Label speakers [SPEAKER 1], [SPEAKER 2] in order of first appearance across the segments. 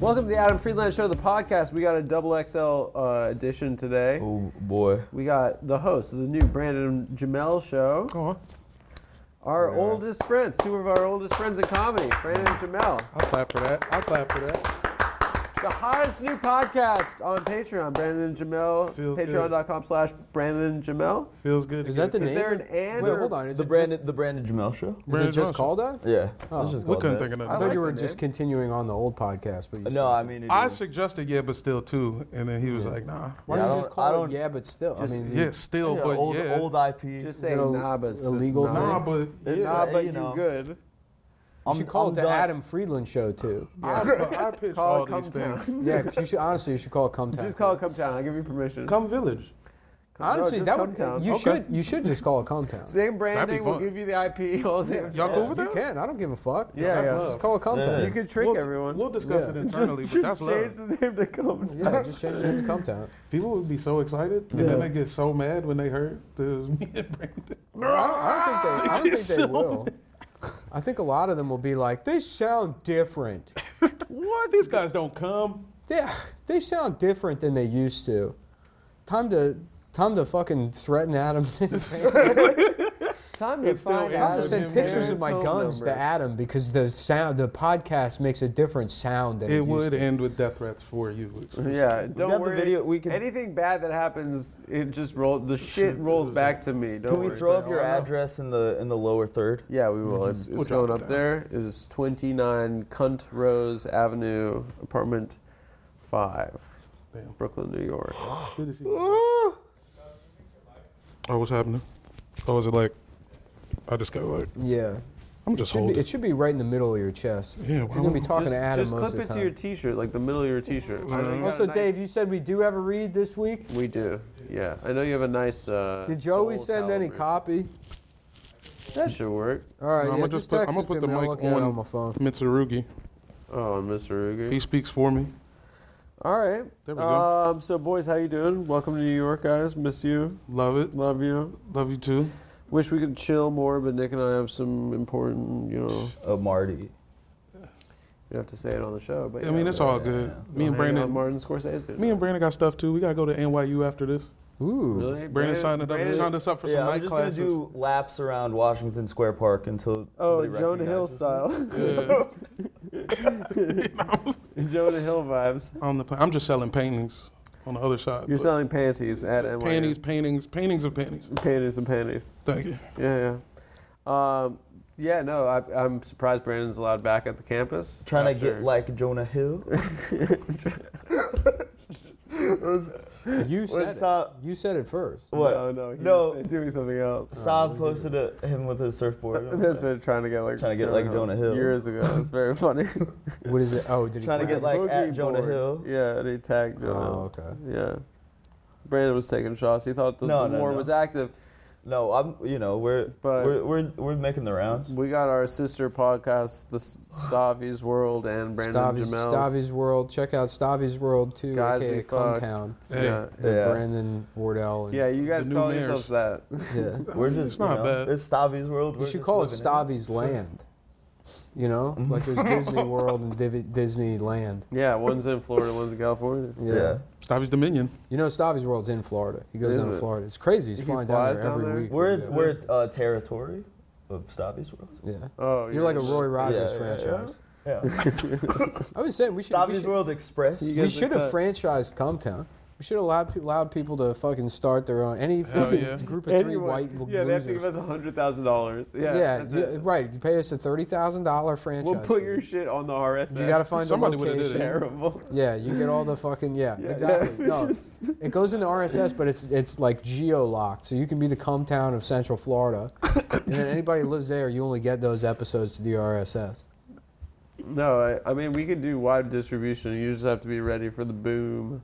[SPEAKER 1] Welcome to the Adam Friedland Show, the podcast. We got a double XL uh, edition today.
[SPEAKER 2] Oh boy.
[SPEAKER 1] We got the host of the new Brandon Jamel show.
[SPEAKER 3] Oh,
[SPEAKER 1] Our
[SPEAKER 2] Yeah.
[SPEAKER 1] oldest friends, two of our oldest friends in comedy, Brandon and Jamel.
[SPEAKER 3] I'll clap for that. I'll clap for that.
[SPEAKER 1] The hottest new podcast on Patreon, Brandon and Jamel.
[SPEAKER 3] Feels good.
[SPEAKER 1] Patreon.com slash Brandon and Jamel.
[SPEAKER 3] Feels good. to
[SPEAKER 4] Is that
[SPEAKER 3] get-
[SPEAKER 4] the
[SPEAKER 1] Is
[SPEAKER 4] name?
[SPEAKER 1] there an and
[SPEAKER 4] Wait,
[SPEAKER 1] or-
[SPEAKER 4] hold on. Is
[SPEAKER 2] The
[SPEAKER 4] it
[SPEAKER 2] Brandon the Brandon Jamel show?
[SPEAKER 4] Just, is
[SPEAKER 3] Brandon
[SPEAKER 4] it just
[SPEAKER 3] Johnson.
[SPEAKER 4] called that?
[SPEAKER 2] Yeah.
[SPEAKER 4] Oh.
[SPEAKER 2] Let's just
[SPEAKER 3] We
[SPEAKER 2] call
[SPEAKER 3] couldn't
[SPEAKER 2] it
[SPEAKER 3] think of
[SPEAKER 1] I
[SPEAKER 4] I
[SPEAKER 3] nothing.
[SPEAKER 4] thought
[SPEAKER 1] like
[SPEAKER 4] you were
[SPEAKER 1] the
[SPEAKER 4] just
[SPEAKER 1] name.
[SPEAKER 4] continuing on the old podcast. But you
[SPEAKER 2] that. No,
[SPEAKER 4] said-
[SPEAKER 2] I mean it
[SPEAKER 3] I
[SPEAKER 2] is-
[SPEAKER 3] suggested yeah, but still too, and then he was like, nah.
[SPEAKER 4] Why
[SPEAKER 2] Yeah, I
[SPEAKER 4] don't
[SPEAKER 2] don't-
[SPEAKER 4] you just
[SPEAKER 2] I
[SPEAKER 4] call
[SPEAKER 2] don't-
[SPEAKER 4] it? Yeah, but still. I mean,
[SPEAKER 3] Yeah, still,
[SPEAKER 2] you know,
[SPEAKER 3] but
[SPEAKER 2] old
[SPEAKER 3] yeah.
[SPEAKER 2] old IP.
[SPEAKER 1] Just
[SPEAKER 4] it
[SPEAKER 1] say
[SPEAKER 4] a
[SPEAKER 1] nah, but it's-
[SPEAKER 4] illegal
[SPEAKER 3] nah,
[SPEAKER 4] thing?
[SPEAKER 3] but
[SPEAKER 2] It's,
[SPEAKER 1] Nah,
[SPEAKER 2] uh,
[SPEAKER 1] but
[SPEAKER 2] you know,
[SPEAKER 1] you good.
[SPEAKER 4] you
[SPEAKER 2] I'm,
[SPEAKER 4] should call
[SPEAKER 2] I'm
[SPEAKER 4] it the
[SPEAKER 2] done.
[SPEAKER 4] Adam Friedland Show too.
[SPEAKER 3] I, I pitched
[SPEAKER 1] Call
[SPEAKER 3] all
[SPEAKER 1] it Come
[SPEAKER 3] these things.
[SPEAKER 1] Town.
[SPEAKER 4] yeah, 'cause you should honestly you should call it Come Town.
[SPEAKER 1] Just call it Come Town. I'll give you permission.
[SPEAKER 3] Come Village.
[SPEAKER 1] Come- no,
[SPEAKER 4] Honestly,
[SPEAKER 1] just
[SPEAKER 4] that
[SPEAKER 1] Come
[SPEAKER 4] would
[SPEAKER 1] Town.
[SPEAKER 4] you
[SPEAKER 3] Okay.
[SPEAKER 4] should you should just call it Come Town.
[SPEAKER 3] That'd
[SPEAKER 1] Same branding.
[SPEAKER 3] be
[SPEAKER 1] We'll
[SPEAKER 3] fun.
[SPEAKER 1] give you the IP. All the
[SPEAKER 3] Y'all cool with
[SPEAKER 4] You
[SPEAKER 3] that?
[SPEAKER 4] can. I don't give a fuck.
[SPEAKER 1] Yeah, yeah.
[SPEAKER 4] Just call it Come
[SPEAKER 2] Yeah.
[SPEAKER 4] Town.
[SPEAKER 1] You could trick
[SPEAKER 3] we'll,
[SPEAKER 1] everyone.
[SPEAKER 3] We'll discuss it
[SPEAKER 4] Yeah.
[SPEAKER 3] internally,
[SPEAKER 1] just
[SPEAKER 3] but
[SPEAKER 1] just
[SPEAKER 3] that's
[SPEAKER 1] change
[SPEAKER 3] love.
[SPEAKER 1] the name to Come Town.
[SPEAKER 4] Yeah, just change it to Come Town.
[SPEAKER 3] People would be so excited, and then they get so mad when they heard that it was me and Brandon.
[SPEAKER 4] I don't, I don't think they. I don't think they will. I think a lot of them will be like, they sound different.
[SPEAKER 3] What? These guys don't come.
[SPEAKER 4] They, they sound different than they used to. Time to time to fucking threaten Adam.
[SPEAKER 1] Time to
[SPEAKER 3] It's still
[SPEAKER 1] find
[SPEAKER 3] in
[SPEAKER 1] out.
[SPEAKER 4] I'll just
[SPEAKER 3] Adam
[SPEAKER 4] send
[SPEAKER 3] Jim
[SPEAKER 4] pictures of
[SPEAKER 3] Barrett's
[SPEAKER 4] my guns to Adam because the sound, the podcast makes a different sound than it,
[SPEAKER 3] It would
[SPEAKER 4] Used to.
[SPEAKER 3] end with death threats for you.
[SPEAKER 1] Yeah,
[SPEAKER 2] got
[SPEAKER 1] don't
[SPEAKER 2] the
[SPEAKER 1] worry.
[SPEAKER 2] video, we can-
[SPEAKER 1] Anything bad that happens, it just roll. The shit rolls back to me. Don't
[SPEAKER 2] Can we
[SPEAKER 1] worry.
[SPEAKER 2] throw up your
[SPEAKER 3] Oh, no.
[SPEAKER 2] address in the in the lower third?
[SPEAKER 1] Yeah, we will. It's, it's
[SPEAKER 3] Mm-hmm. We'll drop
[SPEAKER 1] going
[SPEAKER 3] it
[SPEAKER 1] up
[SPEAKER 3] down.
[SPEAKER 1] there. Is 29 Cunt Rose Avenue, apartment five,
[SPEAKER 3] Damn.
[SPEAKER 1] Brooklyn, New York.
[SPEAKER 3] Good to see you. Ah. Oh, what's happening? Oh, is it like? I just got like.
[SPEAKER 4] Yeah,
[SPEAKER 3] I'm just
[SPEAKER 4] should be,
[SPEAKER 3] holding.
[SPEAKER 4] it should be right in the middle of your chest.
[SPEAKER 3] Yeah,
[SPEAKER 4] you're
[SPEAKER 3] why
[SPEAKER 4] gonna be
[SPEAKER 3] won't-
[SPEAKER 4] talking
[SPEAKER 1] just
[SPEAKER 4] to Adam
[SPEAKER 1] just
[SPEAKER 4] most
[SPEAKER 1] clip
[SPEAKER 4] of
[SPEAKER 1] it
[SPEAKER 4] the
[SPEAKER 1] to
[SPEAKER 4] time.
[SPEAKER 1] your T-shirt, like the middle of your T-shirt.
[SPEAKER 3] Mm-hmm.
[SPEAKER 1] I know you got
[SPEAKER 4] also,
[SPEAKER 1] a
[SPEAKER 4] Dave,
[SPEAKER 1] nice-
[SPEAKER 4] you said we do have a read this week.
[SPEAKER 1] we do. Yeah, I know you have a nice. Uh,
[SPEAKER 4] Did Joey
[SPEAKER 1] soul
[SPEAKER 4] send any
[SPEAKER 1] caliber.
[SPEAKER 4] copy?
[SPEAKER 1] That should work.
[SPEAKER 4] All right,
[SPEAKER 3] No,
[SPEAKER 4] yeah,
[SPEAKER 3] I'ma
[SPEAKER 4] just
[SPEAKER 3] just put-
[SPEAKER 4] text
[SPEAKER 3] I'ma
[SPEAKER 4] it
[SPEAKER 3] put
[SPEAKER 4] to
[SPEAKER 3] the
[SPEAKER 4] me. I'll
[SPEAKER 3] mic
[SPEAKER 4] look at it
[SPEAKER 3] on.
[SPEAKER 4] on my phone.
[SPEAKER 3] Mitsurugi.
[SPEAKER 1] Oh, and Mr. Ruger.
[SPEAKER 3] He speaks for me.
[SPEAKER 1] All right.
[SPEAKER 3] There we go.
[SPEAKER 1] um, So, boys, how you doing? Welcome to New York, guys. Miss you.
[SPEAKER 3] Love it.
[SPEAKER 1] Love you.
[SPEAKER 3] Love you too.
[SPEAKER 1] Wish we could chill more, but Nick and I have some important, you know,
[SPEAKER 2] Uh, Marty.
[SPEAKER 1] you have to say it on the show. But
[SPEAKER 3] I mean,
[SPEAKER 1] yeah,
[SPEAKER 3] it's
[SPEAKER 1] we'll-
[SPEAKER 3] all good.
[SPEAKER 2] yeah.
[SPEAKER 3] Me and
[SPEAKER 1] we'll hang out
[SPEAKER 3] Brandon.
[SPEAKER 1] with Martin Scorsese.
[SPEAKER 3] Me and Brandon got stuff too. We gotta go to NYU after this.
[SPEAKER 4] Ooh,
[SPEAKER 1] really?
[SPEAKER 3] Brandon signed it up.
[SPEAKER 1] Brandon-
[SPEAKER 3] Signed us up for some
[SPEAKER 2] yeah, I'm
[SPEAKER 3] night
[SPEAKER 2] just
[SPEAKER 3] classes.
[SPEAKER 2] gonna do laps around Washington Square Park until
[SPEAKER 1] Oh,
[SPEAKER 2] somebody
[SPEAKER 1] Jonah Hill
[SPEAKER 2] recognizes me.
[SPEAKER 1] style.
[SPEAKER 3] Yeah,
[SPEAKER 1] Jonah Hill vibes.
[SPEAKER 3] on the. pla- I'm just selling paintings on the other side.
[SPEAKER 1] You're
[SPEAKER 3] but
[SPEAKER 1] selling panties at NYU.
[SPEAKER 3] panties, paintings, paintings of panties.
[SPEAKER 1] Panties and panties.
[SPEAKER 3] Thank you.
[SPEAKER 1] Yeah, yeah. Um, yeah, no, I, I'm surprised Brandon's allowed back at the campus.
[SPEAKER 2] Trying to
[SPEAKER 1] after-
[SPEAKER 2] get like Jonah Hill.
[SPEAKER 4] you said it.
[SPEAKER 2] saw-
[SPEAKER 4] You said it first.
[SPEAKER 2] What?
[SPEAKER 1] No, no, he
[SPEAKER 2] No.
[SPEAKER 1] was doing something else.
[SPEAKER 2] Saab posted a, him with his surfboard. I'm
[SPEAKER 1] That's
[SPEAKER 2] sorry.
[SPEAKER 1] it, trying to get like
[SPEAKER 2] Trying to get like Jonah Hill.
[SPEAKER 1] years ago. It's very funny.
[SPEAKER 4] What is it? Oh, did he
[SPEAKER 2] Trying to
[SPEAKER 4] tag
[SPEAKER 2] get like
[SPEAKER 1] Boogie
[SPEAKER 2] at Jonah
[SPEAKER 1] board.
[SPEAKER 2] Hill.
[SPEAKER 1] Yeah, and he tagged
[SPEAKER 4] it?
[SPEAKER 1] Jonah.
[SPEAKER 4] Oh, okay.
[SPEAKER 1] Yeah, Brandon was taking shots. He thought the,
[SPEAKER 2] No,
[SPEAKER 1] the
[SPEAKER 2] no,
[SPEAKER 1] war
[SPEAKER 2] no.
[SPEAKER 1] was active.
[SPEAKER 2] No, I'm. You know, we're
[SPEAKER 1] But-
[SPEAKER 2] we're, we're we're making the rounds.
[SPEAKER 1] We got our sister podcast, the S- Stavi's World, and Brandon
[SPEAKER 4] Stavi's,
[SPEAKER 1] Jamel's.
[SPEAKER 4] Stavi's World. Check out Stavi's World too.
[SPEAKER 1] Guys,
[SPEAKER 4] aka
[SPEAKER 1] we
[SPEAKER 4] Come
[SPEAKER 1] fucked.
[SPEAKER 4] Town.
[SPEAKER 3] Hey,
[SPEAKER 1] Yeah.
[SPEAKER 4] Yeah.
[SPEAKER 2] Yeah,
[SPEAKER 4] Brandon Wardell. And,
[SPEAKER 1] yeah, you guys
[SPEAKER 3] new
[SPEAKER 1] call
[SPEAKER 3] mayors.
[SPEAKER 1] yourselves that.
[SPEAKER 4] yeah.
[SPEAKER 2] we're just.
[SPEAKER 3] It's not
[SPEAKER 2] you know,
[SPEAKER 3] bad.
[SPEAKER 2] It's Stavi's world.
[SPEAKER 4] You
[SPEAKER 2] we're
[SPEAKER 4] should
[SPEAKER 2] just
[SPEAKER 4] call it
[SPEAKER 2] living in
[SPEAKER 4] Stavi's Land. You know, like there's Disney World and Divi- Disneyland.
[SPEAKER 1] Yeah, one's in Florida, one's in California.
[SPEAKER 2] Yeah.
[SPEAKER 3] Stavi's Dominion.
[SPEAKER 4] You know, Stavi's World's in Florida. He goes
[SPEAKER 1] Is
[SPEAKER 4] down to
[SPEAKER 1] it?
[SPEAKER 4] Florida. It's crazy. He's
[SPEAKER 1] He
[SPEAKER 4] flying down
[SPEAKER 1] flies
[SPEAKER 4] there
[SPEAKER 1] down
[SPEAKER 4] every
[SPEAKER 1] there?
[SPEAKER 4] week.
[SPEAKER 2] We're
[SPEAKER 4] yeah.
[SPEAKER 2] we're uh, territory of Stavi's world.
[SPEAKER 4] yeah.
[SPEAKER 1] Oh,
[SPEAKER 4] You're like a
[SPEAKER 1] yeah.
[SPEAKER 4] Roy Rogers
[SPEAKER 2] yeah, yeah.
[SPEAKER 4] franchise.
[SPEAKER 2] Yeah.
[SPEAKER 4] I was saying we should. we
[SPEAKER 2] Stavi's
[SPEAKER 4] should-
[SPEAKER 2] World Express.
[SPEAKER 1] You
[SPEAKER 4] We
[SPEAKER 1] guys
[SPEAKER 4] should
[SPEAKER 1] are
[SPEAKER 4] have
[SPEAKER 1] cut.
[SPEAKER 4] franchised Cometown. We should have allowed, pe- allowed people to fucking start their own. Any fucking
[SPEAKER 3] yeah.
[SPEAKER 4] group of three
[SPEAKER 1] Anyone-
[SPEAKER 4] white
[SPEAKER 1] Yeah, they have to
[SPEAKER 4] losers.
[SPEAKER 1] give us hundred thousand dollars. Yeah,
[SPEAKER 4] yeah,
[SPEAKER 1] that's
[SPEAKER 4] yeah,
[SPEAKER 1] it.
[SPEAKER 4] right. You pay us a thirty thousand dollar franchise.
[SPEAKER 1] We'll put
[SPEAKER 4] fee.
[SPEAKER 1] your shit on the RSS.
[SPEAKER 4] You gotta find
[SPEAKER 3] Somebody
[SPEAKER 4] a
[SPEAKER 3] would've did it.
[SPEAKER 4] location.
[SPEAKER 1] terrible.
[SPEAKER 4] Yeah, you get all the fucking yeah,
[SPEAKER 1] Yeah,
[SPEAKER 4] exactly.
[SPEAKER 1] yeah,
[SPEAKER 4] No, it goes into RSS, but it's it's like geo locked, so you can be the cum town of Central Florida, and then anybody who lives there, you only get those episodes to the RSS.
[SPEAKER 1] No, I, I mean we could do wide distribution. You just have to be ready for the boom,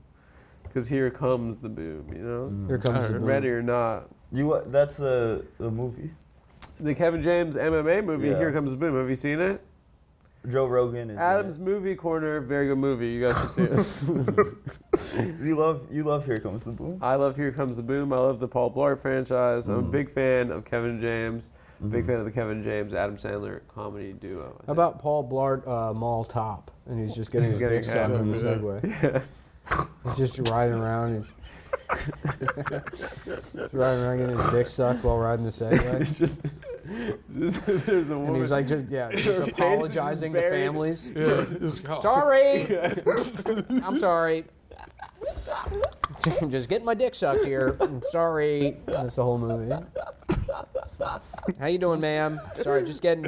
[SPEAKER 1] because here comes the boom. You know,
[SPEAKER 4] Here comes Mm, the
[SPEAKER 3] Mm, Alright.
[SPEAKER 4] boom.
[SPEAKER 1] ready or not,
[SPEAKER 2] You uh, that's the the movie.
[SPEAKER 1] the Kevin James MMA movie.
[SPEAKER 2] Yeah.
[SPEAKER 1] Here comes the boom. Have you seen it?
[SPEAKER 2] Joe Rogan is in
[SPEAKER 1] Adam's Movie Corner, very good movie. You guys should see it.
[SPEAKER 2] it. You love you love Here Comes the Boom.
[SPEAKER 4] Mm.
[SPEAKER 1] I love Here Comes the Boom. I love the Paul Blart franchise. I'm a big fan of Kevin James. Big fan of the Kevin James Adam Sandler comedy duo. I
[SPEAKER 4] Mm-hmm. How about Paul Blart uh, Mall Top? And he's just getting
[SPEAKER 1] He's
[SPEAKER 4] his dick
[SPEAKER 1] getting
[SPEAKER 4] sucked in the
[SPEAKER 1] hammered,
[SPEAKER 4] Segway.
[SPEAKER 1] think. Yes.
[SPEAKER 4] He's just riding around. And Just riding around getting his dick sucked while riding the Segway.
[SPEAKER 1] It's just, just there's a woman.
[SPEAKER 4] And he's like, just, yeah, just
[SPEAKER 1] Her face is just
[SPEAKER 4] apologizing to
[SPEAKER 1] buried.
[SPEAKER 4] families.
[SPEAKER 3] Yeah, it's
[SPEAKER 5] Oh.
[SPEAKER 3] called.
[SPEAKER 4] Sorry,
[SPEAKER 1] Yeah.
[SPEAKER 4] I'm sorry. just getting my dick sucked here. I'm sorry. That's the whole movie. How you doing, ma'am? Sorry, just getting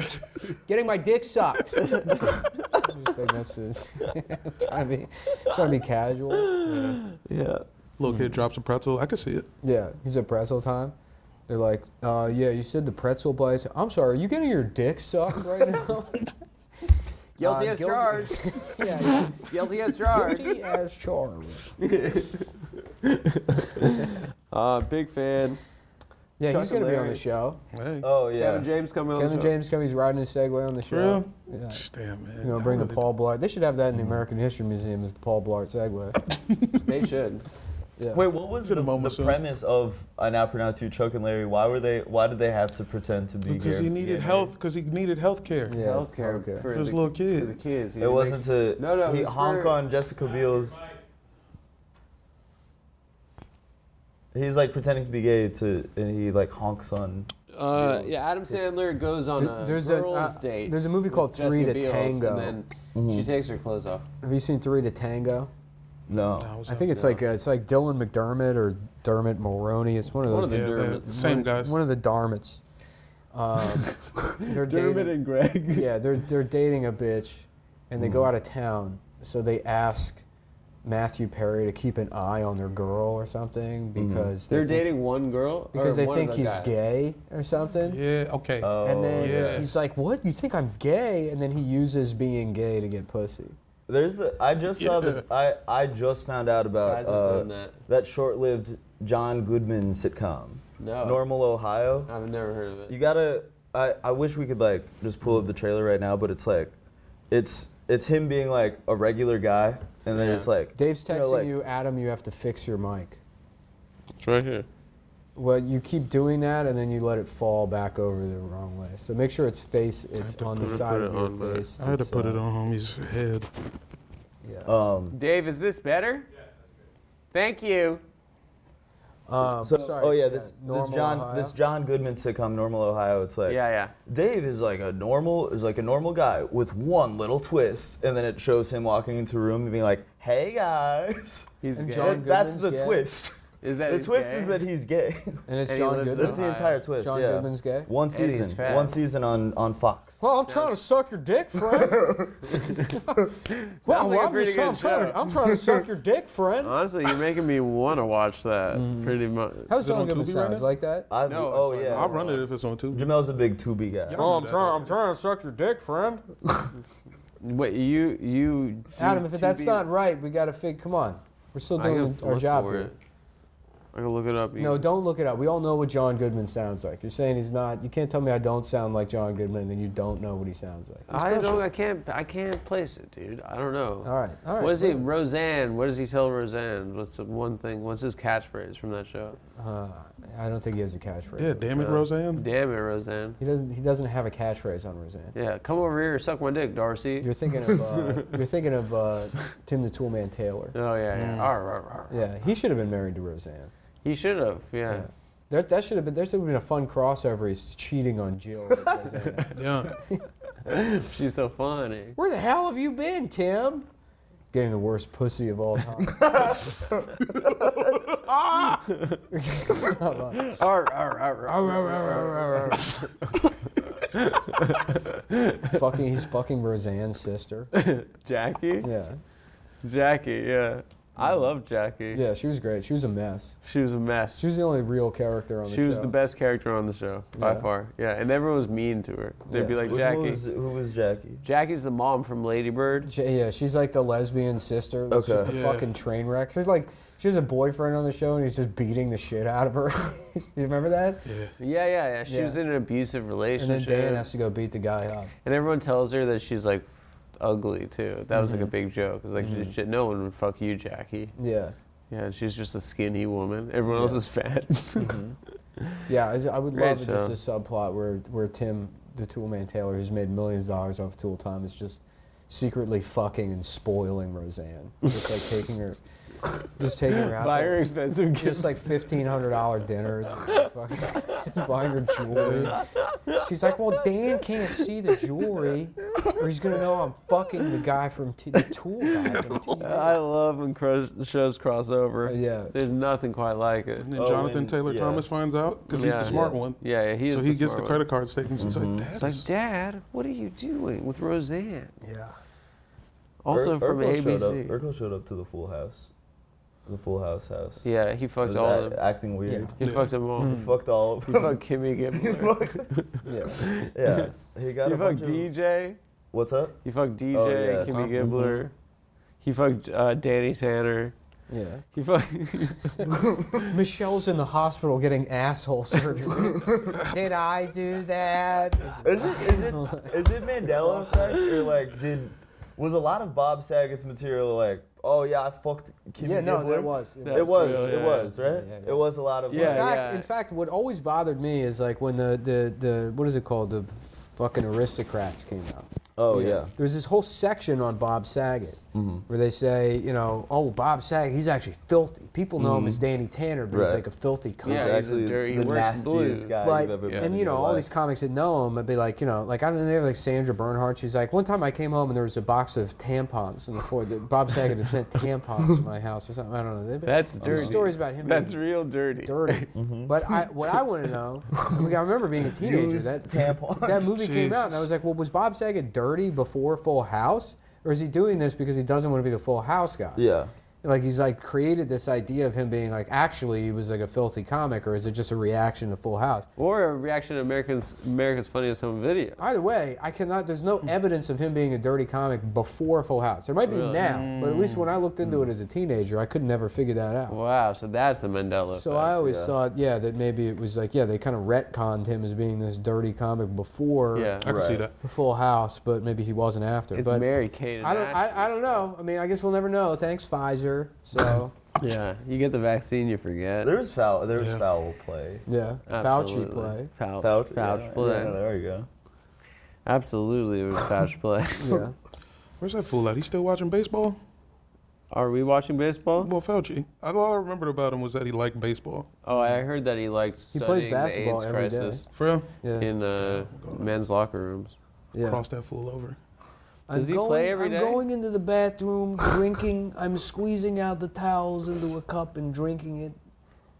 [SPEAKER 4] getting my dick sucked. I just think that's just- trying to be trying to be casual.
[SPEAKER 2] Yeah.
[SPEAKER 3] Little kid drops a pretzel. I can see it.
[SPEAKER 4] Yeah, he's at pretzel time. They're like, uh, yeah, you said the pretzel bites. I'm sorry, are you getting your dick sucked right now?
[SPEAKER 6] Guilty
[SPEAKER 4] Uh,
[SPEAKER 6] as
[SPEAKER 4] guilty.
[SPEAKER 6] charged.
[SPEAKER 4] yeah,
[SPEAKER 6] Guilty as charged.
[SPEAKER 4] guilty as charged.
[SPEAKER 1] uh, big fan.
[SPEAKER 4] Yeah,
[SPEAKER 1] Chuck
[SPEAKER 4] he's
[SPEAKER 1] and
[SPEAKER 4] gonna be on
[SPEAKER 1] Larry.
[SPEAKER 4] the show.
[SPEAKER 3] Hey.
[SPEAKER 2] Oh yeah.
[SPEAKER 1] Kevin James coming on. the
[SPEAKER 4] Kevin
[SPEAKER 1] show.
[SPEAKER 4] James comes. He's riding his Segway on the
[SPEAKER 3] For
[SPEAKER 4] show.
[SPEAKER 3] real?
[SPEAKER 4] Yeah.
[SPEAKER 3] Damn, man.
[SPEAKER 4] You know,
[SPEAKER 3] I
[SPEAKER 4] bring the
[SPEAKER 3] really-
[SPEAKER 4] Paul Blart. They should have that in the American History Museum. Is the Paul Blart Segway?
[SPEAKER 1] They should.
[SPEAKER 4] Yeah.
[SPEAKER 2] Wait, what was the,
[SPEAKER 3] Shoulda moment,
[SPEAKER 2] the
[SPEAKER 3] son.
[SPEAKER 2] premise of I now pronounce you Chuck and Larry? Why were they? Why did they have to pretend to be?
[SPEAKER 3] Because
[SPEAKER 2] gay-
[SPEAKER 3] he needed
[SPEAKER 2] gay
[SPEAKER 3] health. Because he needed health care.
[SPEAKER 4] Yeah. Yes,
[SPEAKER 1] Healthcare
[SPEAKER 4] okay.
[SPEAKER 3] For
[SPEAKER 1] for,
[SPEAKER 3] his
[SPEAKER 1] the,
[SPEAKER 3] little
[SPEAKER 1] for the
[SPEAKER 3] kid.
[SPEAKER 1] kids.
[SPEAKER 2] It wasn't to.
[SPEAKER 1] No, no, it
[SPEAKER 2] He
[SPEAKER 1] was
[SPEAKER 2] honk
[SPEAKER 1] for-
[SPEAKER 2] on Jessica Biel's. He's like pretending to be gay to, and he like honks on.
[SPEAKER 1] Uh, yeah, Adam Sandler goes on
[SPEAKER 4] Th-
[SPEAKER 1] a
[SPEAKER 4] there's a,
[SPEAKER 1] girls'
[SPEAKER 4] uh,
[SPEAKER 1] date.
[SPEAKER 4] there's a movie
[SPEAKER 1] with
[SPEAKER 4] called Three
[SPEAKER 1] Jessica
[SPEAKER 4] to
[SPEAKER 1] Biel,
[SPEAKER 4] Tango. Mm-hmm.
[SPEAKER 1] And then she takes her clothes off.
[SPEAKER 4] Have you seen Three to Tango?
[SPEAKER 2] No.
[SPEAKER 3] Nah, was
[SPEAKER 4] I
[SPEAKER 3] up.
[SPEAKER 4] think it's like uh it's like Dylan McDermott or Dermot Mulroney. It's one of those.
[SPEAKER 1] One of the
[SPEAKER 3] Yeah, they're
[SPEAKER 1] Dermot.
[SPEAKER 3] the same guys.
[SPEAKER 4] One of the Darmits. Um, they're
[SPEAKER 1] Dermot
[SPEAKER 4] dating,
[SPEAKER 1] and Greg.
[SPEAKER 4] yeah, they're they're dating a bitch, and they go out of town. So they ask Matthew Perry to keep an eye on their girl or something because they
[SPEAKER 1] They're
[SPEAKER 4] think-
[SPEAKER 1] dating one girl
[SPEAKER 4] because
[SPEAKER 1] or
[SPEAKER 4] they
[SPEAKER 1] one
[SPEAKER 4] think
[SPEAKER 1] other
[SPEAKER 4] he's
[SPEAKER 1] guy.
[SPEAKER 4] gay or something.
[SPEAKER 3] Yeah. Okay.
[SPEAKER 1] Uh,
[SPEAKER 2] Oh,
[SPEAKER 4] And then
[SPEAKER 3] yeah.
[SPEAKER 4] he's like, "What? You think I'm gay?" And then he uses being gay to get pussy.
[SPEAKER 2] There's the. I just saw the. I I just found out
[SPEAKER 1] Guys
[SPEAKER 2] about
[SPEAKER 1] have
[SPEAKER 2] uh,
[SPEAKER 1] done that.
[SPEAKER 2] that short-lived John Goodman sitcom.
[SPEAKER 1] No.
[SPEAKER 2] Normal Ohio.
[SPEAKER 1] I've never heard of it.
[SPEAKER 2] You gotta. I, I wish we could like just pull up the trailer right now, but it's like, it's it's him being like a regular guy, and then
[SPEAKER 1] Yeah.
[SPEAKER 2] it's like
[SPEAKER 4] Dave's
[SPEAKER 2] you
[SPEAKER 4] texting
[SPEAKER 2] know,
[SPEAKER 4] you,
[SPEAKER 2] like-
[SPEAKER 4] Adam. You have to fix your mic.
[SPEAKER 1] It's right here.
[SPEAKER 4] Well, you keep doing that, and then you let it fall back over the wrong way. So make sure its face is on the
[SPEAKER 1] put it-
[SPEAKER 4] side
[SPEAKER 1] put
[SPEAKER 4] of
[SPEAKER 1] it
[SPEAKER 4] your
[SPEAKER 1] on my-
[SPEAKER 4] face.
[SPEAKER 3] I had to
[SPEAKER 4] that's,
[SPEAKER 3] put
[SPEAKER 4] uh,
[SPEAKER 3] it on homie's head.
[SPEAKER 2] Um,
[SPEAKER 1] Dave, is this better? Yes, that's good. Thank you.
[SPEAKER 4] Um,
[SPEAKER 2] so,
[SPEAKER 4] sorry,
[SPEAKER 2] oh yeah, this this
[SPEAKER 4] Normal
[SPEAKER 2] John
[SPEAKER 4] Ohio.
[SPEAKER 2] this John Goodman sitcom, Normal Ohio. It's like
[SPEAKER 1] Yeah, yeah.
[SPEAKER 2] Dave is like a normal is like a normal guy with one little twist, and then it shows him walking into a room and being like, "Hey guys,"
[SPEAKER 1] He's
[SPEAKER 4] And
[SPEAKER 1] gay.
[SPEAKER 4] John
[SPEAKER 2] and that's the
[SPEAKER 4] Goodman's gay?
[SPEAKER 2] twist.
[SPEAKER 1] is that
[SPEAKER 2] The
[SPEAKER 1] he's
[SPEAKER 2] twist
[SPEAKER 1] gay?
[SPEAKER 2] is that he's gay.
[SPEAKER 4] and it's
[SPEAKER 1] and he
[SPEAKER 4] John
[SPEAKER 1] lives in
[SPEAKER 2] That's
[SPEAKER 4] Goodman.
[SPEAKER 2] the entire twist.
[SPEAKER 4] John
[SPEAKER 2] yeah.
[SPEAKER 4] Goodman's gay?
[SPEAKER 2] One
[SPEAKER 1] And he's
[SPEAKER 2] season.
[SPEAKER 1] fat.
[SPEAKER 2] One season on on Fox.
[SPEAKER 4] Well, I'm trying to suck your dick, friend.
[SPEAKER 1] Sounds like a I'm just- pretty good I'm trying to- show.
[SPEAKER 4] I'm trying to suck your dick, friend.
[SPEAKER 1] Honestly, you're making me want to watch that
[SPEAKER 4] Mm-hmm.
[SPEAKER 1] pretty much.
[SPEAKER 4] How's
[SPEAKER 3] Is it
[SPEAKER 4] John
[SPEAKER 3] on
[SPEAKER 4] Goodman
[SPEAKER 3] Tubi right
[SPEAKER 4] sounds
[SPEAKER 3] now?
[SPEAKER 4] like that?
[SPEAKER 2] I,
[SPEAKER 1] No,
[SPEAKER 2] oh
[SPEAKER 1] it's like-
[SPEAKER 2] yeah.
[SPEAKER 3] I'll run it if it's on two.
[SPEAKER 2] Jamel's a big Tubi guy.
[SPEAKER 3] Yeah. Oh, I'm trying- I'm
[SPEAKER 4] trying to suck your dick, friend.
[SPEAKER 1] Wait, you you. do
[SPEAKER 4] Adam, if
[SPEAKER 1] two
[SPEAKER 4] that's
[SPEAKER 1] beat-
[SPEAKER 4] not right, we gotta fig. Come on, we're still
[SPEAKER 1] I gotta
[SPEAKER 4] doing our
[SPEAKER 1] look
[SPEAKER 4] job
[SPEAKER 1] for
[SPEAKER 4] here.
[SPEAKER 1] it. I can look it up.
[SPEAKER 4] No, don't look it up. We all know what John Goodman sounds like. You're saying he's not. You can't tell me I don't sound like John Goodman, and then you don't know what he sounds like.
[SPEAKER 1] I don't. I can't. I can't place it, dude. I don't know.
[SPEAKER 4] All right, all right.
[SPEAKER 1] What is he,
[SPEAKER 4] whatever.
[SPEAKER 1] Roseanne? What does he tell Roseanne? What's the one thing? What's his catchphrase from that show?
[SPEAKER 4] Uh, I don't think he has a catchphrase.
[SPEAKER 3] Yeah, damn
[SPEAKER 4] uh,
[SPEAKER 3] it,
[SPEAKER 4] Um,
[SPEAKER 3] Roseanne.
[SPEAKER 1] Damn it, Roseanne.
[SPEAKER 4] He doesn't. He doesn't have a catchphrase on Roseanne.
[SPEAKER 1] Yeah, come over here, suck my dick, Darcy.
[SPEAKER 4] You're thinking of. Uh, you're thinking of uh, Tim the Toolman Taylor.
[SPEAKER 1] oh yeah, yeah. Arr, arr, arr.
[SPEAKER 4] Yeah, he should have been married to Roseanne.
[SPEAKER 1] He should have. Yeah.
[SPEAKER 4] Yeah. That, that should have been. There should have been a fun crossover. He's cheating on Jill. with Roseanne.
[SPEAKER 3] Yeah.
[SPEAKER 1] She's so funny.
[SPEAKER 4] Where the hell have you been, Tim? Getting the worst pussy of all time.
[SPEAKER 1] Arr, arr, arr, arr.
[SPEAKER 4] fucking, he's fucking Roseanne's sister.
[SPEAKER 1] Jackie.
[SPEAKER 4] Yeah,
[SPEAKER 1] Jackie. Yeah. I love Jackie.
[SPEAKER 4] yeah, she was great. She was a mess.
[SPEAKER 1] She was a mess.
[SPEAKER 4] She was the only real character on the
[SPEAKER 1] She
[SPEAKER 4] show.
[SPEAKER 1] was the best character on the show by
[SPEAKER 4] Yeah.
[SPEAKER 1] far. Yeah, and everyone was mean to her. They'd be
[SPEAKER 4] Yeah.
[SPEAKER 1] like,
[SPEAKER 2] Who
[SPEAKER 1] Jackie.
[SPEAKER 2] was, who was Jackie?
[SPEAKER 1] Jackie's the mom from Lady Bird.
[SPEAKER 4] She- yeah, she's like the lesbian sister. That's
[SPEAKER 2] Okay.
[SPEAKER 4] just a
[SPEAKER 3] Yeah.
[SPEAKER 4] fucking train wreck. She's like, she has a boyfriend on the show, and he's just beating the shit out of her. you remember that?
[SPEAKER 3] Yeah.
[SPEAKER 1] Yeah, yeah, yeah. She
[SPEAKER 4] Yeah.
[SPEAKER 1] was in an abusive
[SPEAKER 4] And then
[SPEAKER 1] relationship.
[SPEAKER 4] Dan has to go beat the guy up.
[SPEAKER 1] And everyone tells her that she's like ugly too. That was like a big joke. It's like she- she- no one would fuck you, Jackie.
[SPEAKER 4] Yeah.
[SPEAKER 1] Yeah, and she's just a skinny woman. Everyone else is fat.
[SPEAKER 4] Yeah, I, I would
[SPEAKER 1] Great
[SPEAKER 4] love just
[SPEAKER 1] show.
[SPEAKER 4] a subplot where where Tim, the Toolman Taylor, who's made millions of dollars off Tool Time, is just secretly fucking and spoiling Roseanne, just like taking her, just taking her out.
[SPEAKER 1] Buy
[SPEAKER 4] to-
[SPEAKER 1] her expensive gifts.
[SPEAKER 4] Just like fifteen hundred dollar dinners, fucking- just buying her jewelry. She's like, "Well, Dan can't see the jewelry, or he's gonna know I'm fucking the guy from t- the Tool guy." From TV.
[SPEAKER 1] I love when crush, shows cross over.
[SPEAKER 4] Uh, Yeah.
[SPEAKER 1] The's nothing quite like it.
[SPEAKER 3] And then
[SPEAKER 2] Oh,
[SPEAKER 3] Jonathan
[SPEAKER 2] and-
[SPEAKER 3] Taylor
[SPEAKER 2] yeah.
[SPEAKER 3] Thomas finds out because he's
[SPEAKER 1] Yeah.
[SPEAKER 3] the smart one.
[SPEAKER 1] Yeah, yeah he is
[SPEAKER 3] so
[SPEAKER 1] the
[SPEAKER 3] he gets the
[SPEAKER 1] smart one. Mm-hmm.
[SPEAKER 3] credit card statements. and He's like,
[SPEAKER 1] It's
[SPEAKER 3] Dad,
[SPEAKER 1] like, Dad, what are you doing with Roseanne?
[SPEAKER 4] Yeah.
[SPEAKER 1] Also
[SPEAKER 2] Ur-
[SPEAKER 1] from
[SPEAKER 2] Urkel Showed up,
[SPEAKER 1] ABC.
[SPEAKER 2] Urkel showed up to the Full House, the Full House house.
[SPEAKER 1] Yeah, he
[SPEAKER 2] It was
[SPEAKER 1] fucked all
[SPEAKER 2] act-
[SPEAKER 1] of them.
[SPEAKER 2] acting weird.
[SPEAKER 1] He fucked them all.
[SPEAKER 2] He fucked all of
[SPEAKER 1] He
[SPEAKER 2] them.
[SPEAKER 1] fucked Kimmy Gibbler.
[SPEAKER 4] Yeah.
[SPEAKER 2] yeah, he got
[SPEAKER 1] He
[SPEAKER 2] a bunch
[SPEAKER 1] fucked
[SPEAKER 2] of-
[SPEAKER 1] DJ.
[SPEAKER 2] What's up?
[SPEAKER 1] He fucked DJ,
[SPEAKER 2] Oh, yeah.
[SPEAKER 1] Kimmy
[SPEAKER 3] Mhm.
[SPEAKER 1] Gibbler.
[SPEAKER 4] Mm-hmm.
[SPEAKER 1] He fucked uh, Danny Tanner.
[SPEAKER 4] Yeah.
[SPEAKER 1] He fucked.
[SPEAKER 4] Michelle's in the hospital getting asshole surgery. Did I do that?
[SPEAKER 2] Is it is it is it Mandela effect or like did was a lot of Bob Saget's material like oh yeah I fucked Kimmy
[SPEAKER 4] yeah, no,
[SPEAKER 2] Gibbler?
[SPEAKER 4] that was.
[SPEAKER 1] That
[SPEAKER 2] It was,
[SPEAKER 1] real,
[SPEAKER 2] it
[SPEAKER 1] yeah.
[SPEAKER 2] was, right?
[SPEAKER 4] Yeah, yeah.
[SPEAKER 2] It was a lot of.
[SPEAKER 1] Yeah.
[SPEAKER 4] in fact,
[SPEAKER 1] yeah.
[SPEAKER 4] in fact, what always bothered me is like when the, the, the what is it called? The fucking aristocrats came out.
[SPEAKER 2] Oh yeah. Mm-hmm.
[SPEAKER 4] There was this whole section on Bob Saget where they say, you know, oh Bob Saget, he's actually filthy. People know him as Danny Tanner, but he's
[SPEAKER 2] Mm-hmm. Right.
[SPEAKER 4] like a filthy cunt.
[SPEAKER 1] Yeah, he's a dirty-
[SPEAKER 2] the
[SPEAKER 1] he works in blue.
[SPEAKER 2] nastiest guy
[SPEAKER 4] Like,
[SPEAKER 2] you've ever met
[SPEAKER 4] and
[SPEAKER 2] in
[SPEAKER 4] you know,
[SPEAKER 2] your
[SPEAKER 4] all
[SPEAKER 2] life.
[SPEAKER 4] these comics that know him, I'd be like, you know, like I don't know, they have like Sandra Bernhardt. She's like, one time I came home and there was a box of tampons in the floor. That Bob Saget had sent tampons to my house or something. I don't know. They've been-
[SPEAKER 1] That's
[SPEAKER 4] there's
[SPEAKER 1] dirty.
[SPEAKER 4] Stories about him.
[SPEAKER 1] That's
[SPEAKER 4] being
[SPEAKER 1] real dirty.
[SPEAKER 4] dirty.
[SPEAKER 2] Mm-hmm.
[SPEAKER 4] But I, what I want to know, I, mean, I remember being a teenager.
[SPEAKER 2] Used
[SPEAKER 4] That
[SPEAKER 2] tampons.
[SPEAKER 4] that movie came out, and I
[SPEAKER 3] Jesus.
[SPEAKER 4] was like, well, was Bob Saget dirty before Full House, or is he doing this because he doesn't want to be the Full House guy?
[SPEAKER 2] Yeah.
[SPEAKER 4] Like he's like created this idea of him being like actually he was like a filthy comic, or is it just a reaction to Full House?
[SPEAKER 1] Or a reaction to Americans, America's Funniest Home Video.
[SPEAKER 4] Either way, I cannot. There's
[SPEAKER 2] Hmm.
[SPEAKER 4] no evidence of him being a dirty comic before Full House. There might be
[SPEAKER 1] Really?
[SPEAKER 4] now, but at
[SPEAKER 2] Hmm.
[SPEAKER 4] least when I looked into it as a teenager, I could never figure that out.
[SPEAKER 1] Wow, so that's the Mandela
[SPEAKER 4] So
[SPEAKER 1] effect.
[SPEAKER 4] I always
[SPEAKER 2] yeah.
[SPEAKER 4] thought, yeah, that maybe it was like, yeah, they kind of retconned him as being this dirty comic before
[SPEAKER 1] Yeah.
[SPEAKER 3] I can see
[SPEAKER 2] Right.
[SPEAKER 3] that.
[SPEAKER 4] Full House, but maybe he wasn't after.
[SPEAKER 1] It's
[SPEAKER 4] but
[SPEAKER 1] Mary Kate. and
[SPEAKER 4] I don't, I, I
[SPEAKER 1] Ashley.
[SPEAKER 4] don't know. I mean, I guess we'll never know. Thanks, Pfizer. So,
[SPEAKER 1] Yeah, you get the vaccine, you forget.
[SPEAKER 2] There was foul. There was
[SPEAKER 3] Yeah.
[SPEAKER 2] foul play.
[SPEAKER 4] yeah,
[SPEAKER 1] Absolutely.
[SPEAKER 4] Fauci play.
[SPEAKER 1] Fouch,
[SPEAKER 2] Foul.
[SPEAKER 1] Fouch,
[SPEAKER 2] yeah,
[SPEAKER 1] play.
[SPEAKER 2] yeah, there you go.
[SPEAKER 1] Absolutely, it was Fouch play.
[SPEAKER 4] Yeah.
[SPEAKER 3] Where's that fool at? He's still watching baseball?
[SPEAKER 1] Are we watching baseball?
[SPEAKER 3] Well, Fauci. I- All I remembered about him was that he liked baseball.
[SPEAKER 1] Oh, I heard that he liked
[SPEAKER 4] He
[SPEAKER 1] studying
[SPEAKER 4] plays
[SPEAKER 1] the
[SPEAKER 4] basketball
[SPEAKER 1] AIDS
[SPEAKER 4] every day.
[SPEAKER 1] crisis
[SPEAKER 3] For real?
[SPEAKER 4] Yeah.
[SPEAKER 1] in uh, men's locker rooms.
[SPEAKER 4] yeah.
[SPEAKER 3] Cross that fool over.
[SPEAKER 1] Does
[SPEAKER 4] I'm
[SPEAKER 1] he
[SPEAKER 4] going,
[SPEAKER 1] play every
[SPEAKER 4] I'm
[SPEAKER 1] day?
[SPEAKER 4] going into the bathroom, drinking. I'm squeezing out the towels into a cup and drinking it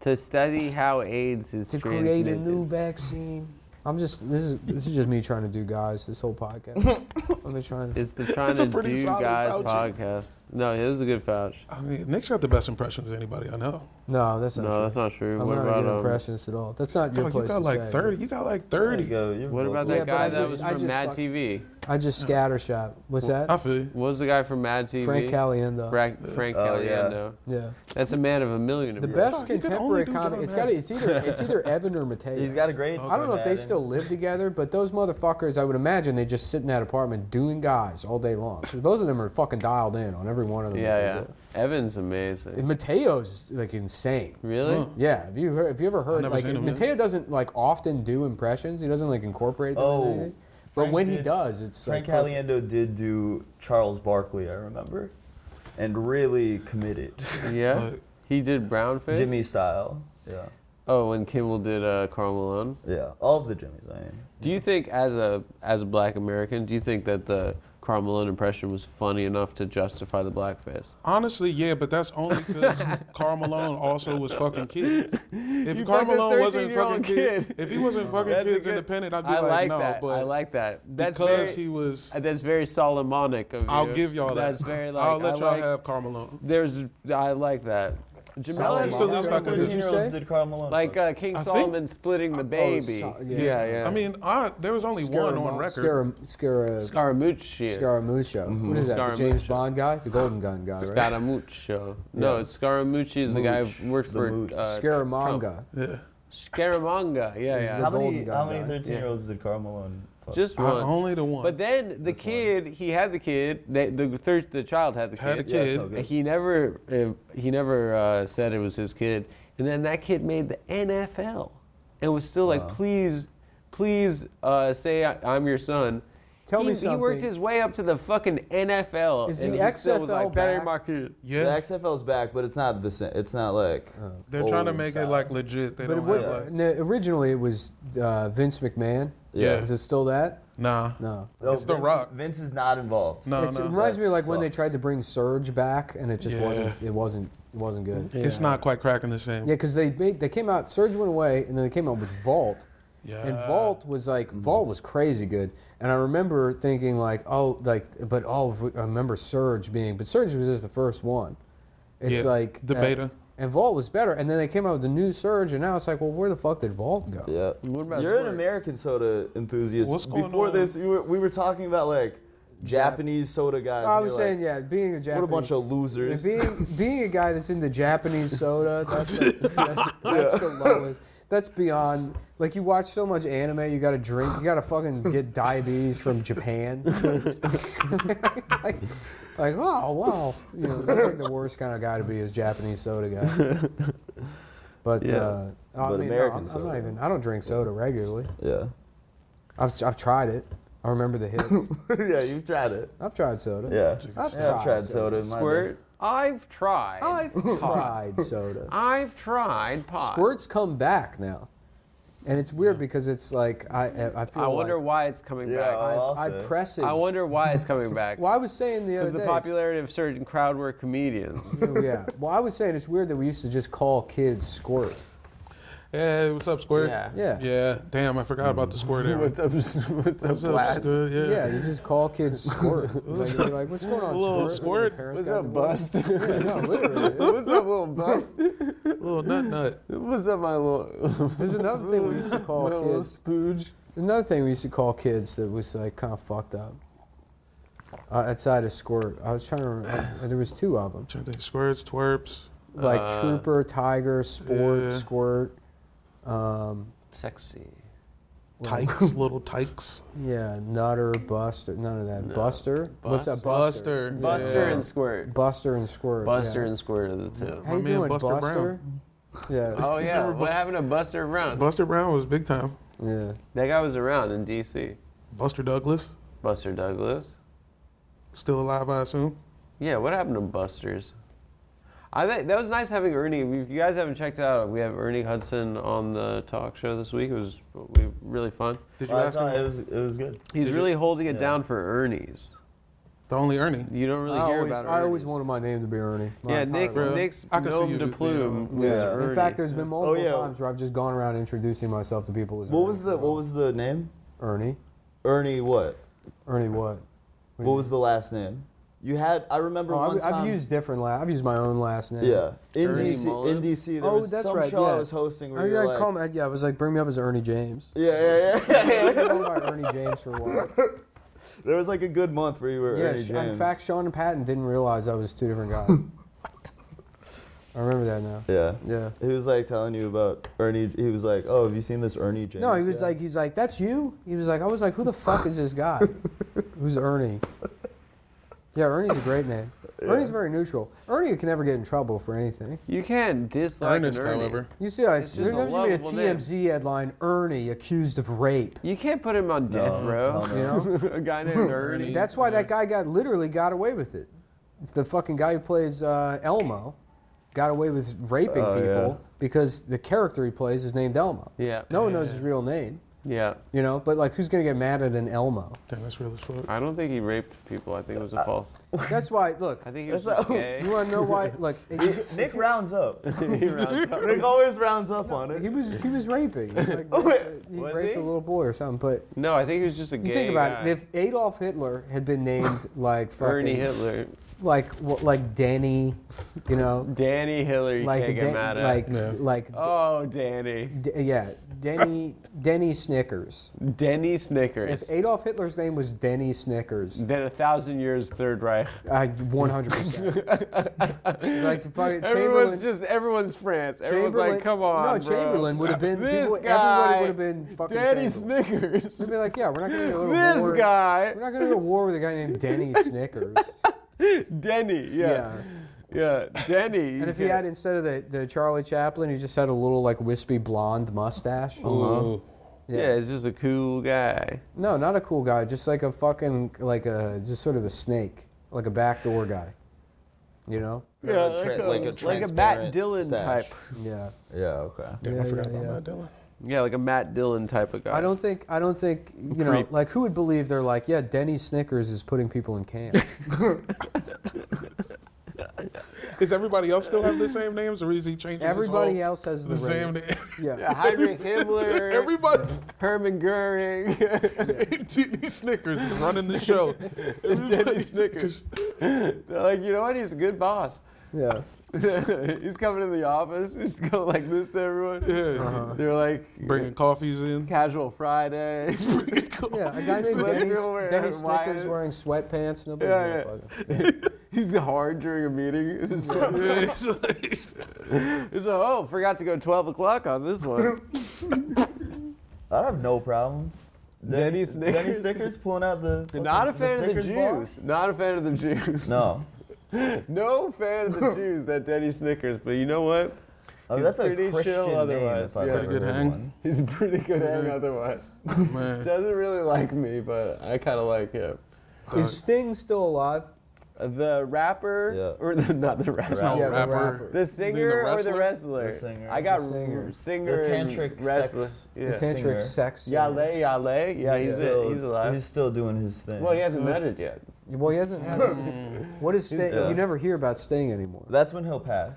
[SPEAKER 1] To study how AIDS is
[SPEAKER 4] to
[SPEAKER 1] transmitted.
[SPEAKER 4] create a new vaccine. I'm just this is this is just me trying to do guys this whole podcast. I'm just trying to
[SPEAKER 1] It's the trying
[SPEAKER 3] That's a
[SPEAKER 1] to
[SPEAKER 3] pretty
[SPEAKER 1] do
[SPEAKER 3] solid
[SPEAKER 1] guys
[SPEAKER 3] Fauci.
[SPEAKER 1] podcast. No, this is a good Fouch.
[SPEAKER 3] I mean, Nick's got the best impressions of anybody I know.
[SPEAKER 4] No, that's not
[SPEAKER 1] No,
[SPEAKER 4] true.
[SPEAKER 1] that's not true.
[SPEAKER 4] I'm
[SPEAKER 1] what
[SPEAKER 4] not a
[SPEAKER 1] about
[SPEAKER 4] good
[SPEAKER 1] um,
[SPEAKER 4] impressionist at all. That's not your
[SPEAKER 3] Dog,
[SPEAKER 4] place
[SPEAKER 3] you got
[SPEAKER 4] to
[SPEAKER 3] like
[SPEAKER 4] say.
[SPEAKER 3] 30. You got like
[SPEAKER 2] There you
[SPEAKER 3] 30.
[SPEAKER 2] go. You're
[SPEAKER 1] What about
[SPEAKER 2] vocal.
[SPEAKER 1] that
[SPEAKER 4] Yeah, but
[SPEAKER 1] guy
[SPEAKER 4] I
[SPEAKER 1] that
[SPEAKER 4] just-
[SPEAKER 1] was
[SPEAKER 4] I
[SPEAKER 1] from
[SPEAKER 4] just
[SPEAKER 1] Mad
[SPEAKER 4] thought-
[SPEAKER 1] TV?
[SPEAKER 4] I just scatter shot. What's that?
[SPEAKER 3] I feel you.
[SPEAKER 1] What was the guy from Mad TV?
[SPEAKER 4] Frank Caliendo.
[SPEAKER 1] Frank, Frank
[SPEAKER 2] Oh, yeah.
[SPEAKER 1] Caliendo.
[SPEAKER 4] Yeah.
[SPEAKER 1] That's a man of a million.
[SPEAKER 4] The
[SPEAKER 1] impressions.
[SPEAKER 4] best
[SPEAKER 3] you could only
[SPEAKER 4] contemporary
[SPEAKER 3] do
[SPEAKER 4] comic.
[SPEAKER 3] John
[SPEAKER 4] It's got.
[SPEAKER 3] Madden.
[SPEAKER 4] It's either. It's either Evan or Mateo.
[SPEAKER 2] He's got a great.
[SPEAKER 4] I don't know if they
[SPEAKER 2] batting.
[SPEAKER 4] still live together, but those motherfuckers, I would imagine, they just sit in that apartment doing guys all day long. 'Cause both of them are fucking dialed in on every one of them. that they
[SPEAKER 1] Yeah,
[SPEAKER 4] do.
[SPEAKER 1] yeah. Evan's amazing.
[SPEAKER 4] And Mateo's like insane.
[SPEAKER 1] Really?
[SPEAKER 3] Huh.
[SPEAKER 4] Yeah, have you heard, have you ever heard
[SPEAKER 3] never
[SPEAKER 4] like
[SPEAKER 3] seen him, yeah.
[SPEAKER 4] Mateo doesn't like often do impressions. He doesn't like incorporate them.
[SPEAKER 2] Oh,
[SPEAKER 4] Oh, anything. but
[SPEAKER 2] Frank
[SPEAKER 4] when he
[SPEAKER 2] did-
[SPEAKER 4] does, it's
[SPEAKER 2] Frank
[SPEAKER 4] like, perfect.
[SPEAKER 2] Caliendo did do Charles Barkley. I remember, and really committed,
[SPEAKER 1] Yeah.
[SPEAKER 3] Like,
[SPEAKER 1] he did Brownfish.
[SPEAKER 2] Jimmy style. Yeah.
[SPEAKER 1] Oh, and Kimmel did uh, Carl Malone.
[SPEAKER 2] Yeah. All of the Jimmys. I mean.
[SPEAKER 1] Do you think, as a as a Black American, do you think that the Carl Malone impression was funny enough to justify the blackface?
[SPEAKER 3] Honestly, yeah, but that's only because Carl Malone also was fucking kids. If
[SPEAKER 1] You
[SPEAKER 3] Carl
[SPEAKER 1] fucked a
[SPEAKER 3] Malone wasn't
[SPEAKER 1] 13-year-old
[SPEAKER 3] fucking kid,
[SPEAKER 1] kid.
[SPEAKER 3] if he wasn't fucking
[SPEAKER 1] That's a
[SPEAKER 3] kids
[SPEAKER 1] good-
[SPEAKER 3] independent, I'd be
[SPEAKER 1] I
[SPEAKER 3] like,
[SPEAKER 1] like
[SPEAKER 3] no.
[SPEAKER 1] that.
[SPEAKER 3] But
[SPEAKER 1] I like that. That's
[SPEAKER 3] because
[SPEAKER 1] very,
[SPEAKER 3] he was,
[SPEAKER 1] uh, that's very Solomonic of you.
[SPEAKER 3] I'll give y'all that.
[SPEAKER 1] That's very like.
[SPEAKER 3] I'll let
[SPEAKER 1] I
[SPEAKER 3] y'all
[SPEAKER 1] like,
[SPEAKER 3] have Carl Malone.
[SPEAKER 1] There's. I like that. Jamel
[SPEAKER 2] Solomon.
[SPEAKER 1] has
[SPEAKER 3] still looks like a-
[SPEAKER 4] Did you say?
[SPEAKER 2] did Carl Malone.
[SPEAKER 1] like uh, King
[SPEAKER 3] I think- Oh,
[SPEAKER 1] Solomon splitting the baby.
[SPEAKER 4] so-
[SPEAKER 1] yeah.
[SPEAKER 4] yeah.
[SPEAKER 1] yeah,
[SPEAKER 3] I mean, I, there was only one on record.
[SPEAKER 4] Scaram- Scara-
[SPEAKER 1] Scaramucci.
[SPEAKER 4] Scaramucci. What is that? The James
[SPEAKER 1] Scaramucci.
[SPEAKER 4] Bond guy, the Golden Gun guy, right?
[SPEAKER 1] Scaramuccio. No, it's Scaramucci is the guy
[SPEAKER 2] Mooch.
[SPEAKER 1] who worked
[SPEAKER 2] The
[SPEAKER 1] for
[SPEAKER 2] Mooch.
[SPEAKER 1] uh, Trump.
[SPEAKER 4] Scaramanga.
[SPEAKER 3] Yeah.
[SPEAKER 1] Scaramanga. Yeah,
[SPEAKER 4] He's
[SPEAKER 1] yeah.
[SPEAKER 4] the
[SPEAKER 2] how many
[SPEAKER 4] golden guy
[SPEAKER 2] how many
[SPEAKER 4] guy.
[SPEAKER 2] thirteen year olds did Carl Malone? fuck?
[SPEAKER 1] Just
[SPEAKER 3] I-
[SPEAKER 1] one.
[SPEAKER 3] only the one.
[SPEAKER 1] But then the kid, he had the kid. They, the third, the child had the kid.
[SPEAKER 3] Had a
[SPEAKER 2] Yeah, it's no
[SPEAKER 3] kid.
[SPEAKER 2] good.
[SPEAKER 1] He never, uh, he never uh, said it was his kid. And then that kid made the NFL. and was still like, please, please uh, say I, I'm your son.
[SPEAKER 4] Tell
[SPEAKER 1] he,
[SPEAKER 4] me
[SPEAKER 1] He worked
[SPEAKER 4] something.
[SPEAKER 1] his way up to the fucking NFL.
[SPEAKER 4] Is
[SPEAKER 1] and
[SPEAKER 4] the
[SPEAKER 1] he still was
[SPEAKER 4] XFL
[SPEAKER 1] like, "Better
[SPEAKER 4] back?"
[SPEAKER 1] my kid."
[SPEAKER 2] The
[SPEAKER 3] Yeah,
[SPEAKER 2] XFL's back, but it's not the same. It's not like
[SPEAKER 3] they're trying to
[SPEAKER 2] old
[SPEAKER 3] make it
[SPEAKER 2] style.
[SPEAKER 3] like legit. They
[SPEAKER 4] But it
[SPEAKER 3] don't
[SPEAKER 4] would,
[SPEAKER 3] have like
[SPEAKER 4] no, originally it was uh, Vince McMahon.
[SPEAKER 2] Yeah.
[SPEAKER 4] Is it still that?
[SPEAKER 3] nah.
[SPEAKER 4] No.
[SPEAKER 2] Oh,
[SPEAKER 3] It's The
[SPEAKER 2] Vince-
[SPEAKER 3] Rock.
[SPEAKER 2] Vince is not involved.
[SPEAKER 3] No,
[SPEAKER 4] It's-
[SPEAKER 3] no.
[SPEAKER 4] it reminds me of like when they
[SPEAKER 2] Sucks.
[SPEAKER 4] tried to bring Surge back, and it just
[SPEAKER 3] Yeah.
[SPEAKER 4] wasn't. It wasn't. It wasn't good. Yeah,
[SPEAKER 3] It's not quite cracking the same.
[SPEAKER 4] because they big, they came out. Surge went away, and then they came out with Vault. And
[SPEAKER 3] Yeah.
[SPEAKER 4] Vault was like Vault was crazy good. And I remember thinking like, oh, like, but oh, if we- I remember Surge being, but Surge was just the first one. It's
[SPEAKER 3] Yeah,
[SPEAKER 4] like
[SPEAKER 3] the beta.
[SPEAKER 4] And Vault was better, and then they came out with the new Surge, and now it's like, well, where the fuck did Vault go?
[SPEAKER 2] Yeah.
[SPEAKER 1] What about
[SPEAKER 2] You're an
[SPEAKER 1] Squirt?
[SPEAKER 2] American soda enthusiast.
[SPEAKER 3] What's going
[SPEAKER 2] Before
[SPEAKER 3] on?
[SPEAKER 2] this, you were, we were talking about like Japanese soda guys.
[SPEAKER 4] I
[SPEAKER 2] and
[SPEAKER 4] was
[SPEAKER 2] you're
[SPEAKER 4] saying,
[SPEAKER 2] like,
[SPEAKER 4] yeah, being a Japanese.
[SPEAKER 2] What a bunch of losers.
[SPEAKER 4] And being being a guy that's into Japanese soda, that's the, that's, that's the lowest. That's beyond. Like you watch so much anime, you got to drink, you got to fucking get diabetes from Japan. like, like, oh wow, you know, that's like the worst kind of guy to be is Japanese soda guy. But
[SPEAKER 1] Yeah.
[SPEAKER 4] uh, I
[SPEAKER 2] But
[SPEAKER 4] mean, no,
[SPEAKER 2] American
[SPEAKER 4] I'm, I'm not
[SPEAKER 2] soda.
[SPEAKER 4] even. I don't drink soda regularly.
[SPEAKER 2] yeah.
[SPEAKER 4] I've I've tried it. I remember the hits.
[SPEAKER 2] yeah, you've tried it.
[SPEAKER 4] I've tried soda.
[SPEAKER 2] Yeah.
[SPEAKER 4] I've
[SPEAKER 2] yeah, I've
[SPEAKER 4] tried
[SPEAKER 2] tried soda. in my
[SPEAKER 1] Squirt. I've tried.
[SPEAKER 4] I've tried soda.
[SPEAKER 1] I've tried pot.
[SPEAKER 4] Squirts come back now, and it's weird because it's like I I- I feel.
[SPEAKER 1] I wonder
[SPEAKER 4] like
[SPEAKER 1] why it's coming
[SPEAKER 2] Yeah,
[SPEAKER 1] back.
[SPEAKER 2] I'll
[SPEAKER 4] I, I
[SPEAKER 2] say.
[SPEAKER 4] press it.
[SPEAKER 1] I wonder why it's coming back.
[SPEAKER 4] Well, I was saying the other
[SPEAKER 1] Because
[SPEAKER 4] day.
[SPEAKER 1] the popularity of certain crowd were comedians.
[SPEAKER 4] yeah. Well, I was saying it's weird that we used to just call kids squirt.
[SPEAKER 3] Hey, what's up, Squirt?
[SPEAKER 1] Yeah.
[SPEAKER 4] Yeah.
[SPEAKER 3] Yeah. Damn, I forgot about the Squirt era.
[SPEAKER 1] what's up? What's up,
[SPEAKER 3] What's up,
[SPEAKER 1] Blast?
[SPEAKER 3] Squirt?
[SPEAKER 4] Yeah.
[SPEAKER 3] Yeah.
[SPEAKER 4] you just call kids squirt. like, you're like, what's going on,
[SPEAKER 3] Little squirt.
[SPEAKER 4] squirt? And your parents
[SPEAKER 1] What's
[SPEAKER 4] got
[SPEAKER 1] up,
[SPEAKER 4] divorced.
[SPEAKER 1] Bust?
[SPEAKER 4] Yeah, no, literally.
[SPEAKER 1] What's up, little Bust?
[SPEAKER 3] Little nut nut.
[SPEAKER 1] What's up, my little,
[SPEAKER 4] There's another thing we used to
[SPEAKER 1] my
[SPEAKER 4] call
[SPEAKER 1] little
[SPEAKER 4] kids.
[SPEAKER 1] spooge?
[SPEAKER 4] Another thing we used to call kids that was like kind of fucked up. Uh, outside of squirt, I was trying to. Remember, uh, there was two of them.
[SPEAKER 3] Trying to think. Squirts, twerps.
[SPEAKER 4] like
[SPEAKER 1] Uh,
[SPEAKER 4] trooper, tiger, sport,
[SPEAKER 3] yeah.
[SPEAKER 4] squirt. Um,
[SPEAKER 1] Sexy.
[SPEAKER 3] Tykes, little tykes.
[SPEAKER 4] yeah, nutter, buster, none of that. Buster, what's that?
[SPEAKER 3] Buster.
[SPEAKER 1] Buster
[SPEAKER 3] yeah.
[SPEAKER 1] and Squirt.
[SPEAKER 4] Buster and squirt.
[SPEAKER 1] Buster
[SPEAKER 4] yeah.
[SPEAKER 1] and Squirt are the two.
[SPEAKER 4] How
[SPEAKER 3] My
[SPEAKER 4] you
[SPEAKER 3] man
[SPEAKER 4] doing,
[SPEAKER 3] Buster
[SPEAKER 4] Buster?
[SPEAKER 3] Brown.
[SPEAKER 4] Yeah,
[SPEAKER 1] Oh yeah, what happened to Buster Brown?
[SPEAKER 3] Buster Brown was big time.
[SPEAKER 4] yeah.
[SPEAKER 1] that guy was around in D.C.
[SPEAKER 3] Buster Douglas,
[SPEAKER 1] Buster Douglas.
[SPEAKER 3] still alive, I assume.
[SPEAKER 1] Yeah, what happened to Buster's? I think that was nice having Ernie. If you guys haven't checked it out, we have Ernie Hudson on the talk show this week. It was we- really fun.
[SPEAKER 3] Did you
[SPEAKER 2] Well, I
[SPEAKER 3] ask
[SPEAKER 2] thought
[SPEAKER 3] him?
[SPEAKER 2] Uh, it was it was good.
[SPEAKER 1] He's really holding it
[SPEAKER 2] yeah.
[SPEAKER 1] down for Ernie's.
[SPEAKER 3] The only Ernie.
[SPEAKER 1] You don't really
[SPEAKER 4] I
[SPEAKER 1] hear
[SPEAKER 4] always,
[SPEAKER 1] about
[SPEAKER 4] I always
[SPEAKER 1] Ernie's.
[SPEAKER 4] wanted my name to be Ernie. my
[SPEAKER 1] Yeah,
[SPEAKER 4] entire
[SPEAKER 1] Nick,
[SPEAKER 4] life.
[SPEAKER 3] Bro,
[SPEAKER 1] Nick's
[SPEAKER 3] I can see
[SPEAKER 1] gnome
[SPEAKER 3] you
[SPEAKER 1] de
[SPEAKER 3] with the,
[SPEAKER 1] plume
[SPEAKER 3] uh,
[SPEAKER 1] was
[SPEAKER 2] Yeah.
[SPEAKER 1] Ernie.
[SPEAKER 4] In fact, there's been multiple
[SPEAKER 2] Oh, yeah.
[SPEAKER 4] times where I've just gone around introducing myself to people as
[SPEAKER 2] What
[SPEAKER 4] Ernie,
[SPEAKER 2] was the
[SPEAKER 4] so-
[SPEAKER 2] What was the name?
[SPEAKER 4] Ernie?
[SPEAKER 2] Ernie. What?
[SPEAKER 4] Ernie what?
[SPEAKER 2] What was the last name? You had. I remember
[SPEAKER 4] Oh,
[SPEAKER 2] one
[SPEAKER 4] I've,
[SPEAKER 2] time.
[SPEAKER 4] I've used different. La- I've used my own last name.
[SPEAKER 2] Yeah. In
[SPEAKER 1] Ernie
[SPEAKER 2] DC.
[SPEAKER 1] Mullen?
[SPEAKER 2] In DC. There
[SPEAKER 4] oh,
[SPEAKER 2] was
[SPEAKER 4] that's
[SPEAKER 2] some
[SPEAKER 4] right.
[SPEAKER 2] show
[SPEAKER 4] yeah.
[SPEAKER 2] I was hosting where
[SPEAKER 4] Oh,
[SPEAKER 2] you
[SPEAKER 4] yeah,
[SPEAKER 2] were
[SPEAKER 4] I
[SPEAKER 2] like.
[SPEAKER 4] call me- yeah, I was like, bring me up as Ernie James.
[SPEAKER 2] yeah, yeah, yeah.
[SPEAKER 4] I was going by Ernie James for a while.
[SPEAKER 2] There was like a good month where you were
[SPEAKER 4] Yeah,
[SPEAKER 2] Ernie
[SPEAKER 4] Sh-
[SPEAKER 2] James.
[SPEAKER 4] in fact, Sean Patton didn't realize I was two different guys. I remember that now.
[SPEAKER 2] yeah.
[SPEAKER 4] Yeah.
[SPEAKER 2] He was like telling you about Ernie. He was like, "Oh, have you seen this Ernie James?"
[SPEAKER 4] No, he was
[SPEAKER 2] guy?"
[SPEAKER 4] like, he's like, that's you. He was like, I was like, who the fuck is this guy? Who's Ernie? Yeah, Ernie's a great name. Ernie's very neutral. Ernie can never get in trouble for anything.
[SPEAKER 1] you can't dislike
[SPEAKER 3] Ernest,
[SPEAKER 1] an Ernie.
[SPEAKER 3] however.
[SPEAKER 4] You see, like,
[SPEAKER 1] It's
[SPEAKER 4] there
[SPEAKER 1] just a
[SPEAKER 4] never should be a
[SPEAKER 1] lovable name.
[SPEAKER 4] TMZ headline: Ernie accused of rape.
[SPEAKER 1] You can't put him on death row.
[SPEAKER 4] You know.
[SPEAKER 1] a guy named Ernie.
[SPEAKER 4] That's why that guy got literally got away with it. The fucking guy who plays uh, Elmo got away with raping
[SPEAKER 2] Oh,
[SPEAKER 4] people
[SPEAKER 2] yeah.
[SPEAKER 4] because the character he plays is named Elmo.
[SPEAKER 1] Yeah.
[SPEAKER 4] No one knows his real name,
[SPEAKER 1] Yeah.
[SPEAKER 4] you know. But like, who's gonna get mad at an Elmo?
[SPEAKER 3] Damn, that's real as fuck.
[SPEAKER 1] I don't think he raped people. I think it was a false.
[SPEAKER 4] That's why. Look,
[SPEAKER 1] I think he was
[SPEAKER 2] That's
[SPEAKER 1] just
[SPEAKER 2] not-
[SPEAKER 1] gay.
[SPEAKER 4] you wanna know why? Like, it-
[SPEAKER 2] Nick rounds up.
[SPEAKER 1] He rounds up.
[SPEAKER 2] Nick always rounds up on
[SPEAKER 4] he
[SPEAKER 2] it.
[SPEAKER 4] was he was raping. He, like, raped, he
[SPEAKER 1] Oh, Was
[SPEAKER 4] raped
[SPEAKER 1] he?
[SPEAKER 4] a little boy or something. But
[SPEAKER 1] No, I think he was just a gay.
[SPEAKER 4] you think about
[SPEAKER 1] guy.
[SPEAKER 4] it. If Adolf Hitler had been named like fucking,
[SPEAKER 1] Ernie Hitler,
[SPEAKER 4] like what, like Danny, you know,
[SPEAKER 1] Danny Hitler, you
[SPEAKER 4] like
[SPEAKER 1] can't
[SPEAKER 4] Dan-
[SPEAKER 1] get mad at.
[SPEAKER 4] like
[SPEAKER 3] Yeah.
[SPEAKER 4] like
[SPEAKER 1] oh, Danny,
[SPEAKER 4] D- uh, yeah, Denny Denny Snickers.
[SPEAKER 1] Denny
[SPEAKER 4] If
[SPEAKER 1] Snickers.
[SPEAKER 4] Adolf Hitler's name was Denny Snickers,
[SPEAKER 1] Then a thousand years Third Reich.
[SPEAKER 4] I 100. percent Like the fucking Chamberlain.
[SPEAKER 1] Everyone's just everyone's France. Everyone's
[SPEAKER 4] Chamberlain,
[SPEAKER 1] like, come on,
[SPEAKER 4] No,
[SPEAKER 1] bro.
[SPEAKER 4] Chamberlain would have been.
[SPEAKER 1] This
[SPEAKER 4] people,
[SPEAKER 1] guy,
[SPEAKER 4] everybody would have been fucking.
[SPEAKER 1] Danny
[SPEAKER 4] Chamberlain.
[SPEAKER 1] Snickers.
[SPEAKER 4] They'd be like, yeah, we're not gonna go to
[SPEAKER 1] This
[SPEAKER 4] war.
[SPEAKER 1] guy,
[SPEAKER 4] We're not gonna go to war with a guy named Denny Snickers.
[SPEAKER 1] Denny. Yeah.
[SPEAKER 4] yeah.
[SPEAKER 1] Yeah, Denny.
[SPEAKER 4] And if he had instead of the, the Charlie Chaplin, he just had a little like wispy blonde mustache.
[SPEAKER 1] Ooh.
[SPEAKER 4] Yeah.
[SPEAKER 1] yeah, he's just a cool guy.
[SPEAKER 4] No, not a cool guy. Just like a fucking like a just sort of a snake, like a backdoor guy. You know?
[SPEAKER 2] Yeah, like a- like a
[SPEAKER 1] Matt
[SPEAKER 2] transparent
[SPEAKER 1] Dillon
[SPEAKER 2] stash.
[SPEAKER 1] type.
[SPEAKER 4] Yeah.
[SPEAKER 2] Yeah, okay.
[SPEAKER 4] Yeah,
[SPEAKER 5] Damn, I forgot
[SPEAKER 4] yeah, yeah.
[SPEAKER 5] about that, Dylan.
[SPEAKER 1] Yeah, like a Matt Dillon type of guy.
[SPEAKER 4] I don't think I don't think you know
[SPEAKER 5] Creep.
[SPEAKER 4] like who would believe they're like yeah Denny Snickers is putting people in camp.
[SPEAKER 5] Is everybody else still have the same names, or is he changing? his
[SPEAKER 4] Everybody
[SPEAKER 5] whole-
[SPEAKER 4] else has the,
[SPEAKER 5] the same
[SPEAKER 4] rating.
[SPEAKER 5] name.
[SPEAKER 4] Yeah.
[SPEAKER 1] Yeah, Heinrich Himmler,
[SPEAKER 5] Everybody's
[SPEAKER 1] Herman Goering.
[SPEAKER 5] Denny Snickers is running the show.
[SPEAKER 1] Denny
[SPEAKER 5] Denny
[SPEAKER 1] Snickers. They're like, you know what? He's a good boss.
[SPEAKER 4] Yeah.
[SPEAKER 1] he's coming in the office. He's going like this to everyone.
[SPEAKER 5] Yeah,
[SPEAKER 1] They're like
[SPEAKER 5] bringing coffees in.
[SPEAKER 1] casual Friday. yeah,
[SPEAKER 5] Bringing coffees.
[SPEAKER 4] Yeah, a guy named
[SPEAKER 1] Snickers
[SPEAKER 4] Denny,
[SPEAKER 1] wearing
[SPEAKER 4] Denny
[SPEAKER 1] wire.
[SPEAKER 4] Snickers wearing sweatpants. Nobody
[SPEAKER 1] yeah. he's hard during a meeting. It's just like,
[SPEAKER 5] Yeah, it's like-
[SPEAKER 1] it's like, oh, forgot to go 12 o'clock on this one.
[SPEAKER 2] I have no problem.
[SPEAKER 1] Denny Snickers.
[SPEAKER 2] Denny Snickers pulling out the. fucking-
[SPEAKER 1] Not a fan of the
[SPEAKER 2] Snickers bar?
[SPEAKER 1] Jews. Not a fan of the Jews.
[SPEAKER 2] No.
[SPEAKER 1] No fan of the Jews that Denny Snickers, but you know what?
[SPEAKER 2] I mean,
[SPEAKER 1] He's
[SPEAKER 2] Oh, that's a
[SPEAKER 1] pretty
[SPEAKER 2] Christian
[SPEAKER 1] chill
[SPEAKER 2] name,
[SPEAKER 1] otherwise.
[SPEAKER 2] if I've
[SPEAKER 1] Yeah.
[SPEAKER 2] ever
[SPEAKER 1] Pretty
[SPEAKER 5] good
[SPEAKER 2] heard
[SPEAKER 5] hang.
[SPEAKER 2] one.
[SPEAKER 1] He's a pretty good hang otherwise.
[SPEAKER 5] man.
[SPEAKER 1] Doesn't really like me, but I kind of like him.
[SPEAKER 4] Is Sting still alive?
[SPEAKER 1] The rapper,
[SPEAKER 2] Yeah.
[SPEAKER 1] or the, not the rapper.
[SPEAKER 5] That's not
[SPEAKER 4] Yeah, the
[SPEAKER 5] rapper.
[SPEAKER 4] rapper.
[SPEAKER 1] The
[SPEAKER 5] the
[SPEAKER 1] singer or the
[SPEAKER 5] wrestler?
[SPEAKER 1] wrestler?
[SPEAKER 2] The singer.
[SPEAKER 1] I got
[SPEAKER 4] The singer.
[SPEAKER 1] singer,
[SPEAKER 2] The
[SPEAKER 1] singer and
[SPEAKER 2] tantric
[SPEAKER 1] wrestler.
[SPEAKER 2] sex.
[SPEAKER 1] Yeah.
[SPEAKER 4] The tantric
[SPEAKER 2] singer.
[SPEAKER 4] sex. singer.
[SPEAKER 1] Yale, Yale. Yeah, he's,
[SPEAKER 2] still,
[SPEAKER 1] he's alive.
[SPEAKER 2] He's still doing his thing.
[SPEAKER 1] well, he hasn't met it yet.
[SPEAKER 4] Well, he hasn't. had- what is Sting?
[SPEAKER 2] uh,
[SPEAKER 4] you never hear about Sting anymore.
[SPEAKER 2] That's when he'll pass.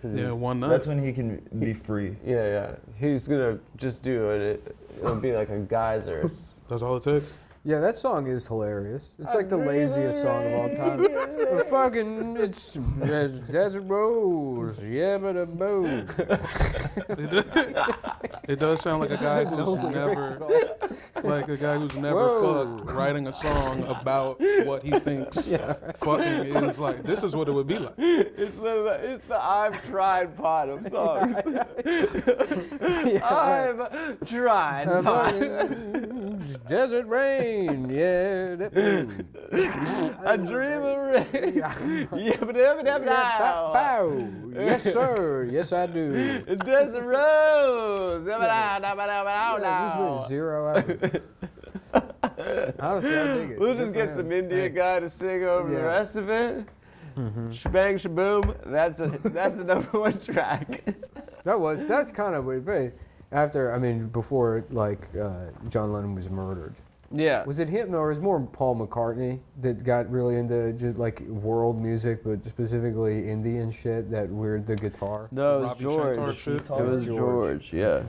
[SPEAKER 1] 'cause
[SPEAKER 5] Yeah,
[SPEAKER 1] he's-
[SPEAKER 5] one night.
[SPEAKER 2] That's when he can be free.
[SPEAKER 1] yeah, yeah. He's gonna just do it. it it'll be like a geyser.
[SPEAKER 5] That's all it takes.
[SPEAKER 4] Yeah, that song is hilarious. It's like the
[SPEAKER 1] I'm
[SPEAKER 4] laziest song of all time. The fucking, it's des- Desert Rose, yeah, but a boo.
[SPEAKER 5] It does, it does sound like a guy who's never, like a guy who's never
[SPEAKER 4] Whoa.
[SPEAKER 5] fucked, writing a song about what he thinks fucking is like. This is what it would be like.
[SPEAKER 1] It's the it's the I've tried pot of songs. I've tried
[SPEAKER 4] A
[SPEAKER 1] pot.
[SPEAKER 4] fucking Desert Rain, yeah, that boo.
[SPEAKER 1] I dream of rain. Yeah, but every day
[SPEAKER 4] Yeah,
[SPEAKER 1] now.
[SPEAKER 4] bow, bow. Yes, sir. Yes, I do.
[SPEAKER 1] It does the rose. Yeah, but now, now, but now, but now,
[SPEAKER 4] Yeah,
[SPEAKER 1] now.
[SPEAKER 4] this been zero out. Honestly, I dig it.
[SPEAKER 1] We'll
[SPEAKER 4] Good
[SPEAKER 1] just
[SPEAKER 4] for
[SPEAKER 1] get
[SPEAKER 4] him.
[SPEAKER 1] some Indian guy to sing over the
[SPEAKER 4] Yeah. Mm-hmm.
[SPEAKER 1] rest of it. Shebang shaboom. That's a that's the number one track.
[SPEAKER 4] That was that's kind of weird. But after I mean, before like uh, John Lennon was murdered,
[SPEAKER 1] Yeah.
[SPEAKER 4] was it him or was it more Paul McCartney that got really into just like world music, but specifically Indian shit that weird the guitar?
[SPEAKER 1] No,
[SPEAKER 5] Robbie Shankar shit.
[SPEAKER 1] It was
[SPEAKER 4] George.
[SPEAKER 1] George, yeah.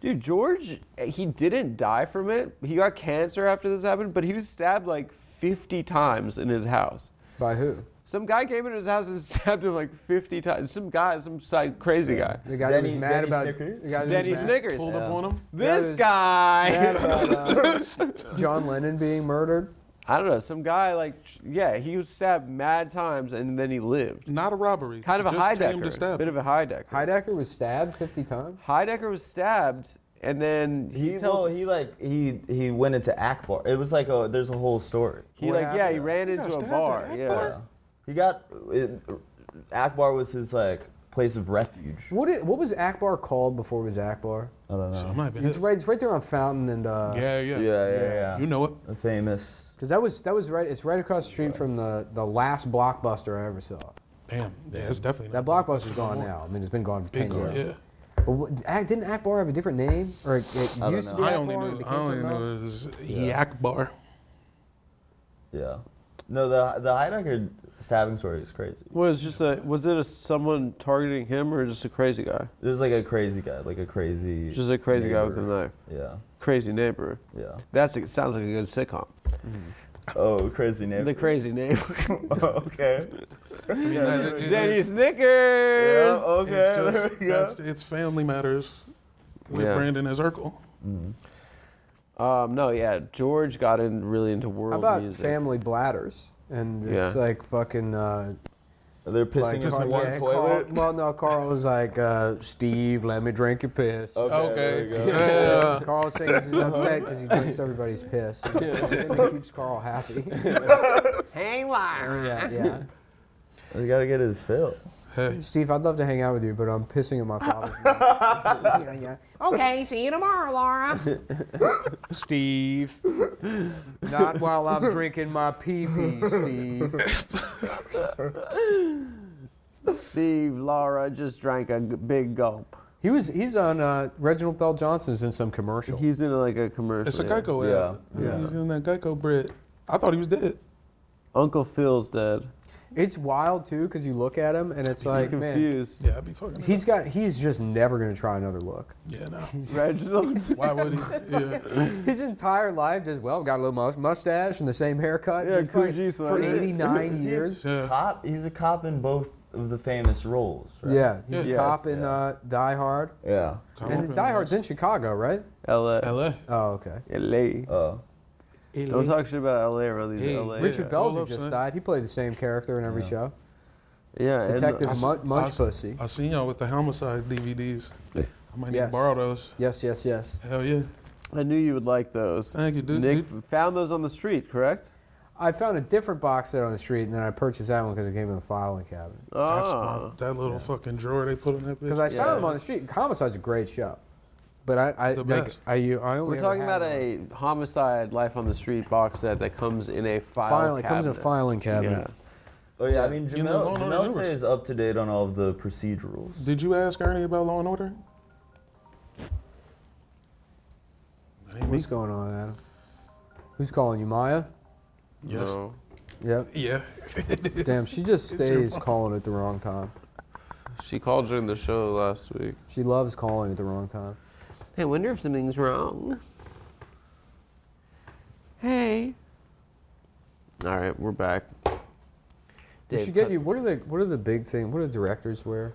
[SPEAKER 1] Dude, George, he didn't die from it. He got cancer after this happened, but he was stabbed like 50 times in his house.
[SPEAKER 4] By who?
[SPEAKER 1] Some guy came into his house and stabbed him like 50 times. Some guy, some like crazy guy.
[SPEAKER 4] The guy that
[SPEAKER 2] Denny-
[SPEAKER 4] was mad
[SPEAKER 2] Denny
[SPEAKER 4] about
[SPEAKER 2] Snickers?
[SPEAKER 4] the guy that
[SPEAKER 1] Denny
[SPEAKER 4] was mad-
[SPEAKER 1] Snickers.
[SPEAKER 5] Pulled up
[SPEAKER 2] Yeah.
[SPEAKER 5] on him.
[SPEAKER 4] That
[SPEAKER 1] This
[SPEAKER 4] is uh,
[SPEAKER 1] guy.
[SPEAKER 4] mad about, uh, John Lennon being murdered.
[SPEAKER 1] I don't know. Some guy like, yeah, he was stabbed mad times and then he lived.
[SPEAKER 5] Not a robbery.
[SPEAKER 1] Kind of a
[SPEAKER 5] Just
[SPEAKER 1] high
[SPEAKER 5] came to
[SPEAKER 1] decker.
[SPEAKER 5] stab
[SPEAKER 1] Bit
[SPEAKER 5] him.
[SPEAKER 1] of a high decker.
[SPEAKER 4] Heidecker was stabbed 50 times.
[SPEAKER 1] Heidecker was stabbed and then he,
[SPEAKER 2] He,
[SPEAKER 1] tells
[SPEAKER 2] well, he like he he went into Akbar. It was like a there's a whole story.
[SPEAKER 1] He
[SPEAKER 4] What
[SPEAKER 1] like yeah, he
[SPEAKER 4] happened?
[SPEAKER 1] ran into a
[SPEAKER 5] stabbed at
[SPEAKER 1] bar.
[SPEAKER 5] that
[SPEAKER 1] Yeah.
[SPEAKER 5] bar?
[SPEAKER 2] He got it, Akbar was his like place of refuge.
[SPEAKER 4] What, did, what was Akbar called before it was Akbar?
[SPEAKER 2] I don't
[SPEAKER 5] So I
[SPEAKER 2] know.
[SPEAKER 5] might have been
[SPEAKER 4] It's
[SPEAKER 5] hit.
[SPEAKER 4] right, it's right there on Fountain and uh,
[SPEAKER 5] Uh, Yeah,
[SPEAKER 2] Yeah,
[SPEAKER 5] yeah,
[SPEAKER 2] yeah, yeah.
[SPEAKER 5] You know it.
[SPEAKER 2] A famous.
[SPEAKER 4] Because that was that was right. It's right across the street from the the last blockbuster I ever saw.
[SPEAKER 5] Damn. Yeah, it's definitely
[SPEAKER 4] That
[SPEAKER 5] not-
[SPEAKER 4] blockbuster's gone now. I mean, it's been gone for
[SPEAKER 5] Big
[SPEAKER 4] ten
[SPEAKER 5] girl.
[SPEAKER 4] years.
[SPEAKER 5] Yeah.
[SPEAKER 4] But what, Ak- didn't Akbar have a different name, or it, it
[SPEAKER 2] don't
[SPEAKER 4] used to
[SPEAKER 2] know.
[SPEAKER 4] be
[SPEAKER 5] I
[SPEAKER 4] Akbar?
[SPEAKER 5] only
[SPEAKER 4] and
[SPEAKER 5] knew.
[SPEAKER 4] became
[SPEAKER 5] I only
[SPEAKER 4] something else?
[SPEAKER 5] knew it was Yak Bar.
[SPEAKER 2] Yeah. No, the the Heidecker stabbing story is crazy.
[SPEAKER 1] Was just a was it a someone targeting him or just a crazy guy?
[SPEAKER 2] There's like a crazy guy, like a crazy.
[SPEAKER 1] Just a crazy guy with a
[SPEAKER 2] neighbor.
[SPEAKER 1] knife.
[SPEAKER 2] Yeah,
[SPEAKER 1] Crazy neighbor.
[SPEAKER 2] yeah.
[SPEAKER 1] That's it sounds like a good sitcom.
[SPEAKER 2] Oh, crazy neighbor.
[SPEAKER 1] The crazy neighbor.
[SPEAKER 2] okay.
[SPEAKER 5] I mean, that- it- it
[SPEAKER 1] Denny
[SPEAKER 5] is-
[SPEAKER 2] Yeah,
[SPEAKER 1] Snickers.
[SPEAKER 2] okay.
[SPEAKER 5] It's just-
[SPEAKER 2] there we go.
[SPEAKER 5] that's- it's Family Matters with
[SPEAKER 1] Yeah.
[SPEAKER 5] Brandon as Urkel.
[SPEAKER 1] Um, no, yeah, George got in really into
[SPEAKER 4] How
[SPEAKER 1] world
[SPEAKER 4] about
[SPEAKER 1] music.
[SPEAKER 4] Family Bladders? And it's
[SPEAKER 1] Yeah.
[SPEAKER 4] like fucking. Uh,
[SPEAKER 2] They're pissing
[SPEAKER 4] like,
[SPEAKER 2] in
[SPEAKER 4] Carl- yeah,
[SPEAKER 2] one
[SPEAKER 4] Carl-
[SPEAKER 2] toilet.
[SPEAKER 4] well, no, Carl was like, uh, Steve, let me drink your piss.
[SPEAKER 2] Oh,
[SPEAKER 5] Okay.
[SPEAKER 2] there we go.
[SPEAKER 1] Uh,
[SPEAKER 5] Yeah.
[SPEAKER 4] Carl sings he's upset because he drinks everybody's piss. And it keeps Carl happy.
[SPEAKER 1] Hang live.
[SPEAKER 4] yeah, yeah.
[SPEAKER 2] He's got to get his fill.
[SPEAKER 5] Hey,
[SPEAKER 4] Steve, I'd love to hang out with you, but I'm pissing in my father's mouth. yeah, yeah.
[SPEAKER 6] Okay, see you tomorrow, Laura.
[SPEAKER 4] Steve. Not while I'm drinking my pee pee, Steve.
[SPEAKER 6] Steve, Laura just drank a g- big gulp.
[SPEAKER 4] He was he's on uh, Reginald Bell Johnson's in some commercial.
[SPEAKER 1] He's in like a commercial.
[SPEAKER 5] it's a
[SPEAKER 1] yeah.
[SPEAKER 5] Geico
[SPEAKER 2] Yeah.
[SPEAKER 5] ad. He's in that Geico bread. I thought he was dead.
[SPEAKER 1] Uncle Phil's dead.
[SPEAKER 4] it's wild too because you look at him and it's like, man,
[SPEAKER 1] Confused.
[SPEAKER 5] Yeah, I'd be fucking.
[SPEAKER 4] he's got he's just never gonna try another look.
[SPEAKER 5] yeah, no.
[SPEAKER 1] Reginald.
[SPEAKER 5] Why would he? Yeah.
[SPEAKER 4] His entire life just well got a little mus- mustache and the same haircut.
[SPEAKER 1] Yeah,
[SPEAKER 4] Just like-
[SPEAKER 1] Coogee
[SPEAKER 4] for
[SPEAKER 1] sweater.
[SPEAKER 4] eighty nine
[SPEAKER 2] Is he-
[SPEAKER 4] years.
[SPEAKER 5] yeah.
[SPEAKER 2] Cop. He's a cop in both of the famous roles. Right?
[SPEAKER 4] Yeah, he's
[SPEAKER 1] Yeah.
[SPEAKER 4] a cop
[SPEAKER 2] Yes.
[SPEAKER 4] in
[SPEAKER 2] Yeah.
[SPEAKER 4] uh, Die Hard,
[SPEAKER 2] Yeah.
[SPEAKER 5] Come
[SPEAKER 4] and
[SPEAKER 5] on,
[SPEAKER 4] Die
[SPEAKER 5] man.
[SPEAKER 4] Hard's in Chicago, right?
[SPEAKER 1] LA.
[SPEAKER 5] LA.
[SPEAKER 4] Oh, okay.
[SPEAKER 1] LA.
[SPEAKER 2] Oh.
[SPEAKER 1] Don't talk shit about LA around these
[SPEAKER 5] Hey,
[SPEAKER 1] LA.
[SPEAKER 4] Richard
[SPEAKER 5] Yeah, all
[SPEAKER 4] Belzer
[SPEAKER 5] up,
[SPEAKER 4] just
[SPEAKER 5] son.
[SPEAKER 4] died. He played the same character in every show.
[SPEAKER 1] Yeah. and-
[SPEAKER 4] Detective
[SPEAKER 5] I s-
[SPEAKER 4] Munch,
[SPEAKER 5] I
[SPEAKER 4] Munch
[SPEAKER 5] s-
[SPEAKER 4] Pussy.
[SPEAKER 5] I seen y'all with the homicide DVDs. I might need
[SPEAKER 4] Yes.
[SPEAKER 5] to borrow those.
[SPEAKER 4] Yes, yes, yes.
[SPEAKER 5] Hell yeah.
[SPEAKER 1] I knew you would like those.
[SPEAKER 5] Thank you, dude.
[SPEAKER 1] Nick
[SPEAKER 5] Dude.
[SPEAKER 1] f- found those on the street, correct?
[SPEAKER 4] I found a different box set on the street, and then I purchased that one because it came in the filing cabinet.
[SPEAKER 5] That's
[SPEAKER 1] Oh.
[SPEAKER 5] my- that little fucking drawer they put in that bitch.
[SPEAKER 4] Because I
[SPEAKER 1] Yeah.
[SPEAKER 4] saw them on the street. Homicide's a great show, but I, I
[SPEAKER 5] The
[SPEAKER 4] like,
[SPEAKER 5] best.
[SPEAKER 4] I, you- I only
[SPEAKER 1] We're
[SPEAKER 4] ever
[SPEAKER 1] talking about
[SPEAKER 4] had one.
[SPEAKER 1] a homicide life on the street box set that comes in a file.
[SPEAKER 4] filing. It comes in a
[SPEAKER 1] cabinet.
[SPEAKER 4] filing cabinet.
[SPEAKER 1] Yeah.
[SPEAKER 2] Oh yeah. I mean,
[SPEAKER 5] You know,
[SPEAKER 2] Jamel,
[SPEAKER 5] no, no,
[SPEAKER 2] Jamel
[SPEAKER 5] no, no.
[SPEAKER 2] stays up to date on all of the procedurals.
[SPEAKER 5] Did you ask Ernie about Law and Order? Ain't me.
[SPEAKER 4] What's going on, Adam? Who's calling you, Maya?
[SPEAKER 5] Yes.
[SPEAKER 1] No.
[SPEAKER 4] Yep.
[SPEAKER 5] Yeah. It is.
[SPEAKER 4] Damn, she just
[SPEAKER 5] It's your
[SPEAKER 4] stays calling at the wrong time.
[SPEAKER 1] She called during the show last week.
[SPEAKER 4] She loves calling at the wrong time.
[SPEAKER 1] I wonder if something's wrong. Hey. All right, we're back.
[SPEAKER 4] We
[SPEAKER 1] Dave,
[SPEAKER 4] should get
[SPEAKER 1] cut-
[SPEAKER 4] you. What are the What are the big thing? What do directors wear?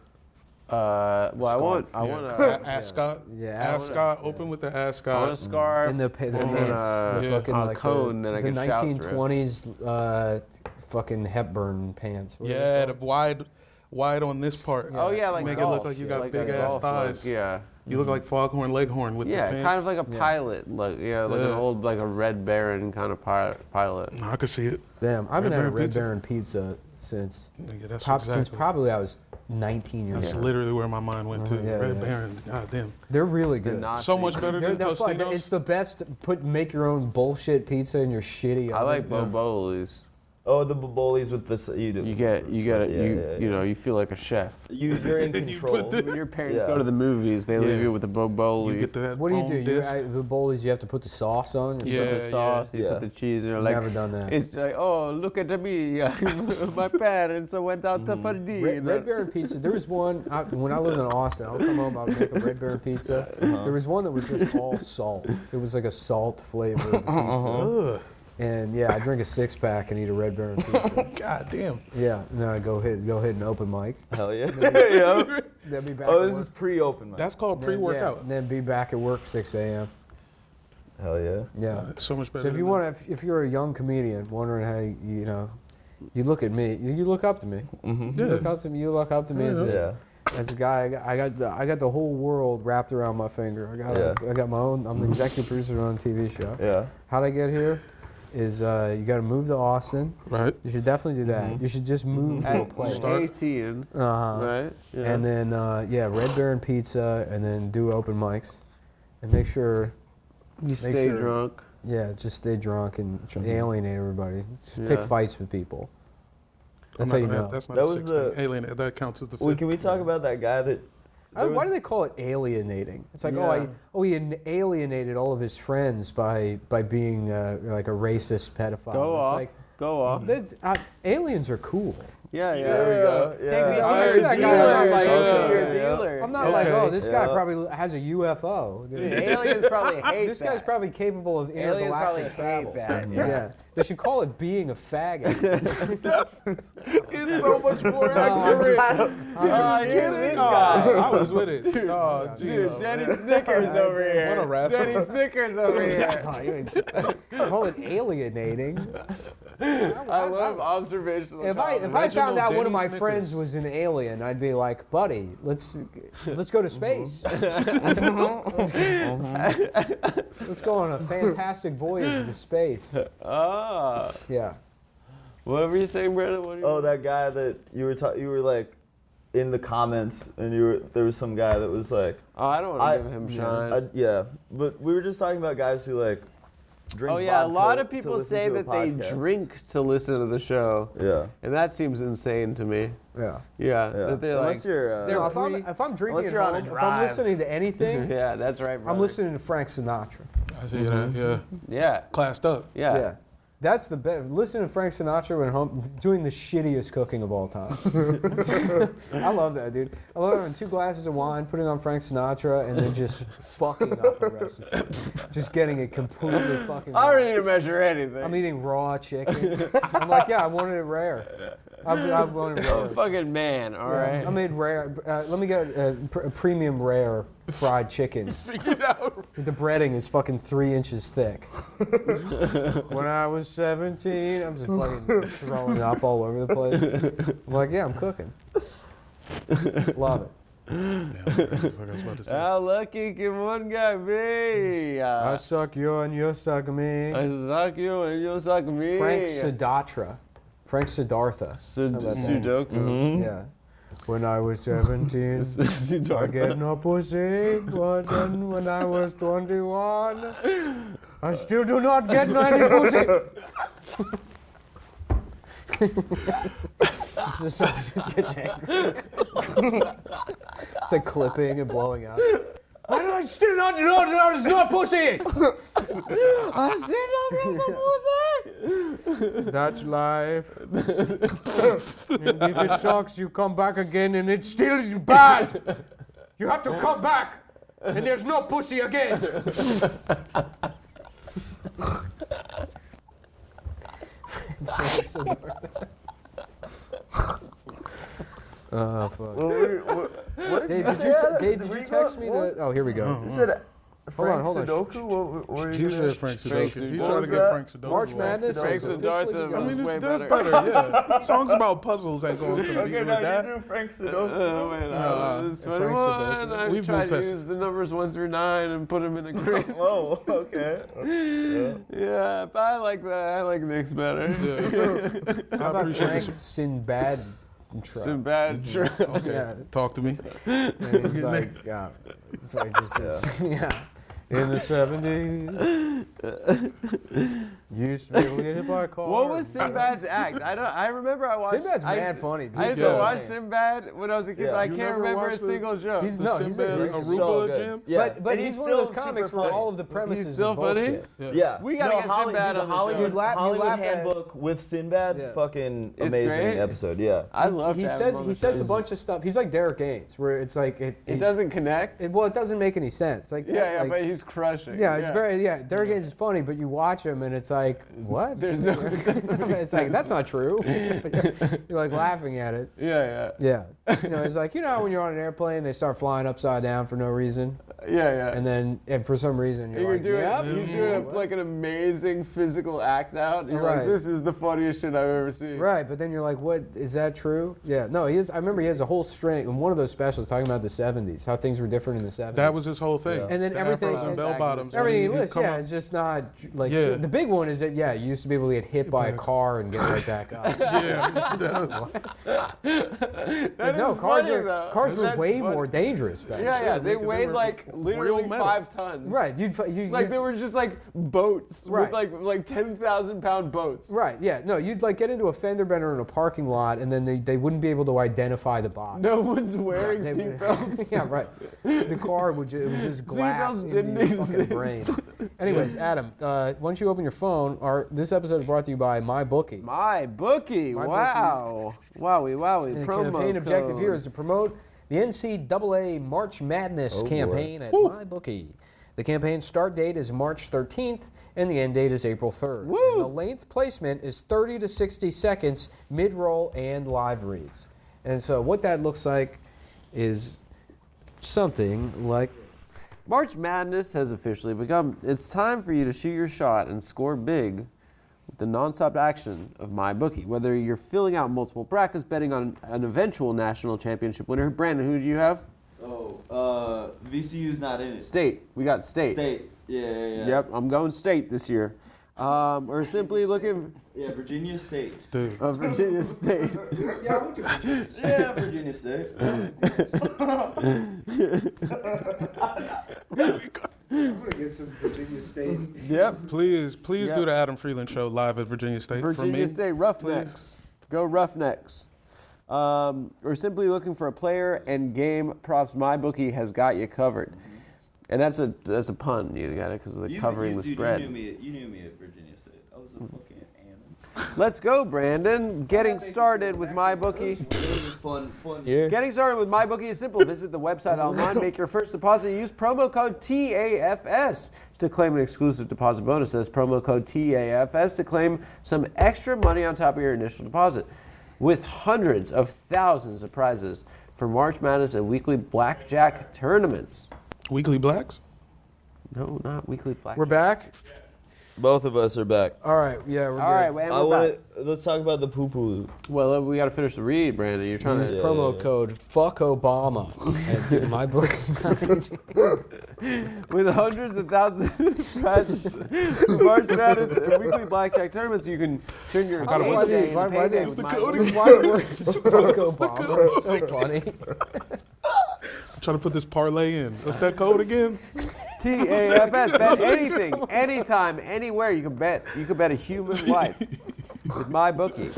[SPEAKER 1] Uh, well, I
[SPEAKER 5] Scar.
[SPEAKER 1] want, I
[SPEAKER 5] Yeah.
[SPEAKER 1] want,
[SPEAKER 5] A-
[SPEAKER 1] a,
[SPEAKER 5] ascot.
[SPEAKER 4] Yeah, I wanna-
[SPEAKER 5] ascot. Open with the
[SPEAKER 1] I want a
[SPEAKER 5] ascot.
[SPEAKER 1] scarf.
[SPEAKER 4] And the pa- the
[SPEAKER 5] and
[SPEAKER 4] pants,
[SPEAKER 1] uh,
[SPEAKER 4] the
[SPEAKER 5] yeah.
[SPEAKER 4] fucking
[SPEAKER 1] a
[SPEAKER 4] like
[SPEAKER 1] cone
[SPEAKER 4] the,
[SPEAKER 1] that I
[SPEAKER 4] the
[SPEAKER 1] can shout through.
[SPEAKER 4] 1920s uh, fucking Hepburn pants. What are they
[SPEAKER 5] Yeah,
[SPEAKER 4] called?
[SPEAKER 5] the wide, wide on this part.
[SPEAKER 1] oh yeah, like
[SPEAKER 5] make it
[SPEAKER 1] golf,
[SPEAKER 5] look like you
[SPEAKER 1] yeah,
[SPEAKER 5] got
[SPEAKER 1] like a
[SPEAKER 5] big ass
[SPEAKER 1] golf look,
[SPEAKER 5] thighs.
[SPEAKER 1] yeah,
[SPEAKER 5] You look like Foghorn Leghorn with
[SPEAKER 1] yeah,
[SPEAKER 5] the pants.
[SPEAKER 1] kind of like a pilot look. Yeah, like an
[SPEAKER 5] Yeah.
[SPEAKER 1] old, like a Red Baron kind of pilot. Pilot.
[SPEAKER 5] No, I could see it.
[SPEAKER 4] Damn, I've been
[SPEAKER 5] Red
[SPEAKER 4] having
[SPEAKER 5] Baron
[SPEAKER 4] Red
[SPEAKER 5] pizza.
[SPEAKER 4] Baron pizza since
[SPEAKER 5] Nigga, that's
[SPEAKER 4] prob- since
[SPEAKER 5] exactly.
[SPEAKER 4] probably I was 19 years
[SPEAKER 5] That's
[SPEAKER 4] old.
[SPEAKER 5] literally where my mind went to.
[SPEAKER 4] yeah,
[SPEAKER 5] Red
[SPEAKER 4] yeah.
[SPEAKER 5] Baron. God damn.
[SPEAKER 4] They're really
[SPEAKER 1] The
[SPEAKER 4] good.
[SPEAKER 1] Nazi.
[SPEAKER 5] So much better
[SPEAKER 4] They're-
[SPEAKER 5] than
[SPEAKER 4] they're fucking- it's
[SPEAKER 5] Tostinos.
[SPEAKER 4] the best. Put make your own bullshit pizza in your shitty.
[SPEAKER 1] I
[SPEAKER 4] oven.
[SPEAKER 1] like Bobolis.
[SPEAKER 2] Oh, the Bobolis with the s- you do.
[SPEAKER 1] You get, you get, a,
[SPEAKER 2] Yeah,
[SPEAKER 1] you,
[SPEAKER 2] yeah, yeah.
[SPEAKER 1] you know, you feel like a chef.
[SPEAKER 2] You you're in
[SPEAKER 5] You put
[SPEAKER 2] control.
[SPEAKER 5] the-
[SPEAKER 1] When your parents
[SPEAKER 2] Yeah.
[SPEAKER 1] go to the movies, they leave
[SPEAKER 5] Yeah.
[SPEAKER 1] you with a Boboli.
[SPEAKER 5] You get to that
[SPEAKER 4] What do you
[SPEAKER 5] foam
[SPEAKER 4] do? You,
[SPEAKER 5] disc.
[SPEAKER 4] I, the bowlies, you have to put the sauce
[SPEAKER 1] You
[SPEAKER 4] on.
[SPEAKER 1] put
[SPEAKER 5] Yeah,
[SPEAKER 1] the
[SPEAKER 5] yeah.
[SPEAKER 1] sauce, you
[SPEAKER 2] Yeah.
[SPEAKER 1] put the cheese, and you're like,
[SPEAKER 4] Never done that.
[SPEAKER 1] It's like, oh, look at me. My parents went out for dinner.
[SPEAKER 4] Red, Red Baron pizza. There was one I, when I lived in Austin. I would come home. I would make a Red Baron pizza. There was one that was just all salt. It was like a salt flavor of the pizza.
[SPEAKER 5] Ugh.
[SPEAKER 4] And yeah, I drink a six pack and eat a Red Baron pizza.
[SPEAKER 5] God damn.
[SPEAKER 4] yeah, and then I go hit go hit an open mic.
[SPEAKER 2] Hell yeah. Yeah.
[SPEAKER 4] Then be back.
[SPEAKER 2] Oh,
[SPEAKER 4] at
[SPEAKER 2] this
[SPEAKER 4] work.
[SPEAKER 2] is pre-open. mic.
[SPEAKER 5] That's called
[SPEAKER 4] Then- yeah,
[SPEAKER 5] pre-workout.
[SPEAKER 4] and then be back at work 6 a.m.
[SPEAKER 2] Hell yeah.
[SPEAKER 4] Yeah.
[SPEAKER 5] It's so much Uh, better.
[SPEAKER 4] So if
[SPEAKER 5] than
[SPEAKER 4] you
[SPEAKER 5] that.
[SPEAKER 4] want, to, if, if you're a young comedian wondering how you, you know, you look at me, you, you look up to me. You look
[SPEAKER 5] Yeah.
[SPEAKER 4] up to me. You look up to me as,
[SPEAKER 2] Yeah.
[SPEAKER 4] a, as a guy. I got, I got the I got the whole world wrapped around my finger. I got
[SPEAKER 2] Yeah.
[SPEAKER 4] I got my own. I'm the executive producer on a TV show.
[SPEAKER 2] Yeah.
[SPEAKER 4] How'd I get here? Is uh, you got to move to Austin.
[SPEAKER 5] Right.
[SPEAKER 4] You should definitely do
[SPEAKER 2] Mm-hmm.
[SPEAKER 4] that. You should just move to a
[SPEAKER 1] At
[SPEAKER 4] place.
[SPEAKER 5] Start-
[SPEAKER 1] 18,
[SPEAKER 4] Uh-huh.
[SPEAKER 1] right?
[SPEAKER 4] And then, uh, yeah, Red Baron Pizza, and then do open mics, and make sure,
[SPEAKER 1] you
[SPEAKER 4] make
[SPEAKER 1] stay
[SPEAKER 4] sure-
[SPEAKER 1] drunk.
[SPEAKER 4] yeah, just stay drunk and
[SPEAKER 2] Mm-hmm.
[SPEAKER 4] try to alienate everybody. Just pick
[SPEAKER 1] Yeah.
[SPEAKER 4] fights with people.
[SPEAKER 5] I'm
[SPEAKER 4] That's how
[SPEAKER 5] not
[SPEAKER 4] you
[SPEAKER 5] gonna-
[SPEAKER 4] know.
[SPEAKER 5] That's not
[SPEAKER 2] That
[SPEAKER 5] a
[SPEAKER 2] was
[SPEAKER 5] six
[SPEAKER 2] the-
[SPEAKER 5] thing. Alien. That counts as the fifth.
[SPEAKER 2] Wait, can we talk about that guy that?
[SPEAKER 4] I-
[SPEAKER 2] there
[SPEAKER 4] Oh, why
[SPEAKER 2] was-
[SPEAKER 4] do they call it alienating? It's like, oh, I,
[SPEAKER 2] Yeah.
[SPEAKER 4] oh, he an- alienated all of his friends by by being uh, like a racist pedophile.
[SPEAKER 1] Go
[SPEAKER 4] it's
[SPEAKER 1] off.
[SPEAKER 4] Like,
[SPEAKER 1] go off.
[SPEAKER 4] that's, uh, aliens are cool.
[SPEAKER 1] Yeah, yeah.
[SPEAKER 2] There we go.
[SPEAKER 1] Take
[SPEAKER 2] Yeah.
[SPEAKER 1] me
[SPEAKER 4] I
[SPEAKER 1] to
[SPEAKER 4] heard
[SPEAKER 1] your
[SPEAKER 4] that guy
[SPEAKER 1] dealer.
[SPEAKER 4] was like,
[SPEAKER 1] Take me to
[SPEAKER 2] okay,
[SPEAKER 1] your
[SPEAKER 2] yeah.
[SPEAKER 1] dealer.
[SPEAKER 4] I'm not like,
[SPEAKER 5] Okay.
[SPEAKER 4] oh, this guy
[SPEAKER 2] Yeah.
[SPEAKER 4] probably has a UFO.
[SPEAKER 1] Aliens probably hate
[SPEAKER 4] This
[SPEAKER 1] that.
[SPEAKER 4] guy's probably capable of
[SPEAKER 1] Aliens probably
[SPEAKER 4] intergalactic
[SPEAKER 1] hate
[SPEAKER 4] travel.
[SPEAKER 1] that.
[SPEAKER 4] Yeah. They should call it being a faggot.
[SPEAKER 1] It's so much more
[SPEAKER 4] accurate.
[SPEAKER 1] Are you kidding?
[SPEAKER 5] I was with it. Oh,
[SPEAKER 1] Dude,
[SPEAKER 5] jeez.
[SPEAKER 1] Jenny Snickers over here.
[SPEAKER 5] What a rascal.
[SPEAKER 1] Jenny Snickers over here.
[SPEAKER 4] call it alienating.
[SPEAKER 1] I love observational.
[SPEAKER 4] If I if I
[SPEAKER 1] comedy.
[SPEAKER 4] found
[SPEAKER 5] Reginald
[SPEAKER 4] out one of
[SPEAKER 5] Denny
[SPEAKER 4] my
[SPEAKER 5] Snickers.
[SPEAKER 4] friends was an alien, I'd be like, buddy, let's let's go to space.
[SPEAKER 5] Mm-hmm.
[SPEAKER 4] let's go on a fantastic voyage to space.
[SPEAKER 1] ah,
[SPEAKER 4] Yeah.
[SPEAKER 1] What were you saying, Brandon? What are you
[SPEAKER 2] Oh, that guy that you were ta- you were like in the comments, and you were there was some guy that was like,
[SPEAKER 1] Oh, I don't want
[SPEAKER 2] I-
[SPEAKER 1] to give him shine.
[SPEAKER 2] I, yeah. But we were just talking about guys who like drink.
[SPEAKER 1] oh yeah, a
[SPEAKER 2] vodka
[SPEAKER 1] lot of
[SPEAKER 2] to
[SPEAKER 1] people
[SPEAKER 2] listen
[SPEAKER 1] say
[SPEAKER 2] to a
[SPEAKER 1] that they
[SPEAKER 2] podcast.
[SPEAKER 1] drink to listen to the show,
[SPEAKER 2] Yeah.
[SPEAKER 1] and that seems insane to me.
[SPEAKER 4] Yeah.
[SPEAKER 1] Yeah,
[SPEAKER 2] Yeah.
[SPEAKER 1] that they're
[SPEAKER 2] Unless
[SPEAKER 1] like,
[SPEAKER 2] you're, uh,
[SPEAKER 1] they're
[SPEAKER 4] No, if I'm,
[SPEAKER 1] pretty-
[SPEAKER 4] if I'm drinking
[SPEAKER 2] Unless
[SPEAKER 4] at
[SPEAKER 2] you're on a
[SPEAKER 4] home, if I'm
[SPEAKER 2] drive.
[SPEAKER 4] listening to anything,
[SPEAKER 1] yeah, that's right. Brother.
[SPEAKER 4] I'm listening to Frank Sinatra.
[SPEAKER 5] I see that. Yeah,
[SPEAKER 1] Yeah,
[SPEAKER 5] classed up.
[SPEAKER 1] yeah,
[SPEAKER 4] Yeah. That's the best. Listening to Frank Sinatra when home, doing the shittiest cooking of all time. I love that, dude. I love having two glasses of wine, putting on Frank Sinatra, and then just fucking up the recipe. Just getting it completely fucking
[SPEAKER 1] I
[SPEAKER 4] wrong.
[SPEAKER 1] don't need to measure anything.
[SPEAKER 4] I'm eating raw chicken. I'm like, yeah, I wanted it rare. I, I wanted rare.
[SPEAKER 1] fucking man. All
[SPEAKER 4] Yeah,
[SPEAKER 1] right.
[SPEAKER 4] I made rare. Uh, let me get a, pr- a premium rare fried chicken. The breading is fucking three inches thick. when I was 17, I'm just fucking throwing up all over the place. I'm like, yeah, I'm cooking. Love it.
[SPEAKER 5] Yeah, that's what I was about to say.
[SPEAKER 1] How Ah, lucky can one guy
[SPEAKER 2] Mm-hmm.
[SPEAKER 1] be?
[SPEAKER 4] I
[SPEAKER 1] Uh,
[SPEAKER 4] suck you and you suck me.
[SPEAKER 1] I suck you and you suck me.
[SPEAKER 4] Frank Sinatra. Frank Siddhartha.
[SPEAKER 1] Sud-
[SPEAKER 4] How about that?
[SPEAKER 1] Sudoku.
[SPEAKER 4] Yeah. When I was 17,
[SPEAKER 2] Mm-hmm.
[SPEAKER 4] I get no pussy, but then when I was 21, I still do not get any pussy. It's just- so it just gets angry. it's like clipping and blowing out. Why do I still not know that there's no pussy?
[SPEAKER 1] I still don't get the pussy.
[SPEAKER 4] That's life. and if it sucks, you come back again and it's still bad. You have to come back and there's no pussy again. Oh, fuck.
[SPEAKER 2] What were you- what- what did
[SPEAKER 4] Dave,
[SPEAKER 2] you
[SPEAKER 4] did
[SPEAKER 2] say
[SPEAKER 4] you,
[SPEAKER 2] that? Did
[SPEAKER 4] Dave, did you
[SPEAKER 2] we go-
[SPEAKER 4] text me
[SPEAKER 2] what was-
[SPEAKER 4] the. Oh, here we go.
[SPEAKER 2] You said Frank
[SPEAKER 4] hold on.
[SPEAKER 2] Sudoku? What, were- what were you
[SPEAKER 5] You
[SPEAKER 2] gonna-
[SPEAKER 5] said Frank
[SPEAKER 1] Frank
[SPEAKER 5] Sinatra.
[SPEAKER 1] Sinatra.
[SPEAKER 5] You try to
[SPEAKER 2] What
[SPEAKER 5] get
[SPEAKER 2] was
[SPEAKER 5] Frank Sinatra.
[SPEAKER 4] March
[SPEAKER 5] on.
[SPEAKER 4] Madness.
[SPEAKER 1] Frank
[SPEAKER 4] officially
[SPEAKER 1] Siddhartha
[SPEAKER 4] begun.
[SPEAKER 1] was
[SPEAKER 5] I mean,
[SPEAKER 1] way
[SPEAKER 5] it- that's
[SPEAKER 1] better.
[SPEAKER 5] better. Yeah, songs about puzzles ain't going to compete
[SPEAKER 2] Okay,
[SPEAKER 5] with
[SPEAKER 2] now you
[SPEAKER 5] that.
[SPEAKER 2] do Frank Sudoku.
[SPEAKER 1] Oh, wait, I
[SPEAKER 5] Uh,
[SPEAKER 1] was
[SPEAKER 4] Frank
[SPEAKER 1] 21.
[SPEAKER 4] Sudoku.
[SPEAKER 1] I
[SPEAKER 5] We've
[SPEAKER 1] tried
[SPEAKER 5] moved
[SPEAKER 1] to
[SPEAKER 5] past
[SPEAKER 1] use
[SPEAKER 5] it.
[SPEAKER 1] the numbers 1 through 9 and put them in a grid.
[SPEAKER 2] Whoa, okay.
[SPEAKER 1] yeah, but I like that. I like Nick's better.
[SPEAKER 5] Yeah.
[SPEAKER 4] How
[SPEAKER 5] I
[SPEAKER 4] about
[SPEAKER 5] appreciate
[SPEAKER 4] Frank
[SPEAKER 5] this.
[SPEAKER 4] Sinbad?
[SPEAKER 1] Some bad
[SPEAKER 4] Mm-hmm.
[SPEAKER 1] trip.
[SPEAKER 5] Okay,
[SPEAKER 4] Yeah.
[SPEAKER 5] talk to me.
[SPEAKER 4] And it's like, yeah. It's like this is, yeah. In the 70s, you used to be able to get hit by a car.
[SPEAKER 1] What was Sinbad's act? I don't. I remember I watched.
[SPEAKER 4] Sinbad's
[SPEAKER 1] I,
[SPEAKER 4] mad
[SPEAKER 1] used-
[SPEAKER 4] funny, dude.
[SPEAKER 1] I used
[SPEAKER 5] Yeah.
[SPEAKER 1] to watch Sinbad when I was a kid,
[SPEAKER 2] Yeah.
[SPEAKER 1] but I
[SPEAKER 2] You
[SPEAKER 1] can't
[SPEAKER 5] never
[SPEAKER 1] remember a
[SPEAKER 5] watched it?
[SPEAKER 1] single joke.
[SPEAKER 4] He's
[SPEAKER 5] The
[SPEAKER 4] no, he's,
[SPEAKER 5] Sinbad
[SPEAKER 4] a, he's
[SPEAKER 5] Aruba
[SPEAKER 2] so good.
[SPEAKER 5] Jim?
[SPEAKER 2] Yeah.
[SPEAKER 4] but but
[SPEAKER 2] And
[SPEAKER 4] he's,
[SPEAKER 2] he's
[SPEAKER 4] one of those
[SPEAKER 2] still super
[SPEAKER 4] comics where
[SPEAKER 2] funny.
[SPEAKER 4] all of the premises
[SPEAKER 1] still
[SPEAKER 4] are
[SPEAKER 1] funny?
[SPEAKER 4] bullshit.
[SPEAKER 2] Yeah.
[SPEAKER 1] We gotta get Sinbad
[SPEAKER 2] dude,
[SPEAKER 1] on the
[SPEAKER 2] Hollywood,
[SPEAKER 4] show. You'd laugh- you'd
[SPEAKER 2] Hollywood
[SPEAKER 4] laugh at-
[SPEAKER 2] Handbook with Sinbad,
[SPEAKER 4] Yeah.
[SPEAKER 2] fucking
[SPEAKER 1] It's
[SPEAKER 2] amazing
[SPEAKER 1] great.
[SPEAKER 2] episode. Yeah.
[SPEAKER 1] I love.
[SPEAKER 4] He
[SPEAKER 1] to have
[SPEAKER 4] says
[SPEAKER 1] him on
[SPEAKER 4] he
[SPEAKER 1] the
[SPEAKER 4] says
[SPEAKER 1] show.
[SPEAKER 4] a bunch of stuff. He's like Derek Gaines, where it's like it,
[SPEAKER 1] It
[SPEAKER 4] he's-
[SPEAKER 1] doesn't connect.
[SPEAKER 4] It, well, it doesn't make any sense. Like
[SPEAKER 1] yeah, yeah,
[SPEAKER 4] like-
[SPEAKER 1] but he's crushing.
[SPEAKER 4] yeah, it's very yeah. Derek Gaines is funny, but you watch him and it's like what?
[SPEAKER 1] There's no. It doesn't make
[SPEAKER 4] it's like that's not true. You're like laughing at it.
[SPEAKER 1] Yeah, yeah,
[SPEAKER 4] Yeah. You know, it's like, you know, how when you're on an airplane, they start flying upside down for no reason.
[SPEAKER 1] yeah, yeah.
[SPEAKER 4] And then, and for some reason, you're,
[SPEAKER 1] you're
[SPEAKER 4] like,
[SPEAKER 1] doing,
[SPEAKER 4] yep.
[SPEAKER 1] he's doing a, like an amazing physical act out. and You're
[SPEAKER 4] Right.
[SPEAKER 1] like, this is the funniest shit I've ever seen.
[SPEAKER 4] Right. But then you're like, what? Is that true? Yeah. No, he is. I remember he has a whole string in one of those specials talking about the 70s, how things were different in the 70s.
[SPEAKER 5] That was his whole thing.
[SPEAKER 4] And then
[SPEAKER 5] the
[SPEAKER 4] everything-
[SPEAKER 5] afros and
[SPEAKER 4] and-
[SPEAKER 5] bell bottoms.
[SPEAKER 4] Everything he
[SPEAKER 5] and he'd
[SPEAKER 4] lists,
[SPEAKER 5] come
[SPEAKER 4] yeah,
[SPEAKER 5] up-
[SPEAKER 4] it's just not like
[SPEAKER 5] Yeah.
[SPEAKER 4] true. the big one is that yeah, you used to be able to get hit by a car and get right back up. It's
[SPEAKER 5] Yeah, that was-
[SPEAKER 4] like,
[SPEAKER 1] That
[SPEAKER 4] no,
[SPEAKER 1] is
[SPEAKER 4] cars
[SPEAKER 1] funny,
[SPEAKER 4] were
[SPEAKER 1] though.
[SPEAKER 4] cars were
[SPEAKER 1] That's
[SPEAKER 4] way
[SPEAKER 1] funny.
[SPEAKER 4] more dangerous back.
[SPEAKER 1] Yeah, yeah. They
[SPEAKER 5] they- they
[SPEAKER 1] weighed
[SPEAKER 5] were
[SPEAKER 1] like
[SPEAKER 5] real
[SPEAKER 1] literally
[SPEAKER 5] metal.
[SPEAKER 1] five tons.
[SPEAKER 4] Right. You'd fi- you
[SPEAKER 1] Like
[SPEAKER 4] you-
[SPEAKER 1] they were just like boats
[SPEAKER 4] Right.
[SPEAKER 1] with like like ten thousand pound boats.
[SPEAKER 4] Right, yeah. No, you'd like get into a fender bender in a parking lot and then they, they wouldn't be able to identify the box.
[SPEAKER 1] No one's wearing
[SPEAKER 4] They would-
[SPEAKER 1] seatbelts.
[SPEAKER 4] yeah, right. The car would ju- it was just glass
[SPEAKER 1] Seatbelts
[SPEAKER 4] in
[SPEAKER 1] didn't
[SPEAKER 4] your fucking
[SPEAKER 1] exist.
[SPEAKER 4] brain. Anyways, Adam, uh, once you open your phone, our this episode is brought to you by MyBookie.
[SPEAKER 1] My bookie.
[SPEAKER 4] My
[SPEAKER 1] wow. Wowie, wowie.
[SPEAKER 4] the
[SPEAKER 1] Promo
[SPEAKER 4] campaign
[SPEAKER 1] code. Oh,
[SPEAKER 4] objective here is to promote the NCAA March Madness campaign at MyBookie. The campaign start date is March 13th and the end date is April 3rd. And the length placement is 30 to 60 seconds mid roll and live reads. And so what that looks like is something like
[SPEAKER 1] March Madness has officially begun. It's time for you to shoot your shot and score big with the nonstop action of MyBookie. Whether you're filling out multiple brackets, betting on an eventual national championship winner. Brandon, who do you have?
[SPEAKER 7] Oh, uh, VCU's not in it.
[SPEAKER 1] State. We got state.
[SPEAKER 7] State. Yeah, yeah, yeah.
[SPEAKER 1] Yep, I'm going state this year. um, or simply looking
[SPEAKER 2] Yeah, Virginia State.
[SPEAKER 5] Dude,
[SPEAKER 1] of Virginia State.
[SPEAKER 2] Yeah, Virginia State.
[SPEAKER 7] I'm gonna get some Virginia State.
[SPEAKER 1] Yep.
[SPEAKER 5] please, please
[SPEAKER 1] Yeah.
[SPEAKER 5] do the Adam Freeland show live at Virginia State for me.
[SPEAKER 1] Virginia State Roughnecks. Go Roughnecks. Um, or simply looking for a player and game props, MyBookie has got you covered. And that's a that's a pun. You got it because they're covering the spread.
[SPEAKER 2] You knew, me at, you knew me at Virginia State. I was a fucking animal.
[SPEAKER 1] Let's go, Brandon. Getting started with MyBookie.
[SPEAKER 2] fun, fun.
[SPEAKER 1] Getting started with MyBookie is simple. Visit the website online, make your first deposit, and use promo code TAFS to claim an exclusive deposit bonus. That's promo code TAFS to claim some extra money on top of your initial deposit. With hundreds of thousands of prizes for March Madness and weekly blackjack tournaments.
[SPEAKER 5] Weekly Blacks.
[SPEAKER 1] No, not weekly blackjack.
[SPEAKER 4] We're back.
[SPEAKER 2] Both of us are back.
[SPEAKER 4] All right. Yeah, we're
[SPEAKER 1] All right,
[SPEAKER 4] good.
[SPEAKER 1] and
[SPEAKER 2] I
[SPEAKER 1] we're
[SPEAKER 2] want
[SPEAKER 1] back.
[SPEAKER 2] to let's talk about the poo poo.
[SPEAKER 1] Well, we got to finish the read, Brandon. You're trying
[SPEAKER 4] Use
[SPEAKER 1] to.
[SPEAKER 2] Yeah.
[SPEAKER 4] promo code fuck Obama at MyBookie.
[SPEAKER 1] with hundreds of thousands of prizes for March Madness and weekly blackjack tournaments, you can turn your
[SPEAKER 5] gotta
[SPEAKER 1] game
[SPEAKER 5] watch
[SPEAKER 1] day
[SPEAKER 5] this.
[SPEAKER 1] into
[SPEAKER 4] Why- why
[SPEAKER 1] payday
[SPEAKER 4] they-
[SPEAKER 1] with
[SPEAKER 4] why-
[SPEAKER 1] my-
[SPEAKER 4] why were- fuck Obama? So funny.
[SPEAKER 5] I'm trying to put this parlay in. What's that code again?
[SPEAKER 1] TAFS. Bet anything, anytime, anywhere. You can bet. You can bet a human life with my bookie.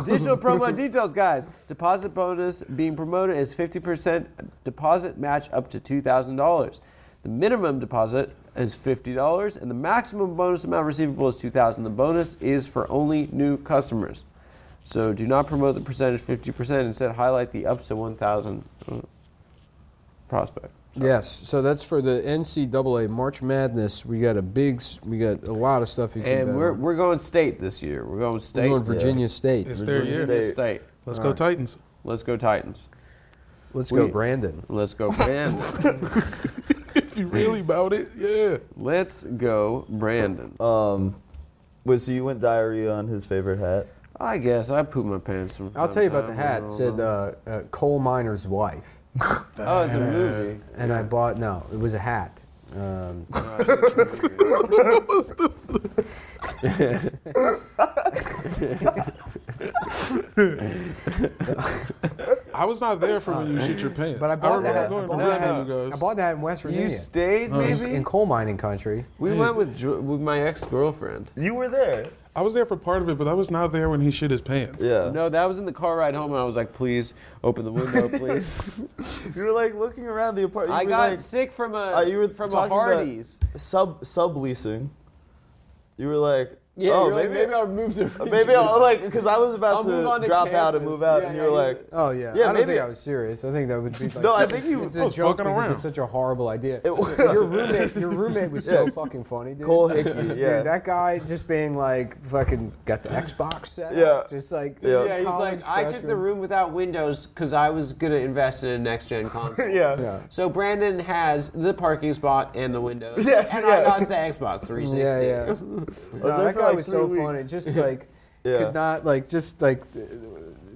[SPEAKER 1] Additional promo details, guys. Deposit bonus being promoted is 50% deposit match up to $2,000. The minimum deposit is $50, and the maximum bonus amount receivable is $2,000. The bonus is for only new customers. So do not promote the percentage 50%. Instead, highlight the up to 1,000 uh, prospect.
[SPEAKER 4] Yes, so that's for the NCAA March Madness. We got a big, s- we got a lot of stuff you can bet
[SPEAKER 1] And we're,
[SPEAKER 4] on.
[SPEAKER 1] we're going state this year. We're going state.
[SPEAKER 4] We're going Virginia State.
[SPEAKER 5] It's their
[SPEAKER 2] Virginia
[SPEAKER 5] year.
[SPEAKER 2] State.
[SPEAKER 1] State.
[SPEAKER 5] Let's go Titans.
[SPEAKER 1] Let's go Titans.
[SPEAKER 4] Let's
[SPEAKER 1] We-
[SPEAKER 4] go, Brandon.
[SPEAKER 1] Let's go Brandon.
[SPEAKER 5] If you really about it, yeah.
[SPEAKER 1] Let's go Brandon.
[SPEAKER 2] Um, wait, so you went diarrhea on his favorite hat?
[SPEAKER 1] I guess I poop my pants. From
[SPEAKER 4] I'll
[SPEAKER 1] time
[SPEAKER 4] tell you
[SPEAKER 1] to
[SPEAKER 4] about the
[SPEAKER 1] time. I
[SPEAKER 4] hat. It
[SPEAKER 1] don't
[SPEAKER 4] said
[SPEAKER 1] know.
[SPEAKER 4] uh, uh, coal miner's wife,
[SPEAKER 1] oh, it's a movie.
[SPEAKER 4] and I bought no, it was a hat. Um,
[SPEAKER 5] I was not there for when you shit your pants.
[SPEAKER 4] But I bought
[SPEAKER 5] remember
[SPEAKER 4] that.
[SPEAKER 5] going
[SPEAKER 4] I
[SPEAKER 5] to
[SPEAKER 4] bought
[SPEAKER 5] Richmond, you guys.
[SPEAKER 4] I bought that in West
[SPEAKER 1] You
[SPEAKER 4] Virginia,
[SPEAKER 1] stayed, maybe?
[SPEAKER 4] in coal mining country.
[SPEAKER 1] we went with, Ju- with my ex girlfriend.
[SPEAKER 2] You were there.
[SPEAKER 5] I was there for part of it, but I was not there when he shit his pants.
[SPEAKER 2] Yeah.
[SPEAKER 1] No, that was in the car ride home, and I was like, please open the window, please.
[SPEAKER 2] You were like looking around the apartment.
[SPEAKER 1] I
[SPEAKER 2] you were,
[SPEAKER 1] got
[SPEAKER 2] like,
[SPEAKER 1] sick from a,
[SPEAKER 2] Uh, you were
[SPEAKER 1] from a
[SPEAKER 2] talking about-
[SPEAKER 1] Hardee's.
[SPEAKER 2] sub subleasing. You were like,
[SPEAKER 1] Yeah,
[SPEAKER 2] oh,
[SPEAKER 1] you're like,
[SPEAKER 2] maybe, uh,
[SPEAKER 1] maybe I'll move to
[SPEAKER 2] maybe I'll like, because I was about
[SPEAKER 1] I'll move on
[SPEAKER 2] to
[SPEAKER 1] to
[SPEAKER 2] drop out and
[SPEAKER 1] campus.
[SPEAKER 2] move out,
[SPEAKER 1] Yeah,
[SPEAKER 2] and
[SPEAKER 1] yeah,
[SPEAKER 2] you were
[SPEAKER 1] yeah.
[SPEAKER 2] like,
[SPEAKER 4] Oh yeah,
[SPEAKER 2] Yeah,
[SPEAKER 4] I don't
[SPEAKER 2] maybe-
[SPEAKER 4] think I was serious. I think that would be like
[SPEAKER 2] no, I think you.
[SPEAKER 4] it's a
[SPEAKER 5] was
[SPEAKER 4] joke
[SPEAKER 5] fucking
[SPEAKER 4] because
[SPEAKER 5] around.
[SPEAKER 4] it's such a horrible idea.
[SPEAKER 2] It was.
[SPEAKER 4] your roommate, your roommate was so
[SPEAKER 2] Yeah.
[SPEAKER 4] fucking funny, dude.
[SPEAKER 2] Cole Hickey, yeah.
[SPEAKER 4] Dude, that guy just being like fucking got the Xbox set.
[SPEAKER 2] Yeah.
[SPEAKER 4] Up, just like
[SPEAKER 2] Yeah.
[SPEAKER 1] Yeah, he's
[SPEAKER 4] college
[SPEAKER 1] like, I took the
[SPEAKER 4] freshman."
[SPEAKER 1] room without windows because I was gonna invest in a next gen console.
[SPEAKER 2] yeah.
[SPEAKER 4] Yeah.
[SPEAKER 1] So Brandon has the parking spot and the windows.
[SPEAKER 2] Yes,
[SPEAKER 1] and
[SPEAKER 2] yeah.
[SPEAKER 1] I got the Xbox 360.
[SPEAKER 4] Yeah, yeah.
[SPEAKER 2] there
[SPEAKER 4] No, that
[SPEAKER 2] for
[SPEAKER 4] guy
[SPEAKER 2] like
[SPEAKER 4] was
[SPEAKER 2] three
[SPEAKER 4] so
[SPEAKER 2] weeks.
[SPEAKER 4] funny. Just like
[SPEAKER 2] Yeah.
[SPEAKER 4] could not like just like uh,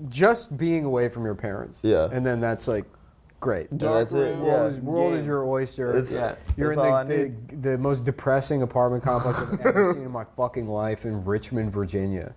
[SPEAKER 4] just being away from your parents.
[SPEAKER 2] Yeah.
[SPEAKER 4] And then that's like great.
[SPEAKER 2] Yeah, that's it.
[SPEAKER 1] room.
[SPEAKER 4] World,
[SPEAKER 2] Yeah.
[SPEAKER 4] is, world is your oyster.
[SPEAKER 2] It's- Yeah.
[SPEAKER 4] You're
[SPEAKER 2] that's all I
[SPEAKER 4] in the, the, the most depressing apartment complex I've ever seen in my fucking life in Richmond, Virginia.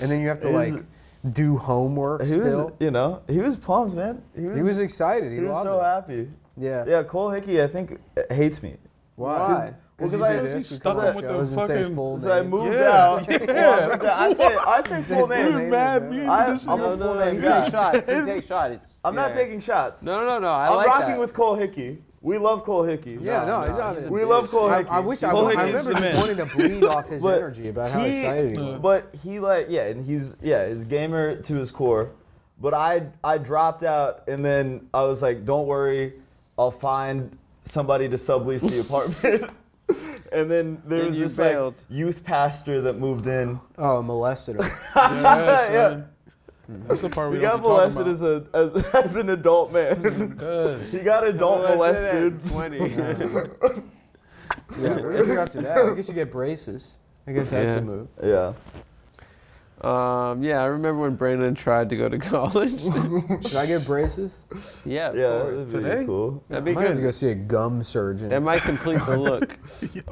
[SPEAKER 4] And then you have to
[SPEAKER 2] Is-
[SPEAKER 4] like do homework
[SPEAKER 2] He
[SPEAKER 4] still.
[SPEAKER 2] was, you know, he was pumped, man.
[SPEAKER 4] he was excited. He,
[SPEAKER 2] He was
[SPEAKER 4] loved
[SPEAKER 2] so
[SPEAKER 4] it.
[SPEAKER 2] happy.
[SPEAKER 4] Yeah.
[SPEAKER 2] Yeah, Cole Hickey, I think, uh, hates me.
[SPEAKER 4] Why?
[SPEAKER 2] Because-
[SPEAKER 4] Because
[SPEAKER 2] well, 'cause I
[SPEAKER 4] you do
[SPEAKER 2] was
[SPEAKER 4] this. You
[SPEAKER 5] stuck
[SPEAKER 4] come on
[SPEAKER 5] with the
[SPEAKER 4] shows and say his
[SPEAKER 5] fucking-
[SPEAKER 4] full
[SPEAKER 2] So I
[SPEAKER 4] name.
[SPEAKER 2] moved
[SPEAKER 5] Yeah.
[SPEAKER 2] out. Yeah. I say, I say full
[SPEAKER 4] his full
[SPEAKER 2] name.
[SPEAKER 4] name.
[SPEAKER 5] Mad me.
[SPEAKER 2] I,
[SPEAKER 5] this is-
[SPEAKER 2] I'm
[SPEAKER 1] No,
[SPEAKER 2] a
[SPEAKER 1] no,
[SPEAKER 2] full
[SPEAKER 1] no.
[SPEAKER 2] name
[SPEAKER 1] You
[SPEAKER 2] guy.
[SPEAKER 1] take shots. You take shots. It's-
[SPEAKER 2] I'm not
[SPEAKER 1] yeah.
[SPEAKER 2] taking shots.
[SPEAKER 1] No, no, no, no. I
[SPEAKER 2] I'm
[SPEAKER 1] like
[SPEAKER 2] rocking
[SPEAKER 1] that.
[SPEAKER 2] with Cole Hickey. We love Cole Hickey. Um,
[SPEAKER 4] Yeah, no, he's not.
[SPEAKER 2] We love Cole
[SPEAKER 4] I,
[SPEAKER 2] Hickey.
[SPEAKER 4] I wish I,
[SPEAKER 2] Cole
[SPEAKER 4] I
[SPEAKER 2] Hickey's
[SPEAKER 4] remember
[SPEAKER 2] the
[SPEAKER 4] just
[SPEAKER 2] man.
[SPEAKER 4] wanting to bleed off his
[SPEAKER 2] But
[SPEAKER 4] energy about how
[SPEAKER 2] he-
[SPEAKER 4] excited he was.
[SPEAKER 2] But he like yeah, and he's yeah, he's gamer to his core. But I I dropped out and then I was like, don't worry, I'll find somebody to sublease the apartment. and then there
[SPEAKER 1] Then
[SPEAKER 2] was
[SPEAKER 1] you
[SPEAKER 2] this like,
[SPEAKER 1] bailed.
[SPEAKER 2] youth pastor that moved in.
[SPEAKER 4] Oh, molested her.
[SPEAKER 5] Yeah, son.
[SPEAKER 2] Yeah.
[SPEAKER 5] That's the part we
[SPEAKER 2] He
[SPEAKER 5] don't
[SPEAKER 2] got
[SPEAKER 5] be talking
[SPEAKER 2] molested
[SPEAKER 5] about.
[SPEAKER 2] as a as, as an adult man.
[SPEAKER 5] Good.
[SPEAKER 2] he got adult molested.
[SPEAKER 4] yeah, we have to go after that. I guess you get braces. I guess that's
[SPEAKER 1] Yeah.
[SPEAKER 4] a move.
[SPEAKER 2] Yeah.
[SPEAKER 1] Um, yeah, I remember when Brandon tried to go to college.
[SPEAKER 4] Should I get braces?
[SPEAKER 1] yeah, of
[SPEAKER 2] Yeah,
[SPEAKER 1] course.
[SPEAKER 2] that'd be
[SPEAKER 5] Today?
[SPEAKER 2] cool.
[SPEAKER 1] that'd
[SPEAKER 4] I
[SPEAKER 1] be
[SPEAKER 4] might have to go
[SPEAKER 1] good.
[SPEAKER 4] see a gum surgeon.
[SPEAKER 1] That might complete the look.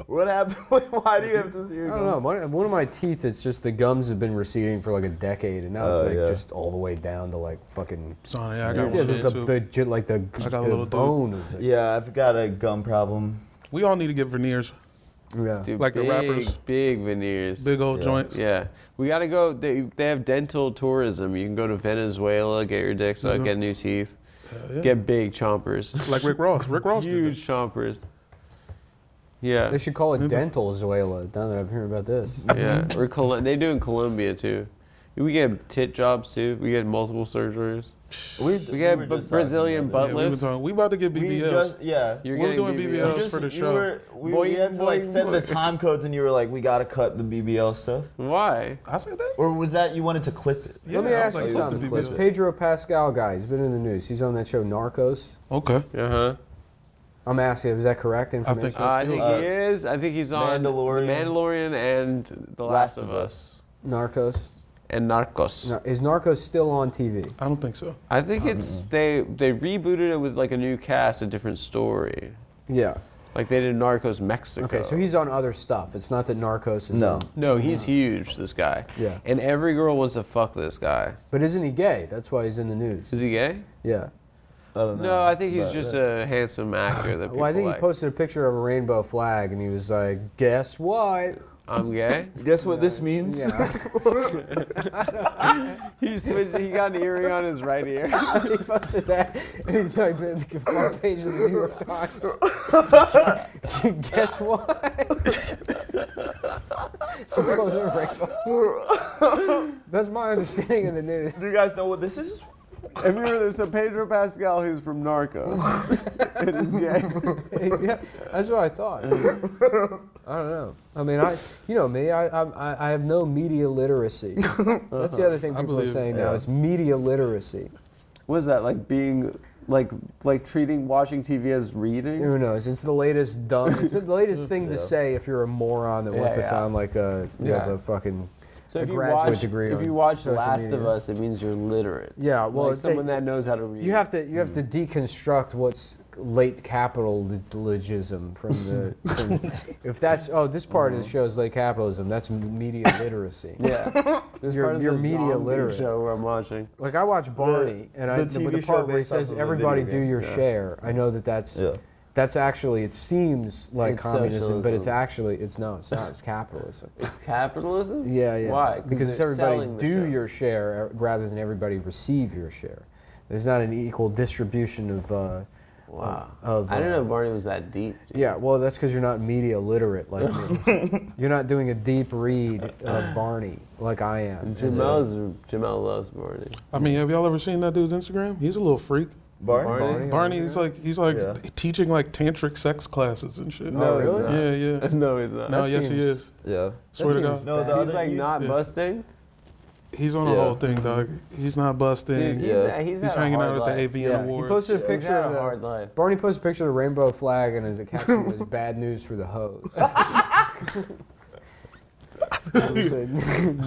[SPEAKER 2] What happened? Why do you have to see your
[SPEAKER 4] I don't know.
[SPEAKER 2] gums?
[SPEAKER 4] My, one of my teeth, it's just the gums have been receding for like a decade, and now
[SPEAKER 2] Oh,
[SPEAKER 4] it's like
[SPEAKER 2] yeah.
[SPEAKER 4] just all the way down to like fucking.
[SPEAKER 5] Son, yeah, I
[SPEAKER 4] Yeah,
[SPEAKER 5] got one
[SPEAKER 4] just
[SPEAKER 5] of
[SPEAKER 4] the,
[SPEAKER 5] them, too.
[SPEAKER 4] the j- like the,
[SPEAKER 5] I got a
[SPEAKER 4] the
[SPEAKER 5] little dude.
[SPEAKER 4] bone. Is like,
[SPEAKER 2] Yeah, I've got a gum problem.
[SPEAKER 5] We all need to get veneers,
[SPEAKER 4] yeah.
[SPEAKER 1] Dude,
[SPEAKER 5] Like the
[SPEAKER 1] big,
[SPEAKER 5] rappers.
[SPEAKER 1] Big veneers.
[SPEAKER 5] big old
[SPEAKER 2] Yeah.
[SPEAKER 5] joints.
[SPEAKER 1] Yeah, we gotta go. They, they have dental tourism. You can go to Venezuela, get your dick sucked, get new teeth,
[SPEAKER 5] Uh-huh. yeah.
[SPEAKER 1] get big chompers,
[SPEAKER 5] Like Rick Ross. Rick Ross did
[SPEAKER 1] huge chompers. Yeah,
[SPEAKER 4] They should call it
[SPEAKER 5] Remember-
[SPEAKER 4] dental Zoela. Now that I'm hearing about this,
[SPEAKER 1] yeah. Or Col- they do in Colombia too. We get tit jobs too. We get multiple surgeries.
[SPEAKER 2] We,
[SPEAKER 1] We got b- Brazilian
[SPEAKER 5] that.
[SPEAKER 1] butt
[SPEAKER 5] Yeah, we, were
[SPEAKER 1] lifts.
[SPEAKER 5] talking, we about to get
[SPEAKER 2] We
[SPEAKER 5] BBLs.
[SPEAKER 2] just, yeah.
[SPEAKER 1] You're
[SPEAKER 5] We're
[SPEAKER 1] getting
[SPEAKER 5] doing
[SPEAKER 1] BBLs.
[SPEAKER 5] BBLs.
[SPEAKER 2] Just-
[SPEAKER 5] for the
[SPEAKER 2] you
[SPEAKER 5] show.
[SPEAKER 2] were- we,
[SPEAKER 1] Boy,
[SPEAKER 2] we had to
[SPEAKER 1] boy,
[SPEAKER 2] like send the
[SPEAKER 1] boy.
[SPEAKER 2] time codes, and you were like, "We gotta cut the BBL stuff,"
[SPEAKER 1] Why?
[SPEAKER 5] I said that.
[SPEAKER 2] or was that you wanted to clip it?
[SPEAKER 5] Yeah,
[SPEAKER 4] let me
[SPEAKER 5] I was
[SPEAKER 4] ask
[SPEAKER 5] like,
[SPEAKER 4] you
[SPEAKER 5] fuck the
[SPEAKER 4] something.
[SPEAKER 5] BBLs.
[SPEAKER 4] This Pedro Pascal guy, he's been in the news. He's on that show Narcos.
[SPEAKER 5] Okay.
[SPEAKER 1] Uh huh.
[SPEAKER 4] I'm asking, is that correct information?
[SPEAKER 5] think-
[SPEAKER 1] Uh, I think
[SPEAKER 2] Uh,
[SPEAKER 1] he is. I think he's on
[SPEAKER 2] Mandalorian.
[SPEAKER 1] The Mandalorian and The Last, of Us.
[SPEAKER 4] Narcos.
[SPEAKER 1] and Narcos.
[SPEAKER 4] No, is Narcos still on TV?
[SPEAKER 5] I don't think so.
[SPEAKER 1] I think it's they they rebooted it with like a new cast, a different story.
[SPEAKER 4] Yeah.
[SPEAKER 1] Like they did Narcos Mexico.
[SPEAKER 4] Okay, so he's on other stuff. It's not that Narcos is
[SPEAKER 2] No.
[SPEAKER 4] on-
[SPEAKER 1] no, he's huge. This guy.
[SPEAKER 4] Yeah.
[SPEAKER 1] And every girl wants to fuck this guy.
[SPEAKER 4] But isn't he gay? That's why he's in the news.
[SPEAKER 1] Is he gay?
[SPEAKER 4] Yeah.
[SPEAKER 2] I don't know.
[SPEAKER 1] No, uh, I think he's
[SPEAKER 2] but-
[SPEAKER 1] just a handsome actor that people
[SPEAKER 4] Well, I think
[SPEAKER 1] like.
[SPEAKER 4] he posted a picture of a rainbow flag, and he was like, "Guess what?"
[SPEAKER 1] I'm gay.
[SPEAKER 2] Guess what this means?
[SPEAKER 1] he switched, He got an earring on his right ear.
[SPEAKER 4] he posted that, and he's like, "The front page of the New York Times." Guess what? Suppose a rainbow. That's my understanding of the news.
[SPEAKER 2] Do you guys know what this is?
[SPEAKER 1] if you were there's a Pedro Pascal who's from Narcos. it is gay.
[SPEAKER 4] yeah, that's what I thought. I don't know. I mean, I, you know me, I, I- I, I have no media literacy. That's the other thing
[SPEAKER 5] I
[SPEAKER 4] people are
[SPEAKER 5] believe-
[SPEAKER 4] saying now is media literacy.
[SPEAKER 1] Was that like being like like treating watching TV as reading?
[SPEAKER 4] Who knows? It's the latest dumb. It's the latest thing to say if you're a moron that wants
[SPEAKER 1] Yeah,
[SPEAKER 4] to
[SPEAKER 1] yeah.
[SPEAKER 4] sound like a you
[SPEAKER 1] Yeah.
[SPEAKER 4] have a fucking
[SPEAKER 1] So
[SPEAKER 4] a
[SPEAKER 1] if you
[SPEAKER 4] graduate
[SPEAKER 1] watch,
[SPEAKER 4] degree.
[SPEAKER 1] if
[SPEAKER 4] on
[SPEAKER 1] you watch The
[SPEAKER 4] social
[SPEAKER 1] Last
[SPEAKER 4] media.
[SPEAKER 1] of Us, it means you're literate.
[SPEAKER 4] Yeah, well,
[SPEAKER 1] Like
[SPEAKER 4] it's-
[SPEAKER 1] someone that knows how to read.
[SPEAKER 4] you have to you have to
[SPEAKER 1] Mm.
[SPEAKER 4] deconstruct what's late capitalism from the. From, if that's oh this part of the show is late capitalism. That's m- media literacy.
[SPEAKER 1] Mm. Yeah, this
[SPEAKER 4] You're-
[SPEAKER 1] part of
[SPEAKER 4] you're
[SPEAKER 1] the
[SPEAKER 4] media
[SPEAKER 1] zombie
[SPEAKER 4] literate.
[SPEAKER 1] show where I'm watching.
[SPEAKER 4] Like I watch Barney, and I
[SPEAKER 2] the
[SPEAKER 4] the, the,
[SPEAKER 2] TV show
[SPEAKER 4] part where he
[SPEAKER 2] based off
[SPEAKER 4] says
[SPEAKER 2] of a
[SPEAKER 4] everybody do
[SPEAKER 2] video game,
[SPEAKER 4] your
[SPEAKER 2] yeah.
[SPEAKER 4] share. I know that that's
[SPEAKER 2] Yeah.
[SPEAKER 4] that's actually it seems like
[SPEAKER 1] It's
[SPEAKER 4] communism, but it's
[SPEAKER 1] socialism.
[SPEAKER 4] actually it's no, it's not. It's capitalism.
[SPEAKER 1] It's capitalism.
[SPEAKER 4] yeah, yeah.
[SPEAKER 1] Why?
[SPEAKER 4] Because it's
[SPEAKER 1] they're
[SPEAKER 4] everybody
[SPEAKER 1] selling the
[SPEAKER 4] do
[SPEAKER 1] show.
[SPEAKER 4] your share uh, rather than everybody receive your share. There's not an equal distribution of. Uh,
[SPEAKER 1] Wow.
[SPEAKER 4] Of,
[SPEAKER 1] I didn't
[SPEAKER 4] uh,
[SPEAKER 1] know Barney was that deep.
[SPEAKER 4] Yeah, well, that's because you're not media literate like me. you're not doing a deep read of Barney like I am. As a-
[SPEAKER 1] Jamel's Jamel loves Barney.
[SPEAKER 5] I mean, have y'all ever seen that dude's Instagram? He's a little freak.
[SPEAKER 2] Barney?
[SPEAKER 1] Barney?
[SPEAKER 5] Barney, he's like he's like
[SPEAKER 2] Yeah.
[SPEAKER 5] teaching like tantric sex classes and shit.
[SPEAKER 4] No, really?
[SPEAKER 5] Yeah, yeah.
[SPEAKER 1] no, he's not.
[SPEAKER 5] no, yes, he
[SPEAKER 4] seems-
[SPEAKER 5] is.
[SPEAKER 2] Yeah.
[SPEAKER 5] Swear to
[SPEAKER 4] seems
[SPEAKER 5] God,
[SPEAKER 2] No, the
[SPEAKER 1] he's
[SPEAKER 2] other,
[SPEAKER 1] like
[SPEAKER 2] you-
[SPEAKER 1] not
[SPEAKER 5] yeah.
[SPEAKER 1] busting.
[SPEAKER 5] he's on a
[SPEAKER 2] Yeah.
[SPEAKER 5] whole thing, dog. He's not busting.
[SPEAKER 1] Dude, he's,
[SPEAKER 2] Yeah.
[SPEAKER 1] he's,
[SPEAKER 5] He's
[SPEAKER 1] had a
[SPEAKER 5] hanging
[SPEAKER 1] hard
[SPEAKER 5] out at
[SPEAKER 1] life.
[SPEAKER 5] the AVN
[SPEAKER 4] he
[SPEAKER 5] Awards.
[SPEAKER 4] posted a
[SPEAKER 1] He's
[SPEAKER 4] picture
[SPEAKER 1] had
[SPEAKER 4] of
[SPEAKER 1] a
[SPEAKER 4] the,
[SPEAKER 1] hard life.
[SPEAKER 4] Barney posted a picture of the rainbow flag and his caption was "Bad news for the hoes." He said,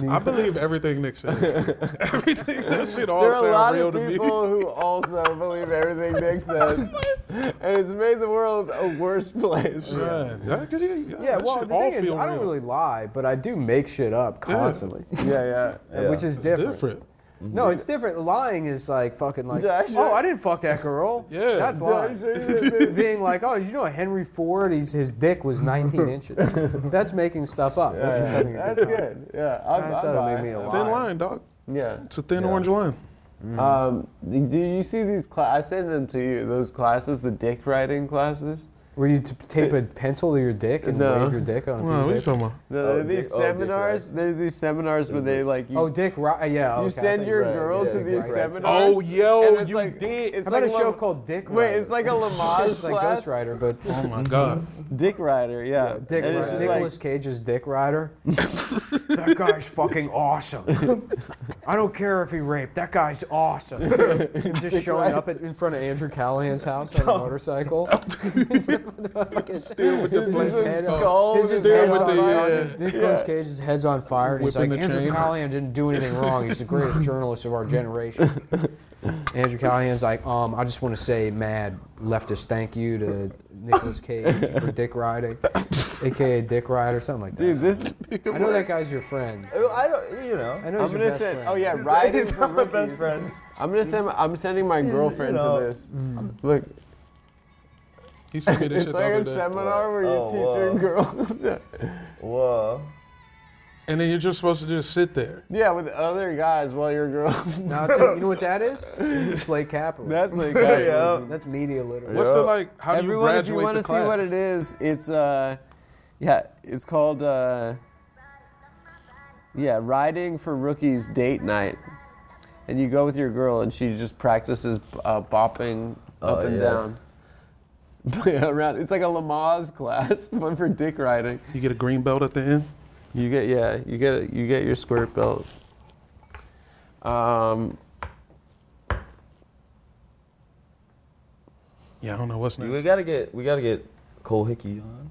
[SPEAKER 5] I believe everything Nick said. everything that shit all
[SPEAKER 1] There are a
[SPEAKER 5] sound
[SPEAKER 1] lot
[SPEAKER 5] real
[SPEAKER 1] of
[SPEAKER 5] to me.
[SPEAKER 1] people who also believe everything Nick says, and it's made the world a worse place.
[SPEAKER 5] Right. Yeah, 'cause you- yeah,
[SPEAKER 4] yeah,
[SPEAKER 5] that
[SPEAKER 4] well,
[SPEAKER 5] shit
[SPEAKER 4] the
[SPEAKER 5] all
[SPEAKER 4] thing is,
[SPEAKER 5] feel
[SPEAKER 4] I don't
[SPEAKER 5] real.
[SPEAKER 4] really lie, but I do make shit up constantly,
[SPEAKER 1] Yeah, yeah.
[SPEAKER 4] Uh, which is
[SPEAKER 5] It's
[SPEAKER 4] different.
[SPEAKER 5] different.
[SPEAKER 4] No, it's different. Lying is like fucking like,
[SPEAKER 1] Did I show-
[SPEAKER 4] oh, I didn't fuck that girl.
[SPEAKER 5] Yeah.
[SPEAKER 4] that's
[SPEAKER 5] Did
[SPEAKER 1] I
[SPEAKER 4] lying.
[SPEAKER 1] show you that video?
[SPEAKER 4] Being like, oh, did you know Henry Ford? He's, his dick was 19 inches. That's making stuff up. That's just having a
[SPEAKER 1] That's
[SPEAKER 4] good time.
[SPEAKER 1] good. Yeah,
[SPEAKER 4] I
[SPEAKER 1] I'm,
[SPEAKER 4] thought
[SPEAKER 1] I'm
[SPEAKER 4] it
[SPEAKER 1] bi.
[SPEAKER 4] made me
[SPEAKER 5] Thin
[SPEAKER 4] a liar.
[SPEAKER 5] line, dog.
[SPEAKER 1] Yeah.
[SPEAKER 5] It's a thin orange line.
[SPEAKER 1] Um, do you see these? Cla- I send them to you. Those classes, the dick writing classes.
[SPEAKER 4] Where you t- tape a pencil to your dick and
[SPEAKER 1] No.
[SPEAKER 4] wave your dick on a
[SPEAKER 5] Wow, what are you
[SPEAKER 4] piece of
[SPEAKER 5] talking
[SPEAKER 4] paper?
[SPEAKER 5] about?
[SPEAKER 1] The,
[SPEAKER 2] Oh,
[SPEAKER 1] these
[SPEAKER 2] dick- oh, dick
[SPEAKER 1] seminars.
[SPEAKER 2] writing.
[SPEAKER 1] there's these seminars where they like you.
[SPEAKER 4] Oh, dick, right? Yeah.
[SPEAKER 1] you
[SPEAKER 4] okay, I
[SPEAKER 1] send
[SPEAKER 4] thought
[SPEAKER 1] your
[SPEAKER 4] you said-
[SPEAKER 1] girl to
[SPEAKER 2] yeah,
[SPEAKER 1] these
[SPEAKER 2] dick writing.
[SPEAKER 1] seminars.
[SPEAKER 5] Oh, yo,
[SPEAKER 1] and it's
[SPEAKER 5] you
[SPEAKER 1] like, It's
[SPEAKER 5] did.
[SPEAKER 4] How about
[SPEAKER 1] like
[SPEAKER 4] a show
[SPEAKER 1] Lo-
[SPEAKER 4] called Dick Rider?
[SPEAKER 1] Wait, it's like a Lamaze
[SPEAKER 4] it's like Ghost
[SPEAKER 1] class.
[SPEAKER 4] Rider, but
[SPEAKER 5] Oh my God.
[SPEAKER 1] Dick Rider, yeah.
[SPEAKER 4] Dick
[SPEAKER 1] and it's
[SPEAKER 4] Rider.
[SPEAKER 1] just
[SPEAKER 4] Nicolas Cage's Dick Rider. that guy's fucking awesome. I don't care if he raped. That guy's awesome. He's just showing up at, in front of Andrew Callahan's house on a motorcycle.
[SPEAKER 5] Still with the
[SPEAKER 4] His
[SPEAKER 5] blanket
[SPEAKER 4] head-
[SPEAKER 5] stuff.
[SPEAKER 2] skull
[SPEAKER 4] his
[SPEAKER 5] is
[SPEAKER 4] head's
[SPEAKER 5] down with
[SPEAKER 4] on
[SPEAKER 5] the,
[SPEAKER 4] fire.
[SPEAKER 5] uh,
[SPEAKER 4] Nicolas Cage's head's on fire. And he's
[SPEAKER 5] Whipping
[SPEAKER 4] like,
[SPEAKER 5] the
[SPEAKER 4] Andrew
[SPEAKER 5] chain.
[SPEAKER 4] Callahan didn't do anything wrong. He's the greatest journalist of our generation. Andrew Callahan's like, um, I just want to say, mad leftist, thank you to Nicolas Cage for dick riding, aka Dick Ride or something like that.
[SPEAKER 1] Dude, this.
[SPEAKER 4] I know that guy's your friend.
[SPEAKER 2] I don't, you know.
[SPEAKER 4] I know
[SPEAKER 1] I'm
[SPEAKER 4] he's your
[SPEAKER 1] gonna
[SPEAKER 4] best
[SPEAKER 1] send.
[SPEAKER 4] friend.
[SPEAKER 1] Oh yeah,
[SPEAKER 2] He's-
[SPEAKER 1] riding
[SPEAKER 2] he's
[SPEAKER 1] for
[SPEAKER 2] my best
[SPEAKER 1] rookies.
[SPEAKER 2] friend.
[SPEAKER 1] I'm gonna send. My, I'm sending my girlfriend
[SPEAKER 2] know,
[SPEAKER 1] to this. Look,
[SPEAKER 5] He sent me this
[SPEAKER 1] it's
[SPEAKER 5] shit
[SPEAKER 1] like
[SPEAKER 5] the
[SPEAKER 1] a
[SPEAKER 5] other day.
[SPEAKER 1] seminar where you
[SPEAKER 2] Oh,
[SPEAKER 1] teach your girl.
[SPEAKER 2] whoa. Whoa.
[SPEAKER 5] And then you're just supposed to just sit there.
[SPEAKER 1] yeah, with other guys while your girl.
[SPEAKER 4] Now, I'll tell you, you know what that is? It's slave capitalism.
[SPEAKER 1] That's like.
[SPEAKER 2] Yeah.
[SPEAKER 4] That's media literacy.
[SPEAKER 5] What's the like? How do you
[SPEAKER 1] Everyone,
[SPEAKER 5] graduate
[SPEAKER 1] if you want
[SPEAKER 5] the
[SPEAKER 1] to see what
[SPEAKER 5] class?
[SPEAKER 1] it is, it's uh, yeah, it's called uh, yeah, riding for rookies date night, and you go with your girl and she just practices uh, bopping up
[SPEAKER 2] Oh,
[SPEAKER 1] and
[SPEAKER 2] yeah.
[SPEAKER 1] down. around it's like a Lamaze class, one for dick riding.
[SPEAKER 5] You get a green belt at the end.
[SPEAKER 1] You get yeah, you get you get your squirt belt. Um,
[SPEAKER 5] Yeah, I don't know what's next.
[SPEAKER 2] We gotta get, we gotta get Cole Hickey on.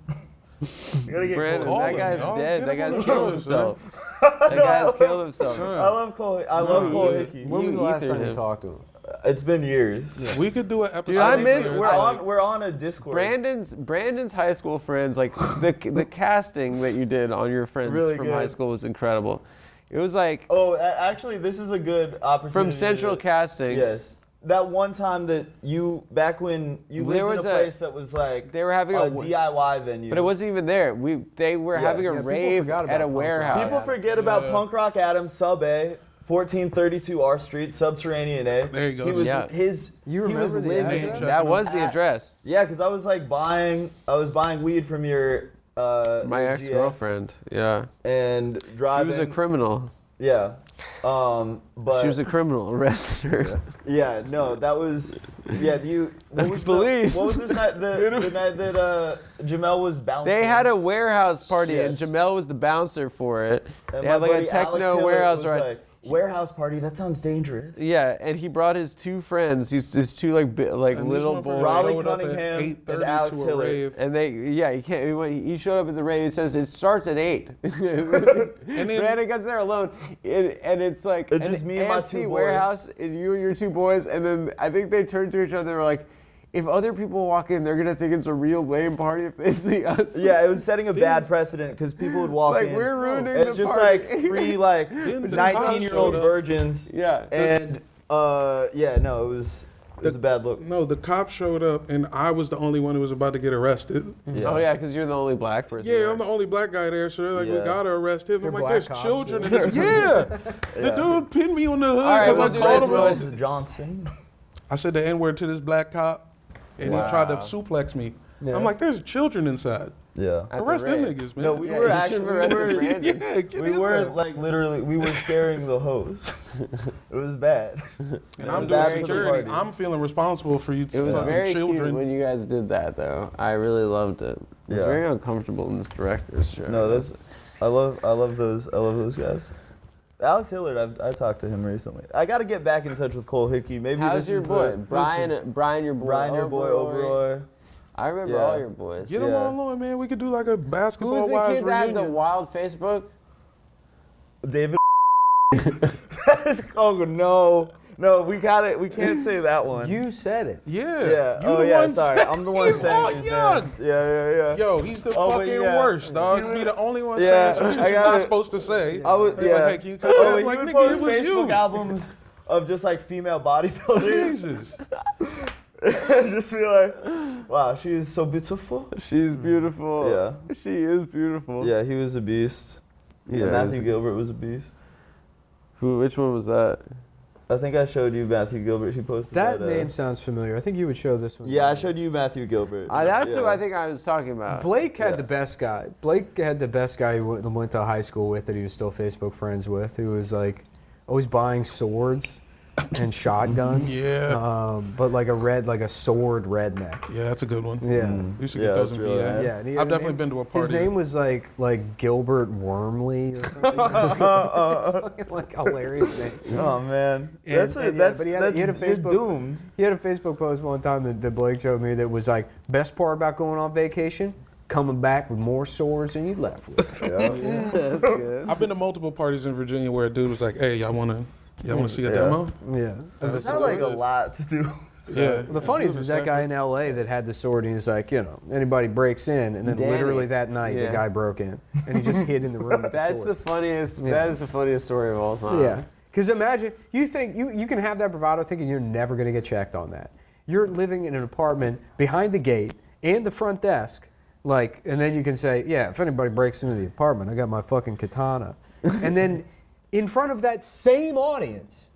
[SPEAKER 2] we gotta get
[SPEAKER 1] Brandon,
[SPEAKER 5] Call
[SPEAKER 1] that
[SPEAKER 5] him,
[SPEAKER 1] guy's
[SPEAKER 5] dog.
[SPEAKER 1] dead.
[SPEAKER 5] Oh, Get
[SPEAKER 1] That
[SPEAKER 5] him on
[SPEAKER 1] guy's
[SPEAKER 5] the show,
[SPEAKER 1] killed
[SPEAKER 5] son.
[SPEAKER 1] himself. That guy's killed himself.
[SPEAKER 5] Son,
[SPEAKER 2] I love Cole. I
[SPEAKER 5] No,
[SPEAKER 2] love Cole
[SPEAKER 5] he-
[SPEAKER 2] Hickey.
[SPEAKER 4] When was the
[SPEAKER 1] You
[SPEAKER 4] last
[SPEAKER 1] ethered
[SPEAKER 4] time you
[SPEAKER 1] him.
[SPEAKER 4] talked to him?
[SPEAKER 2] It's been years.
[SPEAKER 5] We could do an episode.
[SPEAKER 1] I
[SPEAKER 5] where
[SPEAKER 1] miss-
[SPEAKER 5] it's
[SPEAKER 2] We're
[SPEAKER 1] I-
[SPEAKER 5] like-
[SPEAKER 2] on, we're on a Discord.
[SPEAKER 1] Brandon's Brandon's high school friends, like the the casting that you did on your friends
[SPEAKER 2] Really
[SPEAKER 1] from high
[SPEAKER 2] good.
[SPEAKER 1] school was incredible. It was like
[SPEAKER 2] Oh, a- actually, this is a good opportunity.
[SPEAKER 1] from central
[SPEAKER 2] to-
[SPEAKER 1] casting.
[SPEAKER 2] Yes. That one time that you back when you
[SPEAKER 1] There
[SPEAKER 2] lived in a,
[SPEAKER 1] was a-
[SPEAKER 2] place that was like
[SPEAKER 1] they were having
[SPEAKER 2] a,
[SPEAKER 1] a-
[SPEAKER 2] DIY venue.
[SPEAKER 1] But it wasn't even there. We they were
[SPEAKER 2] Yeah.
[SPEAKER 1] having a
[SPEAKER 2] Yeah,
[SPEAKER 4] people
[SPEAKER 1] rave at a
[SPEAKER 4] forgot about punk rock.
[SPEAKER 1] warehouse.
[SPEAKER 2] People forget about
[SPEAKER 5] Yeah.
[SPEAKER 2] Punk Rock Adam Sub A, 1432 R Street, Subterranean A.
[SPEAKER 5] There you go.
[SPEAKER 2] He was
[SPEAKER 1] Yeah.
[SPEAKER 2] his.
[SPEAKER 4] You
[SPEAKER 2] he was
[SPEAKER 4] remember the
[SPEAKER 2] living.
[SPEAKER 4] address?
[SPEAKER 1] that was the
[SPEAKER 2] at-
[SPEAKER 1] address.
[SPEAKER 2] Yeah, because I was like buying, I was buying weed from your. Uh,
[SPEAKER 1] My
[SPEAKER 2] your
[SPEAKER 1] ex girlfriend. Yeah,
[SPEAKER 2] GF And
[SPEAKER 1] she
[SPEAKER 2] driving.
[SPEAKER 1] was a criminal.
[SPEAKER 2] Yeah. Um, but
[SPEAKER 1] She was a criminal. Arrested her.
[SPEAKER 2] Yeah, no, that was yeah. You what was the-
[SPEAKER 1] Police.
[SPEAKER 2] what was this night? The, the night that uh, Jamel was bouncing.
[SPEAKER 1] They had a warehouse party and
[SPEAKER 2] Yes.
[SPEAKER 1] Jamel was the bouncer for it.
[SPEAKER 2] And
[SPEAKER 1] they
[SPEAKER 2] my
[SPEAKER 1] had like a
[SPEAKER 2] buddy Alex
[SPEAKER 1] techno
[SPEAKER 2] Hiller
[SPEAKER 1] warehouse
[SPEAKER 2] was
[SPEAKER 1] right.
[SPEAKER 2] like, warehouse party. That sounds dangerous.
[SPEAKER 1] Yeah, and he brought his two friends, his, his two like bi- like
[SPEAKER 5] And this
[SPEAKER 1] little
[SPEAKER 5] motherfucker
[SPEAKER 1] boys.
[SPEAKER 2] Raleigh
[SPEAKER 5] showed up at
[SPEAKER 2] Cunningham and
[SPEAKER 5] 8:30
[SPEAKER 2] Alex
[SPEAKER 5] to a
[SPEAKER 2] Hiller.
[SPEAKER 5] rave.
[SPEAKER 1] And they, yeah, he can't. He, went- he showed up at the radio. It says it starts at eight.
[SPEAKER 5] And then-
[SPEAKER 1] Brandon gets there alone, and, and it's like
[SPEAKER 2] It's
[SPEAKER 1] an
[SPEAKER 2] just me and my
[SPEAKER 1] empty
[SPEAKER 2] two boys.
[SPEAKER 1] warehouse, and you and your two boys. And then I think they turned to each other and were like, "If other people walk in, they're gonna think it's a real lame party if they see us."
[SPEAKER 2] Yeah, it was setting a bad precedent because people would walk
[SPEAKER 1] Like,
[SPEAKER 2] in. Oh,
[SPEAKER 1] we're ruining
[SPEAKER 2] and
[SPEAKER 1] the
[SPEAKER 2] it's just
[SPEAKER 1] party.
[SPEAKER 2] like three like
[SPEAKER 5] Then the
[SPEAKER 2] nineteen-year-old
[SPEAKER 5] cops showed up.
[SPEAKER 2] virgins.
[SPEAKER 1] Yeah.
[SPEAKER 2] And uh, yeah, no, it was it was a bad look.
[SPEAKER 5] No, the cop showed up, and I was the only one who was about to get arrested.
[SPEAKER 1] Oh yeah, because you're the only black person.
[SPEAKER 5] Yeah,
[SPEAKER 1] there.
[SPEAKER 5] I'm the only black guy there, so they're like, we
[SPEAKER 2] Yeah.
[SPEAKER 5] gotta arrest him.
[SPEAKER 4] They're
[SPEAKER 5] I'm like,
[SPEAKER 4] black
[SPEAKER 5] there's
[SPEAKER 4] cops,
[SPEAKER 5] children
[SPEAKER 4] yeah.
[SPEAKER 5] in this. Yeah, the dude pinned me on the hood
[SPEAKER 1] right,
[SPEAKER 5] because
[SPEAKER 1] we'll
[SPEAKER 5] I
[SPEAKER 1] do
[SPEAKER 5] called
[SPEAKER 1] this,
[SPEAKER 5] him.
[SPEAKER 1] we'll-
[SPEAKER 5] out.
[SPEAKER 2] Reynolds Johnson.
[SPEAKER 5] I said the N word to this black cop, and he tried to suplex me.
[SPEAKER 4] Yeah.
[SPEAKER 5] I'm like, there's children inside.
[SPEAKER 2] Yeah.
[SPEAKER 1] At the
[SPEAKER 5] Arrest them
[SPEAKER 1] rave.
[SPEAKER 5] niggas, man.
[SPEAKER 2] No, we
[SPEAKER 1] Yeah,
[SPEAKER 2] were
[SPEAKER 1] you
[SPEAKER 2] actually
[SPEAKER 1] should've
[SPEAKER 2] we
[SPEAKER 1] arrested
[SPEAKER 2] were-
[SPEAKER 1] Brandon.
[SPEAKER 5] yeah, get
[SPEAKER 2] We
[SPEAKER 5] his
[SPEAKER 2] were
[SPEAKER 5] ass.
[SPEAKER 2] like literally, we were staring the hose. It was bad.
[SPEAKER 5] and
[SPEAKER 2] was
[SPEAKER 5] I'm doing
[SPEAKER 2] bad for the
[SPEAKER 5] security.
[SPEAKER 2] party.
[SPEAKER 5] I'm feeling responsible for you
[SPEAKER 1] It
[SPEAKER 5] two
[SPEAKER 1] was
[SPEAKER 5] fucking
[SPEAKER 1] very cute
[SPEAKER 5] children.
[SPEAKER 1] when you guys did that, though. I really loved it. It was
[SPEAKER 2] Yeah.
[SPEAKER 1] very uncomfortable in this director's show.
[SPEAKER 2] No, that's. I love. I love those. I love those guys. Alex Hillard, I've, I talked to him recently. I got to get back in touch with Cole Hickey. Maybe
[SPEAKER 1] How's
[SPEAKER 2] this
[SPEAKER 1] your
[SPEAKER 2] is
[SPEAKER 1] boy,
[SPEAKER 2] the-
[SPEAKER 1] Brian? Brian, your boy,
[SPEAKER 2] Brian, your boy
[SPEAKER 1] Oberoi.
[SPEAKER 2] Oberoi.
[SPEAKER 1] I remember
[SPEAKER 2] Yeah.
[SPEAKER 1] all your boys.
[SPEAKER 5] Get them
[SPEAKER 2] Yeah.
[SPEAKER 5] on loan, man. We could do like
[SPEAKER 1] Who
[SPEAKER 5] a
[SPEAKER 1] was
[SPEAKER 5] basketball
[SPEAKER 1] the
[SPEAKER 5] wives
[SPEAKER 1] kid that had the
[SPEAKER 5] reunion.
[SPEAKER 1] wild Facebook?
[SPEAKER 2] David. that is oh no, no. We got it. We can't say that one.
[SPEAKER 4] You said it.
[SPEAKER 5] Yeah.
[SPEAKER 2] yeah.
[SPEAKER 5] You
[SPEAKER 2] oh
[SPEAKER 5] the
[SPEAKER 2] yeah.
[SPEAKER 5] one
[SPEAKER 2] Sorry,
[SPEAKER 5] saying-
[SPEAKER 2] I'm the one
[SPEAKER 5] He's all
[SPEAKER 2] saying his
[SPEAKER 5] young.
[SPEAKER 2] names. Yeah, yeah, yeah.
[SPEAKER 5] Yo, he's the
[SPEAKER 2] Oh, but
[SPEAKER 5] fucking
[SPEAKER 2] yeah.
[SPEAKER 5] worst, dog. You'd be the only one
[SPEAKER 2] Yeah,
[SPEAKER 5] saying some
[SPEAKER 2] I
[SPEAKER 5] shit you're
[SPEAKER 2] gotta-
[SPEAKER 5] not supposed to say.
[SPEAKER 2] I would,
[SPEAKER 5] They're
[SPEAKER 2] yeah.
[SPEAKER 5] Like, hey, can you come
[SPEAKER 2] oh,
[SPEAKER 5] back?
[SPEAKER 2] you
[SPEAKER 5] Like,
[SPEAKER 2] would
[SPEAKER 5] nigga,
[SPEAKER 2] post
[SPEAKER 5] it was
[SPEAKER 2] Facebook
[SPEAKER 5] you.
[SPEAKER 2] albums of just like female bodybuilders
[SPEAKER 5] Jesus.
[SPEAKER 2] and just be like, wow, she is so beautiful.
[SPEAKER 1] She's beautiful.
[SPEAKER 2] Yeah.
[SPEAKER 1] She is beautiful.
[SPEAKER 2] Yeah, he was a beast.
[SPEAKER 1] Yeah,
[SPEAKER 2] and
[SPEAKER 1] it's-
[SPEAKER 2] Matthew Gilbert was a beast.
[SPEAKER 1] Who? Which one was that?
[SPEAKER 2] I think I showed you Matthew Gilbert. She posted
[SPEAKER 4] That
[SPEAKER 2] that. uh,
[SPEAKER 4] name sounds familiar. I think you would show this one.
[SPEAKER 2] Yeah, I showed you Matthew Gilbert.
[SPEAKER 1] Ah, that's who
[SPEAKER 2] Yeah.
[SPEAKER 1] I think I was talking
[SPEAKER 5] Uh,
[SPEAKER 1] about.
[SPEAKER 4] Blake had
[SPEAKER 2] Yeah.
[SPEAKER 4] the best guy. Blake had the best guy who went- went to high school with that he was still Facebook friends with, who was like always buying swords. and shotguns.
[SPEAKER 5] Yeah.
[SPEAKER 4] Um, but like a red, like a sword redneck.
[SPEAKER 5] Yeah, that's a good one. Mm-hmm.
[SPEAKER 4] Yeah.
[SPEAKER 5] You should
[SPEAKER 2] Yeah,
[SPEAKER 5] get those
[SPEAKER 2] that's
[SPEAKER 5] in
[SPEAKER 2] really
[SPEAKER 5] VA.
[SPEAKER 2] nice.
[SPEAKER 4] Yeah, and he
[SPEAKER 5] I've
[SPEAKER 4] had a
[SPEAKER 5] definitely
[SPEAKER 4] name-
[SPEAKER 5] been to a
[SPEAKER 4] His
[SPEAKER 5] party.
[SPEAKER 4] name was like like Gilbert Wormley or something. Fucking, like hilarious name.
[SPEAKER 2] Oh man,
[SPEAKER 4] And-
[SPEAKER 2] that's
[SPEAKER 4] and
[SPEAKER 2] a,
[SPEAKER 4] yeah,
[SPEAKER 2] that's
[SPEAKER 4] but he had a-
[SPEAKER 2] that's
[SPEAKER 4] he had a
[SPEAKER 2] you're
[SPEAKER 4] Facebook-
[SPEAKER 2] doomed.
[SPEAKER 4] He had a Facebook post one time that, that Blake showed me that was like best part about going on vacation, coming back with more swords than you left with.
[SPEAKER 5] I've been to multiple parties in Virginia where a dude was like, "Hey, y'all wanna, y'all wanna see a
[SPEAKER 2] Yeah.
[SPEAKER 5] demo?"
[SPEAKER 4] yeah.
[SPEAKER 2] It's not like a lot to do.
[SPEAKER 5] Yeah.
[SPEAKER 4] The funniest was that guy in L.A. that had the sword, and he's like, you know, anybody breaks in, and then
[SPEAKER 1] Danny.
[SPEAKER 4] literally that night the
[SPEAKER 1] Yeah.
[SPEAKER 4] guy broke in, and he just hid in the room with
[SPEAKER 1] That's
[SPEAKER 4] the
[SPEAKER 1] the
[SPEAKER 4] sword.
[SPEAKER 1] funniest.
[SPEAKER 4] Yeah.
[SPEAKER 1] That is the funniest story of all time.
[SPEAKER 4] yeah, because imagine you think you you can have that bravado thinking you're never going to get checked on that. You're living in an apartment behind the gate and the front desk, like, and then you can say, yeah, if anybody breaks into the apartment, I got my fucking katana, and then in front of that same audience,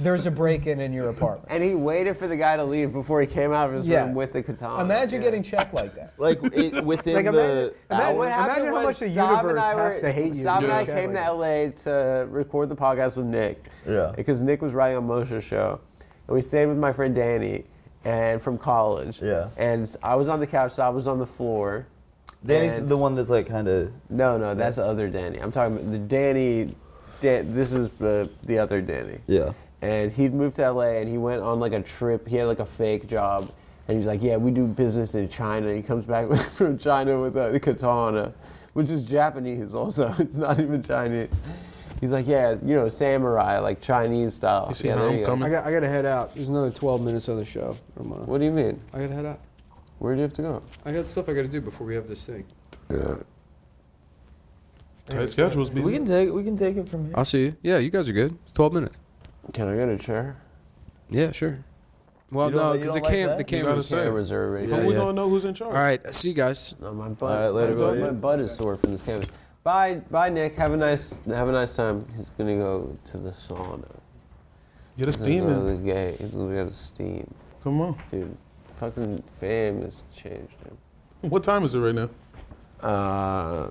[SPEAKER 4] there's a break-in in your apartment.
[SPEAKER 1] And he waited for the guy to leave before he came out of his
[SPEAKER 4] Yeah.
[SPEAKER 1] room with the katana.
[SPEAKER 4] Imagine
[SPEAKER 1] Yeah.
[SPEAKER 4] getting checked like that.
[SPEAKER 2] Like it, within
[SPEAKER 4] Like,
[SPEAKER 2] the
[SPEAKER 4] imagine-
[SPEAKER 1] What
[SPEAKER 2] hour.
[SPEAKER 1] happened
[SPEAKER 4] Imagine how
[SPEAKER 1] was
[SPEAKER 4] much the
[SPEAKER 1] Stav and
[SPEAKER 4] universe
[SPEAKER 1] I
[SPEAKER 4] has
[SPEAKER 1] were-
[SPEAKER 4] to hate you
[SPEAKER 1] Stav and
[SPEAKER 4] to
[SPEAKER 1] I
[SPEAKER 4] get checked
[SPEAKER 1] came
[SPEAKER 4] like
[SPEAKER 1] to LA to record the podcast with Nick.
[SPEAKER 2] Yeah.
[SPEAKER 1] Because Nick was writing on Moshe's show, and we stayed with my friend Danny, and from college.
[SPEAKER 2] Yeah.
[SPEAKER 1] And I was on the couch, so I was on the floor.
[SPEAKER 2] Danny's
[SPEAKER 1] and-
[SPEAKER 2] the one that's like kind of
[SPEAKER 1] No, no, that's the other Danny. I'm talking about the Danny. Dan, this is the, the other Danny.
[SPEAKER 2] yeah.
[SPEAKER 1] and he'd moved to LA and he went on like a trip. He had like a fake job, and he's like, "Yeah, we do business in China." He comes back from China with a katana, which is Japanese. Also, it's not even Chinese. He's like, "Yeah, you know, samurai, like Chinese style."
[SPEAKER 5] You see
[SPEAKER 1] yeah,
[SPEAKER 5] how
[SPEAKER 1] there
[SPEAKER 5] I'm
[SPEAKER 1] you go.
[SPEAKER 5] coming?
[SPEAKER 4] I got, I got to head out. There's another 12 minutes of the show. Ramona.
[SPEAKER 1] What do you mean?
[SPEAKER 4] I got to head out.
[SPEAKER 1] Where do you have to go?
[SPEAKER 4] I got stuff I got to do before we have this thing.
[SPEAKER 5] Tight schedules,
[SPEAKER 2] We
[SPEAKER 5] busy.
[SPEAKER 2] can take we can take it from here.
[SPEAKER 4] I'll see you. Yeah, you guys are good. It's 12 minutes.
[SPEAKER 1] Can I get a chair?
[SPEAKER 4] Yeah, sure. Well,
[SPEAKER 2] You don't
[SPEAKER 4] no,
[SPEAKER 2] like- you
[SPEAKER 4] because the
[SPEAKER 2] don't like
[SPEAKER 4] cam,
[SPEAKER 2] that?
[SPEAKER 4] the
[SPEAKER 5] You
[SPEAKER 4] camera's.
[SPEAKER 5] gotta say.
[SPEAKER 1] Cameras are already.
[SPEAKER 5] How
[SPEAKER 4] Yeah,
[SPEAKER 5] we
[SPEAKER 4] yeah.
[SPEAKER 5] gonna know who's in charge?
[SPEAKER 4] All right, see you guys.
[SPEAKER 1] No, my butt.
[SPEAKER 2] All right, later,
[SPEAKER 1] my, butt
[SPEAKER 2] buddy.
[SPEAKER 1] my butt is sore from this canvas. Bye, bye, Nick. Have a nice, have a nice time. He's gonna go to the sauna.
[SPEAKER 5] Get a
[SPEAKER 1] He's gonna go
[SPEAKER 5] steaming.
[SPEAKER 1] to the gay. He's gonna go to steam.
[SPEAKER 5] Come on.
[SPEAKER 1] Dude, fucking fame has changed him.
[SPEAKER 5] What time is it right now?
[SPEAKER 1] Uh,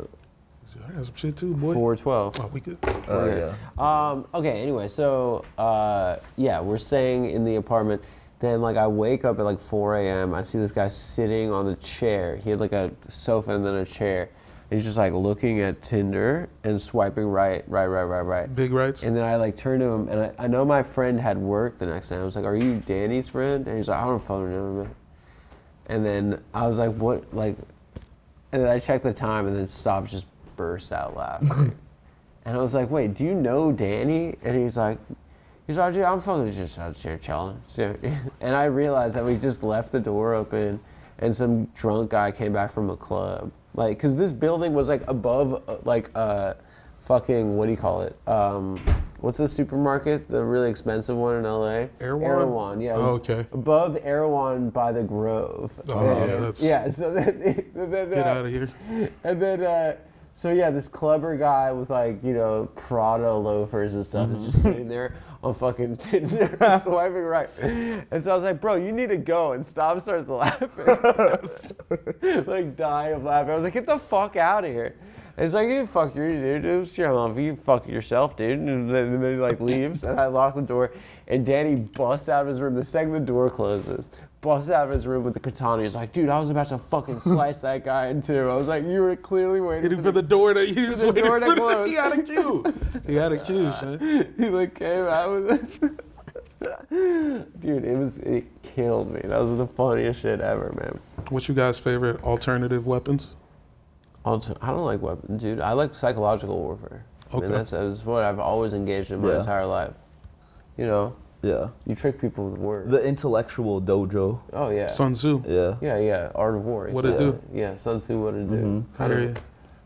[SPEAKER 5] I got some shit too, boy.
[SPEAKER 1] 412.
[SPEAKER 5] Oh, we good.
[SPEAKER 2] Oh
[SPEAKER 1] Okay.
[SPEAKER 2] yeah.
[SPEAKER 1] Um, okay, anyway, so uh, yeah, we're staying in the apartment. Then, like, I wake up at like 4 a.m. I see this guy sitting on the chair. He had like a sofa and then a chair. And he's just like looking at Tinder and swiping right, right, right, right, right.
[SPEAKER 5] Big rights.
[SPEAKER 1] And then I like turned to him, and I, I know my friend had work the next day. I was like, "Are you Danny's friend?" And he's like, "I don't fucking know, man." And then I was like, "What?" Like, and then I checked the time, and then Stav just burst out laughing. and I was like, "Wait, do you know Danny?" And he's like, "He's like, "Dude, I'm fucking just out here chilling." So- and I realized that we just left the door open, and some drunk guy came back from a club, like, cause this building was like above, uh, like, uh, fucking what do you call it? Um, what's the supermarket? The really expensive one in LA.
[SPEAKER 5] Erewhon?
[SPEAKER 1] Erewhon, yeah.
[SPEAKER 5] Oh, okay.
[SPEAKER 1] Above Erewhon by the Grove.
[SPEAKER 5] Oh, yeah, that's-
[SPEAKER 1] yeah. So then, then, uh,
[SPEAKER 5] Get out of here.
[SPEAKER 1] and then, uh, so yeah, this clubber guy with like you know Prada loafers and stuff is
[SPEAKER 5] Mm-hmm.
[SPEAKER 1] just sitting there on fucking Tinder swiping right. And so I was like, bro, you need to go. And Stop starts laughing, like dying of laughing. I was like, get the fuck out of here. And he's like, you fuck your dude. It was your mom. You fuck yourself, dude. And then, and then he like leaves, and I lock the door. And Danny busts out of his room the second the door closes. Busts out of his room with the katana. He's like, dude, I was about to fucking slice that guy in two. I was like, you were clearly waiting
[SPEAKER 5] Waiting for the door to. He just
[SPEAKER 1] the
[SPEAKER 5] waiting
[SPEAKER 1] door
[SPEAKER 5] for
[SPEAKER 1] to
[SPEAKER 5] the,
[SPEAKER 1] close.
[SPEAKER 5] He had a cue. He had a cue, son.
[SPEAKER 1] he like came out with it. Dude, it was it killed me. That was the funniest shit ever, man.
[SPEAKER 5] What's you guys' favorite alternative weapons?
[SPEAKER 1] Also, I don't like weapons, dude. I like psychological warfare. I
[SPEAKER 5] Okay.
[SPEAKER 1] mean, that's, that's what I've always engaged in my
[SPEAKER 2] Yeah.
[SPEAKER 1] entire life. You know,
[SPEAKER 2] Yeah.
[SPEAKER 1] you trick people with words.
[SPEAKER 2] The intellectual dojo.
[SPEAKER 1] oh yeah,
[SPEAKER 5] Sun Tzu.
[SPEAKER 2] Yeah.
[SPEAKER 1] yeah, yeah. Art of war.
[SPEAKER 5] What it
[SPEAKER 1] yeah.
[SPEAKER 5] do? Mm-hmm.
[SPEAKER 1] Yeah, Sun Tzu. What it do?
[SPEAKER 5] I hear you.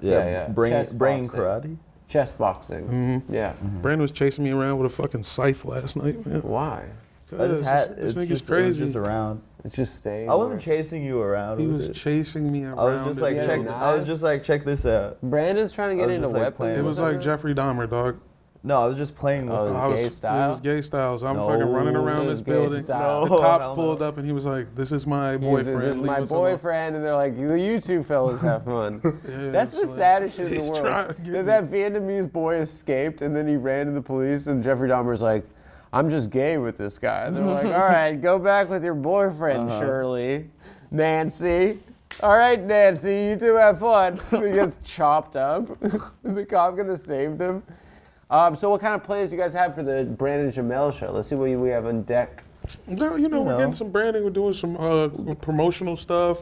[SPEAKER 1] Yeah, yeah.
[SPEAKER 2] Brain,
[SPEAKER 1] Chess
[SPEAKER 2] brain
[SPEAKER 1] boxing.
[SPEAKER 2] karate.
[SPEAKER 1] Chess boxing.
[SPEAKER 5] Mm-hmm.
[SPEAKER 1] Yeah.
[SPEAKER 5] Brandon was chasing me around with a fucking scythe last night, man.
[SPEAKER 1] Why?
[SPEAKER 2] I just had
[SPEAKER 5] this,
[SPEAKER 2] it's
[SPEAKER 5] this nigga's
[SPEAKER 2] just, it was
[SPEAKER 5] crazy.
[SPEAKER 2] just around.
[SPEAKER 1] It's just staying.
[SPEAKER 2] I wasn't
[SPEAKER 1] where-
[SPEAKER 2] chasing you around.
[SPEAKER 5] he
[SPEAKER 2] with
[SPEAKER 5] was
[SPEAKER 2] it.
[SPEAKER 5] chasing me around.
[SPEAKER 2] I was just
[SPEAKER 5] in
[SPEAKER 2] like
[SPEAKER 5] the
[SPEAKER 1] Yeah,
[SPEAKER 2] check.
[SPEAKER 5] building.
[SPEAKER 1] nah.
[SPEAKER 2] I was just like check this out.
[SPEAKER 1] Brandon's trying to get
[SPEAKER 2] was
[SPEAKER 1] into
[SPEAKER 2] just, like,
[SPEAKER 1] weapons.
[SPEAKER 2] playing
[SPEAKER 5] It
[SPEAKER 1] or
[SPEAKER 5] was like
[SPEAKER 1] something?
[SPEAKER 5] Jeffrey Dahmer, dog.
[SPEAKER 2] No, I was just playing with
[SPEAKER 1] Oh,
[SPEAKER 2] him.
[SPEAKER 1] it's
[SPEAKER 5] I
[SPEAKER 1] gay
[SPEAKER 5] It
[SPEAKER 1] style?
[SPEAKER 5] was gay styles. I'm
[SPEAKER 2] No,
[SPEAKER 5] fucking running
[SPEAKER 1] it
[SPEAKER 5] around
[SPEAKER 1] was
[SPEAKER 5] this
[SPEAKER 1] gay
[SPEAKER 5] building.
[SPEAKER 1] style.
[SPEAKER 5] The
[SPEAKER 2] No,
[SPEAKER 5] cops
[SPEAKER 2] hell no.
[SPEAKER 5] pulled up and he was like, "This is my
[SPEAKER 1] He was-
[SPEAKER 5] boyfriend."
[SPEAKER 1] This is
[SPEAKER 5] Leave
[SPEAKER 1] my
[SPEAKER 5] us alone."
[SPEAKER 1] boyfriend, and they're like, "You- you two fellas have fun. That's the
[SPEAKER 5] it's like-
[SPEAKER 1] saddest shit in the
[SPEAKER 5] He's
[SPEAKER 1] world.
[SPEAKER 5] trying to get
[SPEAKER 1] That, that Vietnamese boy escaped, and then he ran to the police, and Jeffrey Dahmer's like, I'm just gay with this guy. And they're like, all right, go back with your boyfriend,
[SPEAKER 5] Uh-huh.
[SPEAKER 1] Shirley, Nancy. All right, Nancy, you two have fun. He gets chopped up. the cop gonna save them. Um, so, what kind of plans do you guys have for the Brandon Jamel show? Let's see what we have on deck.
[SPEAKER 5] No, you know, we're getting some branding. We're doing some uh, promotional stuff.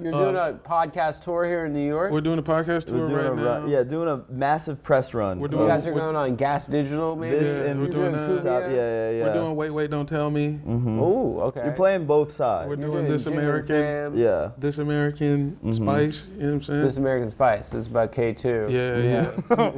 [SPEAKER 1] You're
[SPEAKER 5] Uh,
[SPEAKER 1] doing a podcast tour here in New York.
[SPEAKER 5] We're doing a podcast tour
[SPEAKER 2] We're doing
[SPEAKER 5] right
[SPEAKER 2] a
[SPEAKER 5] now.
[SPEAKER 2] ru- yeah, doing a massive press run.
[SPEAKER 5] We're
[SPEAKER 1] You
[SPEAKER 5] doing-
[SPEAKER 1] guys are
[SPEAKER 5] we're-
[SPEAKER 1] going on Gas Digital, maybe.
[SPEAKER 2] this
[SPEAKER 5] Yeah,
[SPEAKER 2] and
[SPEAKER 5] we're doing that.
[SPEAKER 2] Stop- Yeah, yeah, yeah. Mm-hmm.
[SPEAKER 5] We're doing Wait, Wait, Don't Tell Me.
[SPEAKER 1] Ooh, okay.
[SPEAKER 2] You're playing both sides.
[SPEAKER 5] We're
[SPEAKER 1] You're
[SPEAKER 5] doing This
[SPEAKER 1] Jim and
[SPEAKER 5] American,
[SPEAKER 1] Sam,
[SPEAKER 2] yeah.
[SPEAKER 5] This American
[SPEAKER 2] Mm-hmm.
[SPEAKER 5] Spice. You know what I'm saying?
[SPEAKER 1] This American Spice. It's about K two.
[SPEAKER 5] yeah, yeah.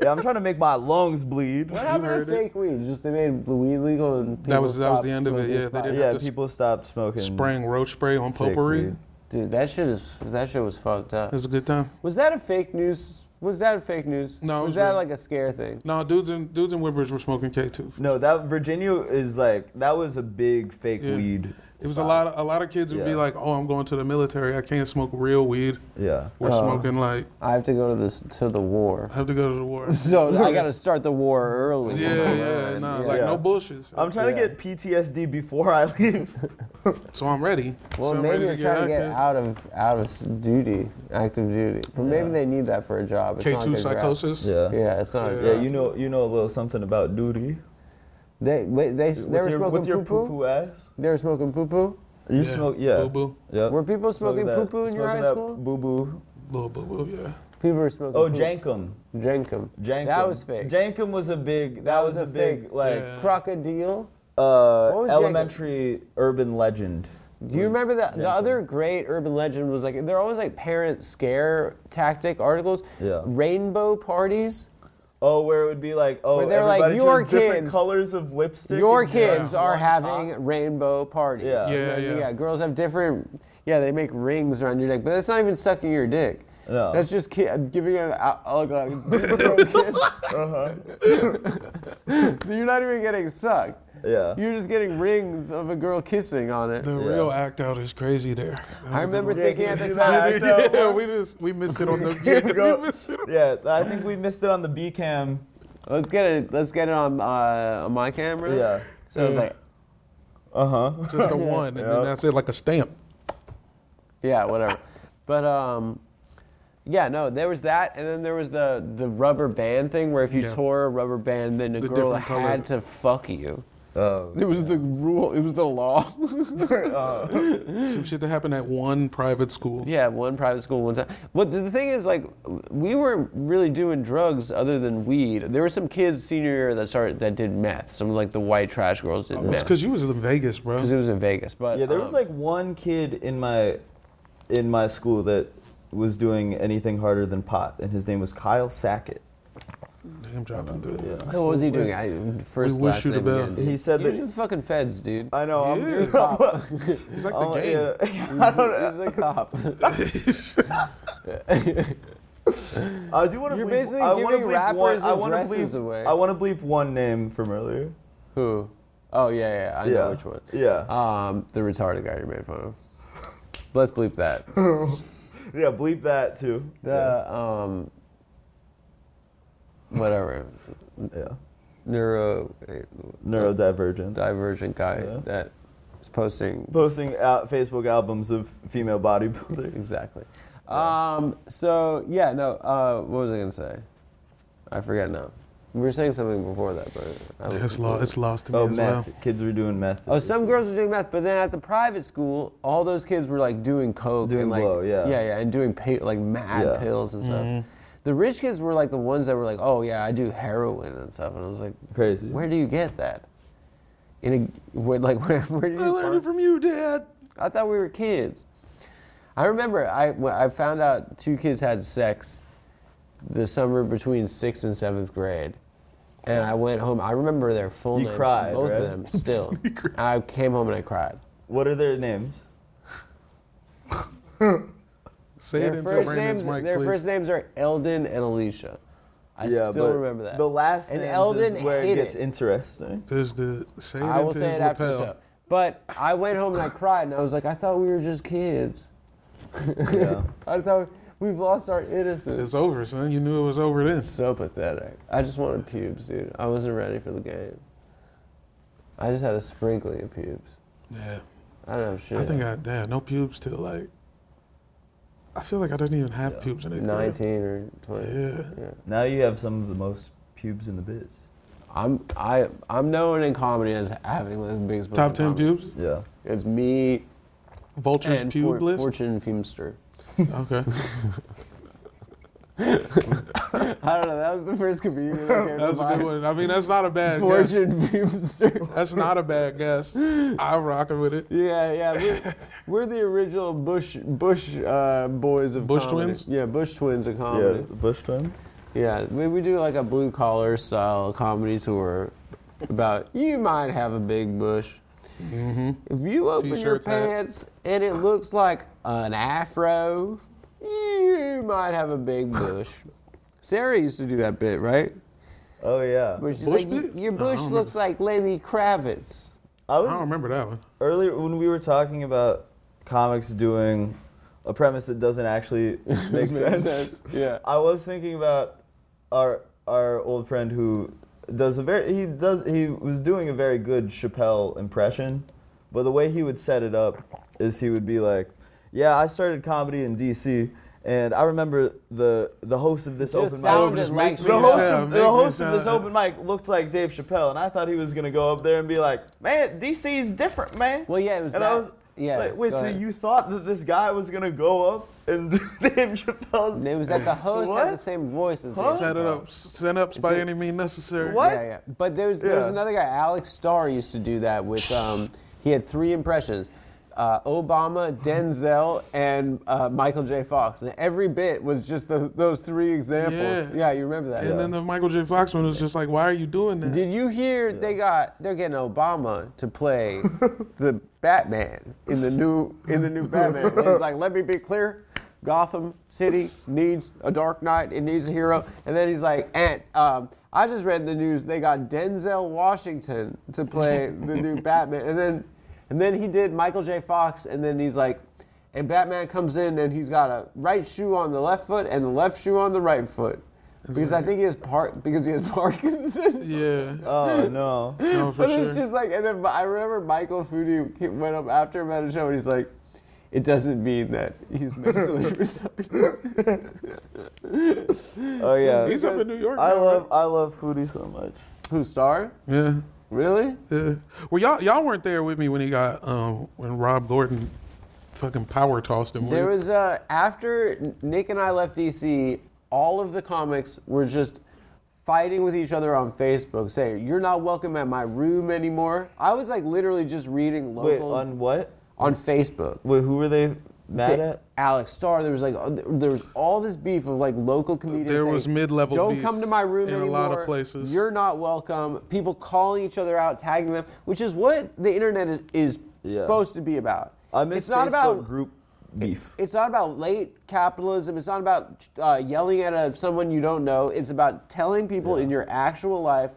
[SPEAKER 2] yeah, I'm trying to make my lungs bleed.
[SPEAKER 1] What happened
[SPEAKER 5] heard
[SPEAKER 1] to
[SPEAKER 5] it.
[SPEAKER 1] fake weed? Just they made the weed legal and
[SPEAKER 5] That was-
[SPEAKER 1] people
[SPEAKER 5] that was the
[SPEAKER 1] stopped
[SPEAKER 5] end of it,
[SPEAKER 1] smoking
[SPEAKER 5] yeah, they
[SPEAKER 1] Spice.
[SPEAKER 5] didn't-
[SPEAKER 2] Yeah,
[SPEAKER 5] Just
[SPEAKER 2] people stopped smoking.
[SPEAKER 5] Spraying roach spray on potpourri.
[SPEAKER 2] weed.
[SPEAKER 1] Dude, that shit is that shit was fucked up.
[SPEAKER 5] It was a good time.
[SPEAKER 1] Was that a fake news? Was that fake news?
[SPEAKER 5] No, it
[SPEAKER 1] Was,
[SPEAKER 5] was
[SPEAKER 1] that
[SPEAKER 5] real.
[SPEAKER 1] like a scare thing?
[SPEAKER 5] No, dudes and dudes and Woodbridge were smoking K2.
[SPEAKER 2] No, that Virginia is like that was a big fake
[SPEAKER 5] Yeah.
[SPEAKER 2] weed.
[SPEAKER 5] It was a
[SPEAKER 2] spot.
[SPEAKER 5] lot. Of, a lot of kids would be
[SPEAKER 2] Yeah.
[SPEAKER 5] like, "Oh, I'm going to the military. I can't smoke real weed.
[SPEAKER 2] Yeah.
[SPEAKER 5] We're smoking like
[SPEAKER 1] I have to go to this to the war.
[SPEAKER 5] I have to go to the war."
[SPEAKER 1] So I got to start the war early.
[SPEAKER 5] yeah, yeah, nah, like
[SPEAKER 2] Yeah.
[SPEAKER 5] no bullshits.
[SPEAKER 2] I'm trying
[SPEAKER 1] Yeah.
[SPEAKER 2] to get PTSD before I leave.
[SPEAKER 5] so I'm ready.
[SPEAKER 1] Well,
[SPEAKER 5] so I'm
[SPEAKER 1] maybe
[SPEAKER 5] ready
[SPEAKER 1] they're trying to get
[SPEAKER 5] active.
[SPEAKER 1] out of out of s- duty, active duty. But maybe they need that for a job. It's not
[SPEAKER 5] K2
[SPEAKER 1] their job.
[SPEAKER 5] psychosis.
[SPEAKER 2] yeah. yeah.
[SPEAKER 1] Yeah, it's not.
[SPEAKER 5] Yeah.
[SPEAKER 1] Yeah.
[SPEAKER 2] you know, you know a little something about duty.
[SPEAKER 1] They wait, they they were
[SPEAKER 2] with your, with
[SPEAKER 1] smoking
[SPEAKER 2] your
[SPEAKER 1] poo
[SPEAKER 2] poo
[SPEAKER 1] poo.
[SPEAKER 2] poo ass.
[SPEAKER 1] They were smoking poo poo.
[SPEAKER 2] You smoke, yeah.
[SPEAKER 5] Boo boo.
[SPEAKER 2] Yep.
[SPEAKER 1] Were people smoking poo poo in your high school?
[SPEAKER 2] Boo boo.
[SPEAKER 5] Little boo boo, yeah.
[SPEAKER 1] People were smoking.
[SPEAKER 2] Oh,
[SPEAKER 1] poo.
[SPEAKER 2] Jankum.
[SPEAKER 1] Jankum.
[SPEAKER 2] Jankum.
[SPEAKER 1] That was fake.
[SPEAKER 2] Jankum was a big. That, was, a big like
[SPEAKER 5] Yeah.
[SPEAKER 1] Crocodile.
[SPEAKER 2] uh,
[SPEAKER 1] What was
[SPEAKER 2] elementary urban legend.
[SPEAKER 1] Do you remember that? The other great urban legend was like they're always like parent scare tactic articles.
[SPEAKER 2] Yeah.
[SPEAKER 1] Rainbow parties.
[SPEAKER 2] Oh, where it would be like, oh,
[SPEAKER 1] Where they're like,
[SPEAKER 2] everybody
[SPEAKER 1] your
[SPEAKER 2] chose different
[SPEAKER 1] kids-
[SPEAKER 2] colors of lipstick.
[SPEAKER 1] Your
[SPEAKER 2] and stuff.
[SPEAKER 1] kids are having rainbow parties.
[SPEAKER 2] Yeah.
[SPEAKER 1] And
[SPEAKER 5] Yeah,
[SPEAKER 1] then,
[SPEAKER 5] yeah.
[SPEAKER 1] Girls have different. Yeah, they make rings around your neck, but that's not even sucking your dick.
[SPEAKER 2] No.
[SPEAKER 1] That's just ki- giving it a, a, like a deep-throat kiss. Uh-huh. You're not even getting sucked.
[SPEAKER 2] Yeah.
[SPEAKER 1] You're just getting rings of a girl kissing on it.
[SPEAKER 5] The real act out is crazy there.
[SPEAKER 1] I remember
[SPEAKER 2] Yeah,
[SPEAKER 1] thinking
[SPEAKER 2] can
[SPEAKER 1] at the
[SPEAKER 2] you
[SPEAKER 1] time.
[SPEAKER 2] see that? Act out
[SPEAKER 5] yeah,
[SPEAKER 2] one?
[SPEAKER 5] we just we missed it on the. Yeah,
[SPEAKER 2] Go-
[SPEAKER 5] we missed it on-
[SPEAKER 2] yeah, I think we missed it on the B cam.
[SPEAKER 1] Let's get it. Let's get it on uh, on my camera.
[SPEAKER 2] Yeah.
[SPEAKER 1] So it's like,
[SPEAKER 2] Uh huh.
[SPEAKER 5] just a one, and then that's it, like a stamp.
[SPEAKER 1] yeah, whatever. But um, yeah, no, there was that, and then there was the the rubber band thing where if you
[SPEAKER 5] Yeah.
[SPEAKER 1] tore a rubber band, then a
[SPEAKER 5] The
[SPEAKER 1] girl
[SPEAKER 5] different color.
[SPEAKER 1] had to fuck you.
[SPEAKER 2] Oh.
[SPEAKER 1] It was the rule. It was the law.
[SPEAKER 5] Some shit that happened at one private school.
[SPEAKER 1] yeah, one private school, one time. But the the thing is, like, we weren't really doing drugs other than weed. There were some kids senior year that started that did meth. Some like the white trash girls did
[SPEAKER 5] Oh, It's
[SPEAKER 1] meth
[SPEAKER 5] because you was in Vegas, bro.
[SPEAKER 1] because it was in Vegas. But
[SPEAKER 2] Yeah, there was
[SPEAKER 1] um,
[SPEAKER 2] like one kid in my in my school that was doing anything harder than pot, and his name was Kyle Sackett.
[SPEAKER 5] Damn, dropping through.
[SPEAKER 1] What was he doing? I, first
[SPEAKER 5] wish
[SPEAKER 1] last
[SPEAKER 5] you the
[SPEAKER 1] name
[SPEAKER 5] best.
[SPEAKER 1] again, dude.
[SPEAKER 2] He said
[SPEAKER 1] Use
[SPEAKER 2] that.
[SPEAKER 1] the fucking feds, dude.
[SPEAKER 2] I know. I'm
[SPEAKER 5] Yeah.
[SPEAKER 2] doing pop.
[SPEAKER 5] He's like
[SPEAKER 2] Oh,
[SPEAKER 5] the game.
[SPEAKER 2] yeah.
[SPEAKER 1] I don't He's a cop.
[SPEAKER 2] I do want to.
[SPEAKER 1] You're
[SPEAKER 2] bleep,
[SPEAKER 1] basically
[SPEAKER 2] I wanna
[SPEAKER 1] giving
[SPEAKER 2] bleep
[SPEAKER 1] rappers'
[SPEAKER 2] one, I wanna
[SPEAKER 1] addresses
[SPEAKER 2] bleep,
[SPEAKER 1] away.
[SPEAKER 2] I want to bleep one name from earlier.
[SPEAKER 1] Who? Oh yeah, yeah. I
[SPEAKER 2] yeah.
[SPEAKER 1] know which one.
[SPEAKER 2] Yeah.
[SPEAKER 1] Um, the retarded guy you made fun of. Let's bleep that.
[SPEAKER 2] yeah. Bleep that too.
[SPEAKER 1] The um, whatever,
[SPEAKER 2] yeah. yeah.
[SPEAKER 1] neuro
[SPEAKER 2] Neurodivergent.
[SPEAKER 1] divergent guy
[SPEAKER 2] Yeah.
[SPEAKER 1] that is posting
[SPEAKER 2] Posting out Facebook albums of female bodybuilders.
[SPEAKER 1] exactly. Um, so yeah, no. Uh, what was I gonna say? I forget now. We were saying something before that, but I don't-
[SPEAKER 5] It's lost. It's lost to me
[SPEAKER 2] Oh,
[SPEAKER 5] as
[SPEAKER 2] meth.
[SPEAKER 5] well.
[SPEAKER 2] Kids were doing meth.
[SPEAKER 1] Oh, some girls were doing meth, but then at the private school, all those kids were like doing coke
[SPEAKER 2] Doing
[SPEAKER 1] and like
[SPEAKER 2] blow, yeah.
[SPEAKER 1] yeah, yeah, and doing pa- like mad
[SPEAKER 2] Yeah.
[SPEAKER 1] pills and stuff. The rich kids were like the ones that were like, "Oh yeah, I do heroin and stuff," and I was like,
[SPEAKER 2] Crazy.
[SPEAKER 1] Where do you get that? In a where, like where, where do you?
[SPEAKER 5] I learned it
[SPEAKER 1] find-
[SPEAKER 5] from you, Dad.
[SPEAKER 1] I thought we were kids. I remember I when I found out two kids had sex the summer between sixth and seventh grade. And I went home. I remember their full
[SPEAKER 2] You
[SPEAKER 1] names,
[SPEAKER 2] cried,
[SPEAKER 1] both
[SPEAKER 2] right?
[SPEAKER 1] of them. Still, I came home and I cried.
[SPEAKER 2] What are their names?
[SPEAKER 5] Say it
[SPEAKER 1] Their
[SPEAKER 5] into
[SPEAKER 1] first
[SPEAKER 5] Brandon's
[SPEAKER 1] names,
[SPEAKER 5] mic,
[SPEAKER 1] their
[SPEAKER 5] please.
[SPEAKER 1] first names are Eldon and Alicia. I still
[SPEAKER 2] but
[SPEAKER 1] remember that.
[SPEAKER 2] The last
[SPEAKER 1] and
[SPEAKER 2] names
[SPEAKER 1] Eldon
[SPEAKER 2] is where it
[SPEAKER 1] hate
[SPEAKER 2] gets interesting.
[SPEAKER 5] There's the say it
[SPEAKER 1] I will
[SPEAKER 5] into
[SPEAKER 1] say
[SPEAKER 5] his
[SPEAKER 1] it after the
[SPEAKER 5] lapel.
[SPEAKER 1] show. But I went home and I cried, and I was like, I thought we were just kids.
[SPEAKER 2] Yeah.
[SPEAKER 1] I thought we've lost our innocence.
[SPEAKER 5] It's over, son. You knew it was over then.
[SPEAKER 1] So pathetic. I just wanted pubes, dude. I wasn't ready for the game. I just had a sprinkling of pubes.
[SPEAKER 5] Yeah.
[SPEAKER 1] I don't have shit.
[SPEAKER 5] I think I damn no pubes till like. I feel like I didn't even have pubes in eighth grade.
[SPEAKER 1] 19 or 20.
[SPEAKER 5] Yeah.
[SPEAKER 2] Now you have some of the most pubes in the biz.
[SPEAKER 1] I'm I I'm known in comedy as having the biggest
[SPEAKER 5] Top
[SPEAKER 1] book in
[SPEAKER 5] ten
[SPEAKER 1] comedy.
[SPEAKER 5] pubes.
[SPEAKER 2] Yeah.
[SPEAKER 1] It's me
[SPEAKER 5] Vulture's
[SPEAKER 1] and
[SPEAKER 5] pube
[SPEAKER 1] For-
[SPEAKER 5] list.
[SPEAKER 1] Fortune Fumster.
[SPEAKER 5] Okay.
[SPEAKER 1] I don't know. That was the first comedian that came
[SPEAKER 5] That's
[SPEAKER 1] to
[SPEAKER 5] a
[SPEAKER 1] mind.
[SPEAKER 5] good one. I mean, that's not a bad guess.
[SPEAKER 1] Fortune Fumster.
[SPEAKER 5] That's not a bad guess. I'm rocking with it.
[SPEAKER 1] Yeah, yeah. We're, we're the original Bush Bush uh, boys of
[SPEAKER 5] Bush
[SPEAKER 1] comedy.
[SPEAKER 5] twins?
[SPEAKER 1] Yeah, Bush twins of comedy.
[SPEAKER 2] Bush trend.
[SPEAKER 1] Yeah, we, we do like a blue collar style comedy tour about you might have a big bush. If you open your
[SPEAKER 5] Mm-hmm. T-shirts, hats.
[SPEAKER 1] pants and it looks like an afro, you might have a big bush. Sarah used to do that bit, right?
[SPEAKER 2] Oh yeah.
[SPEAKER 1] Where she's
[SPEAKER 5] Bush
[SPEAKER 1] like, "Y-
[SPEAKER 5] bit?
[SPEAKER 1] your
[SPEAKER 5] No, I don't
[SPEAKER 1] bush looks like Lady Kravitz.
[SPEAKER 2] I
[SPEAKER 5] I don't
[SPEAKER 2] was
[SPEAKER 5] remember that one.
[SPEAKER 2] earlier when we were talking about comics doing a premise that doesn't actually make sense.
[SPEAKER 1] Yeah.
[SPEAKER 2] I was thinking about our our old friend who does a very he does he was doing a very good Chappelle impression, but the way he would set it up is he would be like, "Yeah, I started comedy in D.C." And I remember the the host of this
[SPEAKER 1] Just
[SPEAKER 2] open mic.
[SPEAKER 1] sounded
[SPEAKER 5] Just
[SPEAKER 1] like
[SPEAKER 5] make-
[SPEAKER 2] The
[SPEAKER 1] she
[SPEAKER 2] host,
[SPEAKER 1] does.
[SPEAKER 5] Yeah,
[SPEAKER 2] of,
[SPEAKER 5] make
[SPEAKER 2] the host
[SPEAKER 5] me
[SPEAKER 2] of this
[SPEAKER 5] sound-
[SPEAKER 2] open mic looked like Dave Chappelle, and I thought he was gonna go up there and be like, "Man, DC's different, man."
[SPEAKER 1] Well, yeah, it was
[SPEAKER 2] and
[SPEAKER 1] that-
[SPEAKER 2] I was,
[SPEAKER 1] yeah,
[SPEAKER 2] like, wait,
[SPEAKER 1] go
[SPEAKER 2] so
[SPEAKER 1] ahead.
[SPEAKER 2] you thought that this guy was gonna go up and do Dave Chappelle's?
[SPEAKER 1] It was that the host had the
[SPEAKER 2] What?
[SPEAKER 1] same voice as Lady
[SPEAKER 5] Set it up. s- Set ups by any means necessary.
[SPEAKER 2] What?
[SPEAKER 1] Yeah, yeah. But there was, there was
[SPEAKER 2] Yeah.
[SPEAKER 1] another guy, Alex Starr, used to do that with. Um, he had three impressions: uh, Obama, Denzel, and uh, Michael J. Fox. And every bit was just the, those three examples. Yeah,
[SPEAKER 5] Yeah.
[SPEAKER 1] you remember that.
[SPEAKER 5] And then the Michael J. Fox one was just like, why are you doing that?
[SPEAKER 1] Did you hear they got they're getting Obama to play the Batman in the new in the new Batman? And he's like, let me be clear, Gotham City needs a Dark Knight. It needs a hero. And then he's like, and um, I just read in the news they got Denzel Washington to play the new Batman. And then and then he did Michael J. Fox. And then he's like. And Batman comes in and he's got a right shoe on the left foot and the left shoe on the right foot. Because I think he has part because he has Parkinson's.
[SPEAKER 5] yeah.
[SPEAKER 2] Oh no!
[SPEAKER 5] no, for
[SPEAKER 1] Uh, But
[SPEAKER 5] sure.
[SPEAKER 1] it's just like, and then I remember Michael Foodie came- went up after him at a show and he's like, it doesn't mean that he's mentally retarded.
[SPEAKER 2] Oh yeah,
[SPEAKER 5] He's up in New York.
[SPEAKER 2] I
[SPEAKER 5] now, right?
[SPEAKER 2] love I love foodie so much.
[SPEAKER 1] Who star?
[SPEAKER 5] Yeah.
[SPEAKER 1] Really?
[SPEAKER 5] Yeah. Well, y'all y'all weren't there with me when he got um when Rob Gordon fucking power tossed him. were
[SPEAKER 1] There
[SPEAKER 5] you?
[SPEAKER 1] was uh, after Nick and I left DC, all of the comics were just fighting with each other on Facebook, saying you're not welcome at my room anymore. I was like literally just reading
[SPEAKER 2] Wait,
[SPEAKER 1] local
[SPEAKER 2] on what?
[SPEAKER 1] on Facebook.
[SPEAKER 2] Wait, who were they mad
[SPEAKER 1] the-
[SPEAKER 2] at?
[SPEAKER 1] Alex Starr. There was like uh, there was all this beef of like local comedians.
[SPEAKER 5] There
[SPEAKER 1] saying,
[SPEAKER 5] was mid-level
[SPEAKER 1] Don't
[SPEAKER 5] beef
[SPEAKER 1] come to my room
[SPEAKER 5] in a
[SPEAKER 1] anymore.
[SPEAKER 5] lot of places."
[SPEAKER 1] You're not welcome. People calling each other out, tagging them, which is what the internet is, is
[SPEAKER 2] Yeah.
[SPEAKER 1] supposed to be about.
[SPEAKER 2] I miss
[SPEAKER 1] it's not
[SPEAKER 2] Facebook
[SPEAKER 1] about
[SPEAKER 2] group beef.
[SPEAKER 1] It's not about late capitalism. It's not about uh, yelling at a, someone you don't know. It's about telling people in your actual life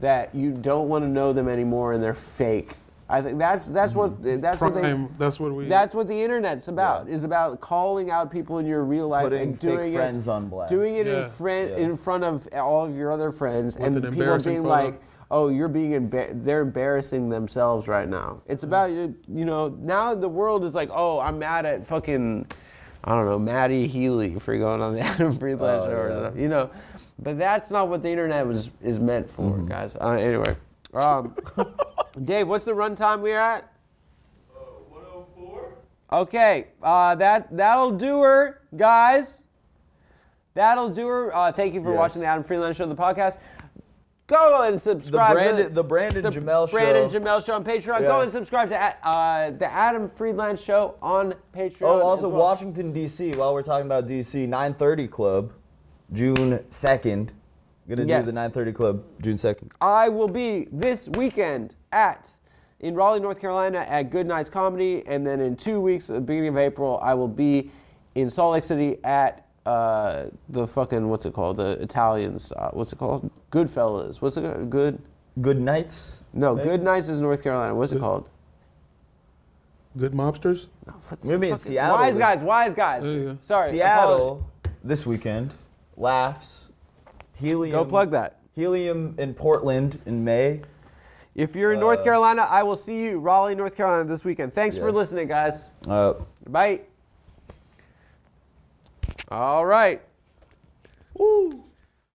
[SPEAKER 1] that you don't want to know them anymore and they're fake. I think that's that's what that's what they
[SPEAKER 5] Mm-hmm. Prime, that's what we.
[SPEAKER 1] that's what the internet's about. Is about calling out people in your real life
[SPEAKER 2] Putting
[SPEAKER 1] and
[SPEAKER 2] fake
[SPEAKER 1] doing it,
[SPEAKER 2] friends on blast.
[SPEAKER 1] doing it
[SPEAKER 5] Yeah.
[SPEAKER 1] in front
[SPEAKER 2] Yeah.
[SPEAKER 1] in front of all of your other friends, and
[SPEAKER 5] an
[SPEAKER 1] people
[SPEAKER 5] embarrassing
[SPEAKER 1] being
[SPEAKER 5] photo.
[SPEAKER 1] like, "Oh, you're being embar- they're embarrassing themselves right now." It's about you, you know. Now the world is like, "Oh, I'm mad at fucking, I don't know, Maddie Healy for going on the Adam Friedlander
[SPEAKER 2] Oh,
[SPEAKER 1] or
[SPEAKER 2] yeah.
[SPEAKER 1] something," you know. But that's not what the internet was is meant for,
[SPEAKER 2] Mm-hmm.
[SPEAKER 1] guys. Uh, anyway, um, Dave, what's the runtime we're at? Okay, uh, that that'll do her, guys. That'll do her. Uh, thank you for
[SPEAKER 2] Yes.
[SPEAKER 1] watching the Adam Freeland Show, the podcast. Go and
[SPEAKER 2] The
[SPEAKER 1] subscribe.
[SPEAKER 2] Brandon,
[SPEAKER 1] to
[SPEAKER 2] the Brandon Jamel show.
[SPEAKER 1] Brandon Jamel Show on Patreon. Go
[SPEAKER 2] Yes.
[SPEAKER 1] and subscribe to at- uh, the Adam Friedland Show on Patreon.
[SPEAKER 2] Oh, also
[SPEAKER 1] as well.
[SPEAKER 2] Washington D.C. While we're talking about D.C., 9:30 Club, June 2nd. Gonna
[SPEAKER 1] Yes.
[SPEAKER 2] do the 9:30 Club June 2nd.
[SPEAKER 1] I will be this weekend at in Raleigh, North Carolina at Good Nights Comedy, and then in two weeks, at the beginning of April, I will be in Salt Lake City at uh, the fucking what's it called? The Italian style. What's it called? Goodfellas. What's it called? Good?
[SPEAKER 2] Good nights.
[SPEAKER 1] No, Good Nights is North Carolina. What's it called?
[SPEAKER 5] good mobsters.
[SPEAKER 2] We'll be in
[SPEAKER 1] Fucking
[SPEAKER 2] Seattle.
[SPEAKER 1] Wise
[SPEAKER 2] this-
[SPEAKER 1] guys, wise guys.
[SPEAKER 5] Yeah, yeah.
[SPEAKER 1] Sorry, apologies.
[SPEAKER 2] Seattle this weekend. Laughs. Helium.
[SPEAKER 1] Go plug that.
[SPEAKER 2] Helium in Portland in May.
[SPEAKER 1] If you're in North Carolina, I will see you Raleigh, North Carolina this weekend. Thanks for
[SPEAKER 2] Uh, Yes.
[SPEAKER 1] listening, guys.
[SPEAKER 2] Uh,
[SPEAKER 1] Bye. All right. Woo.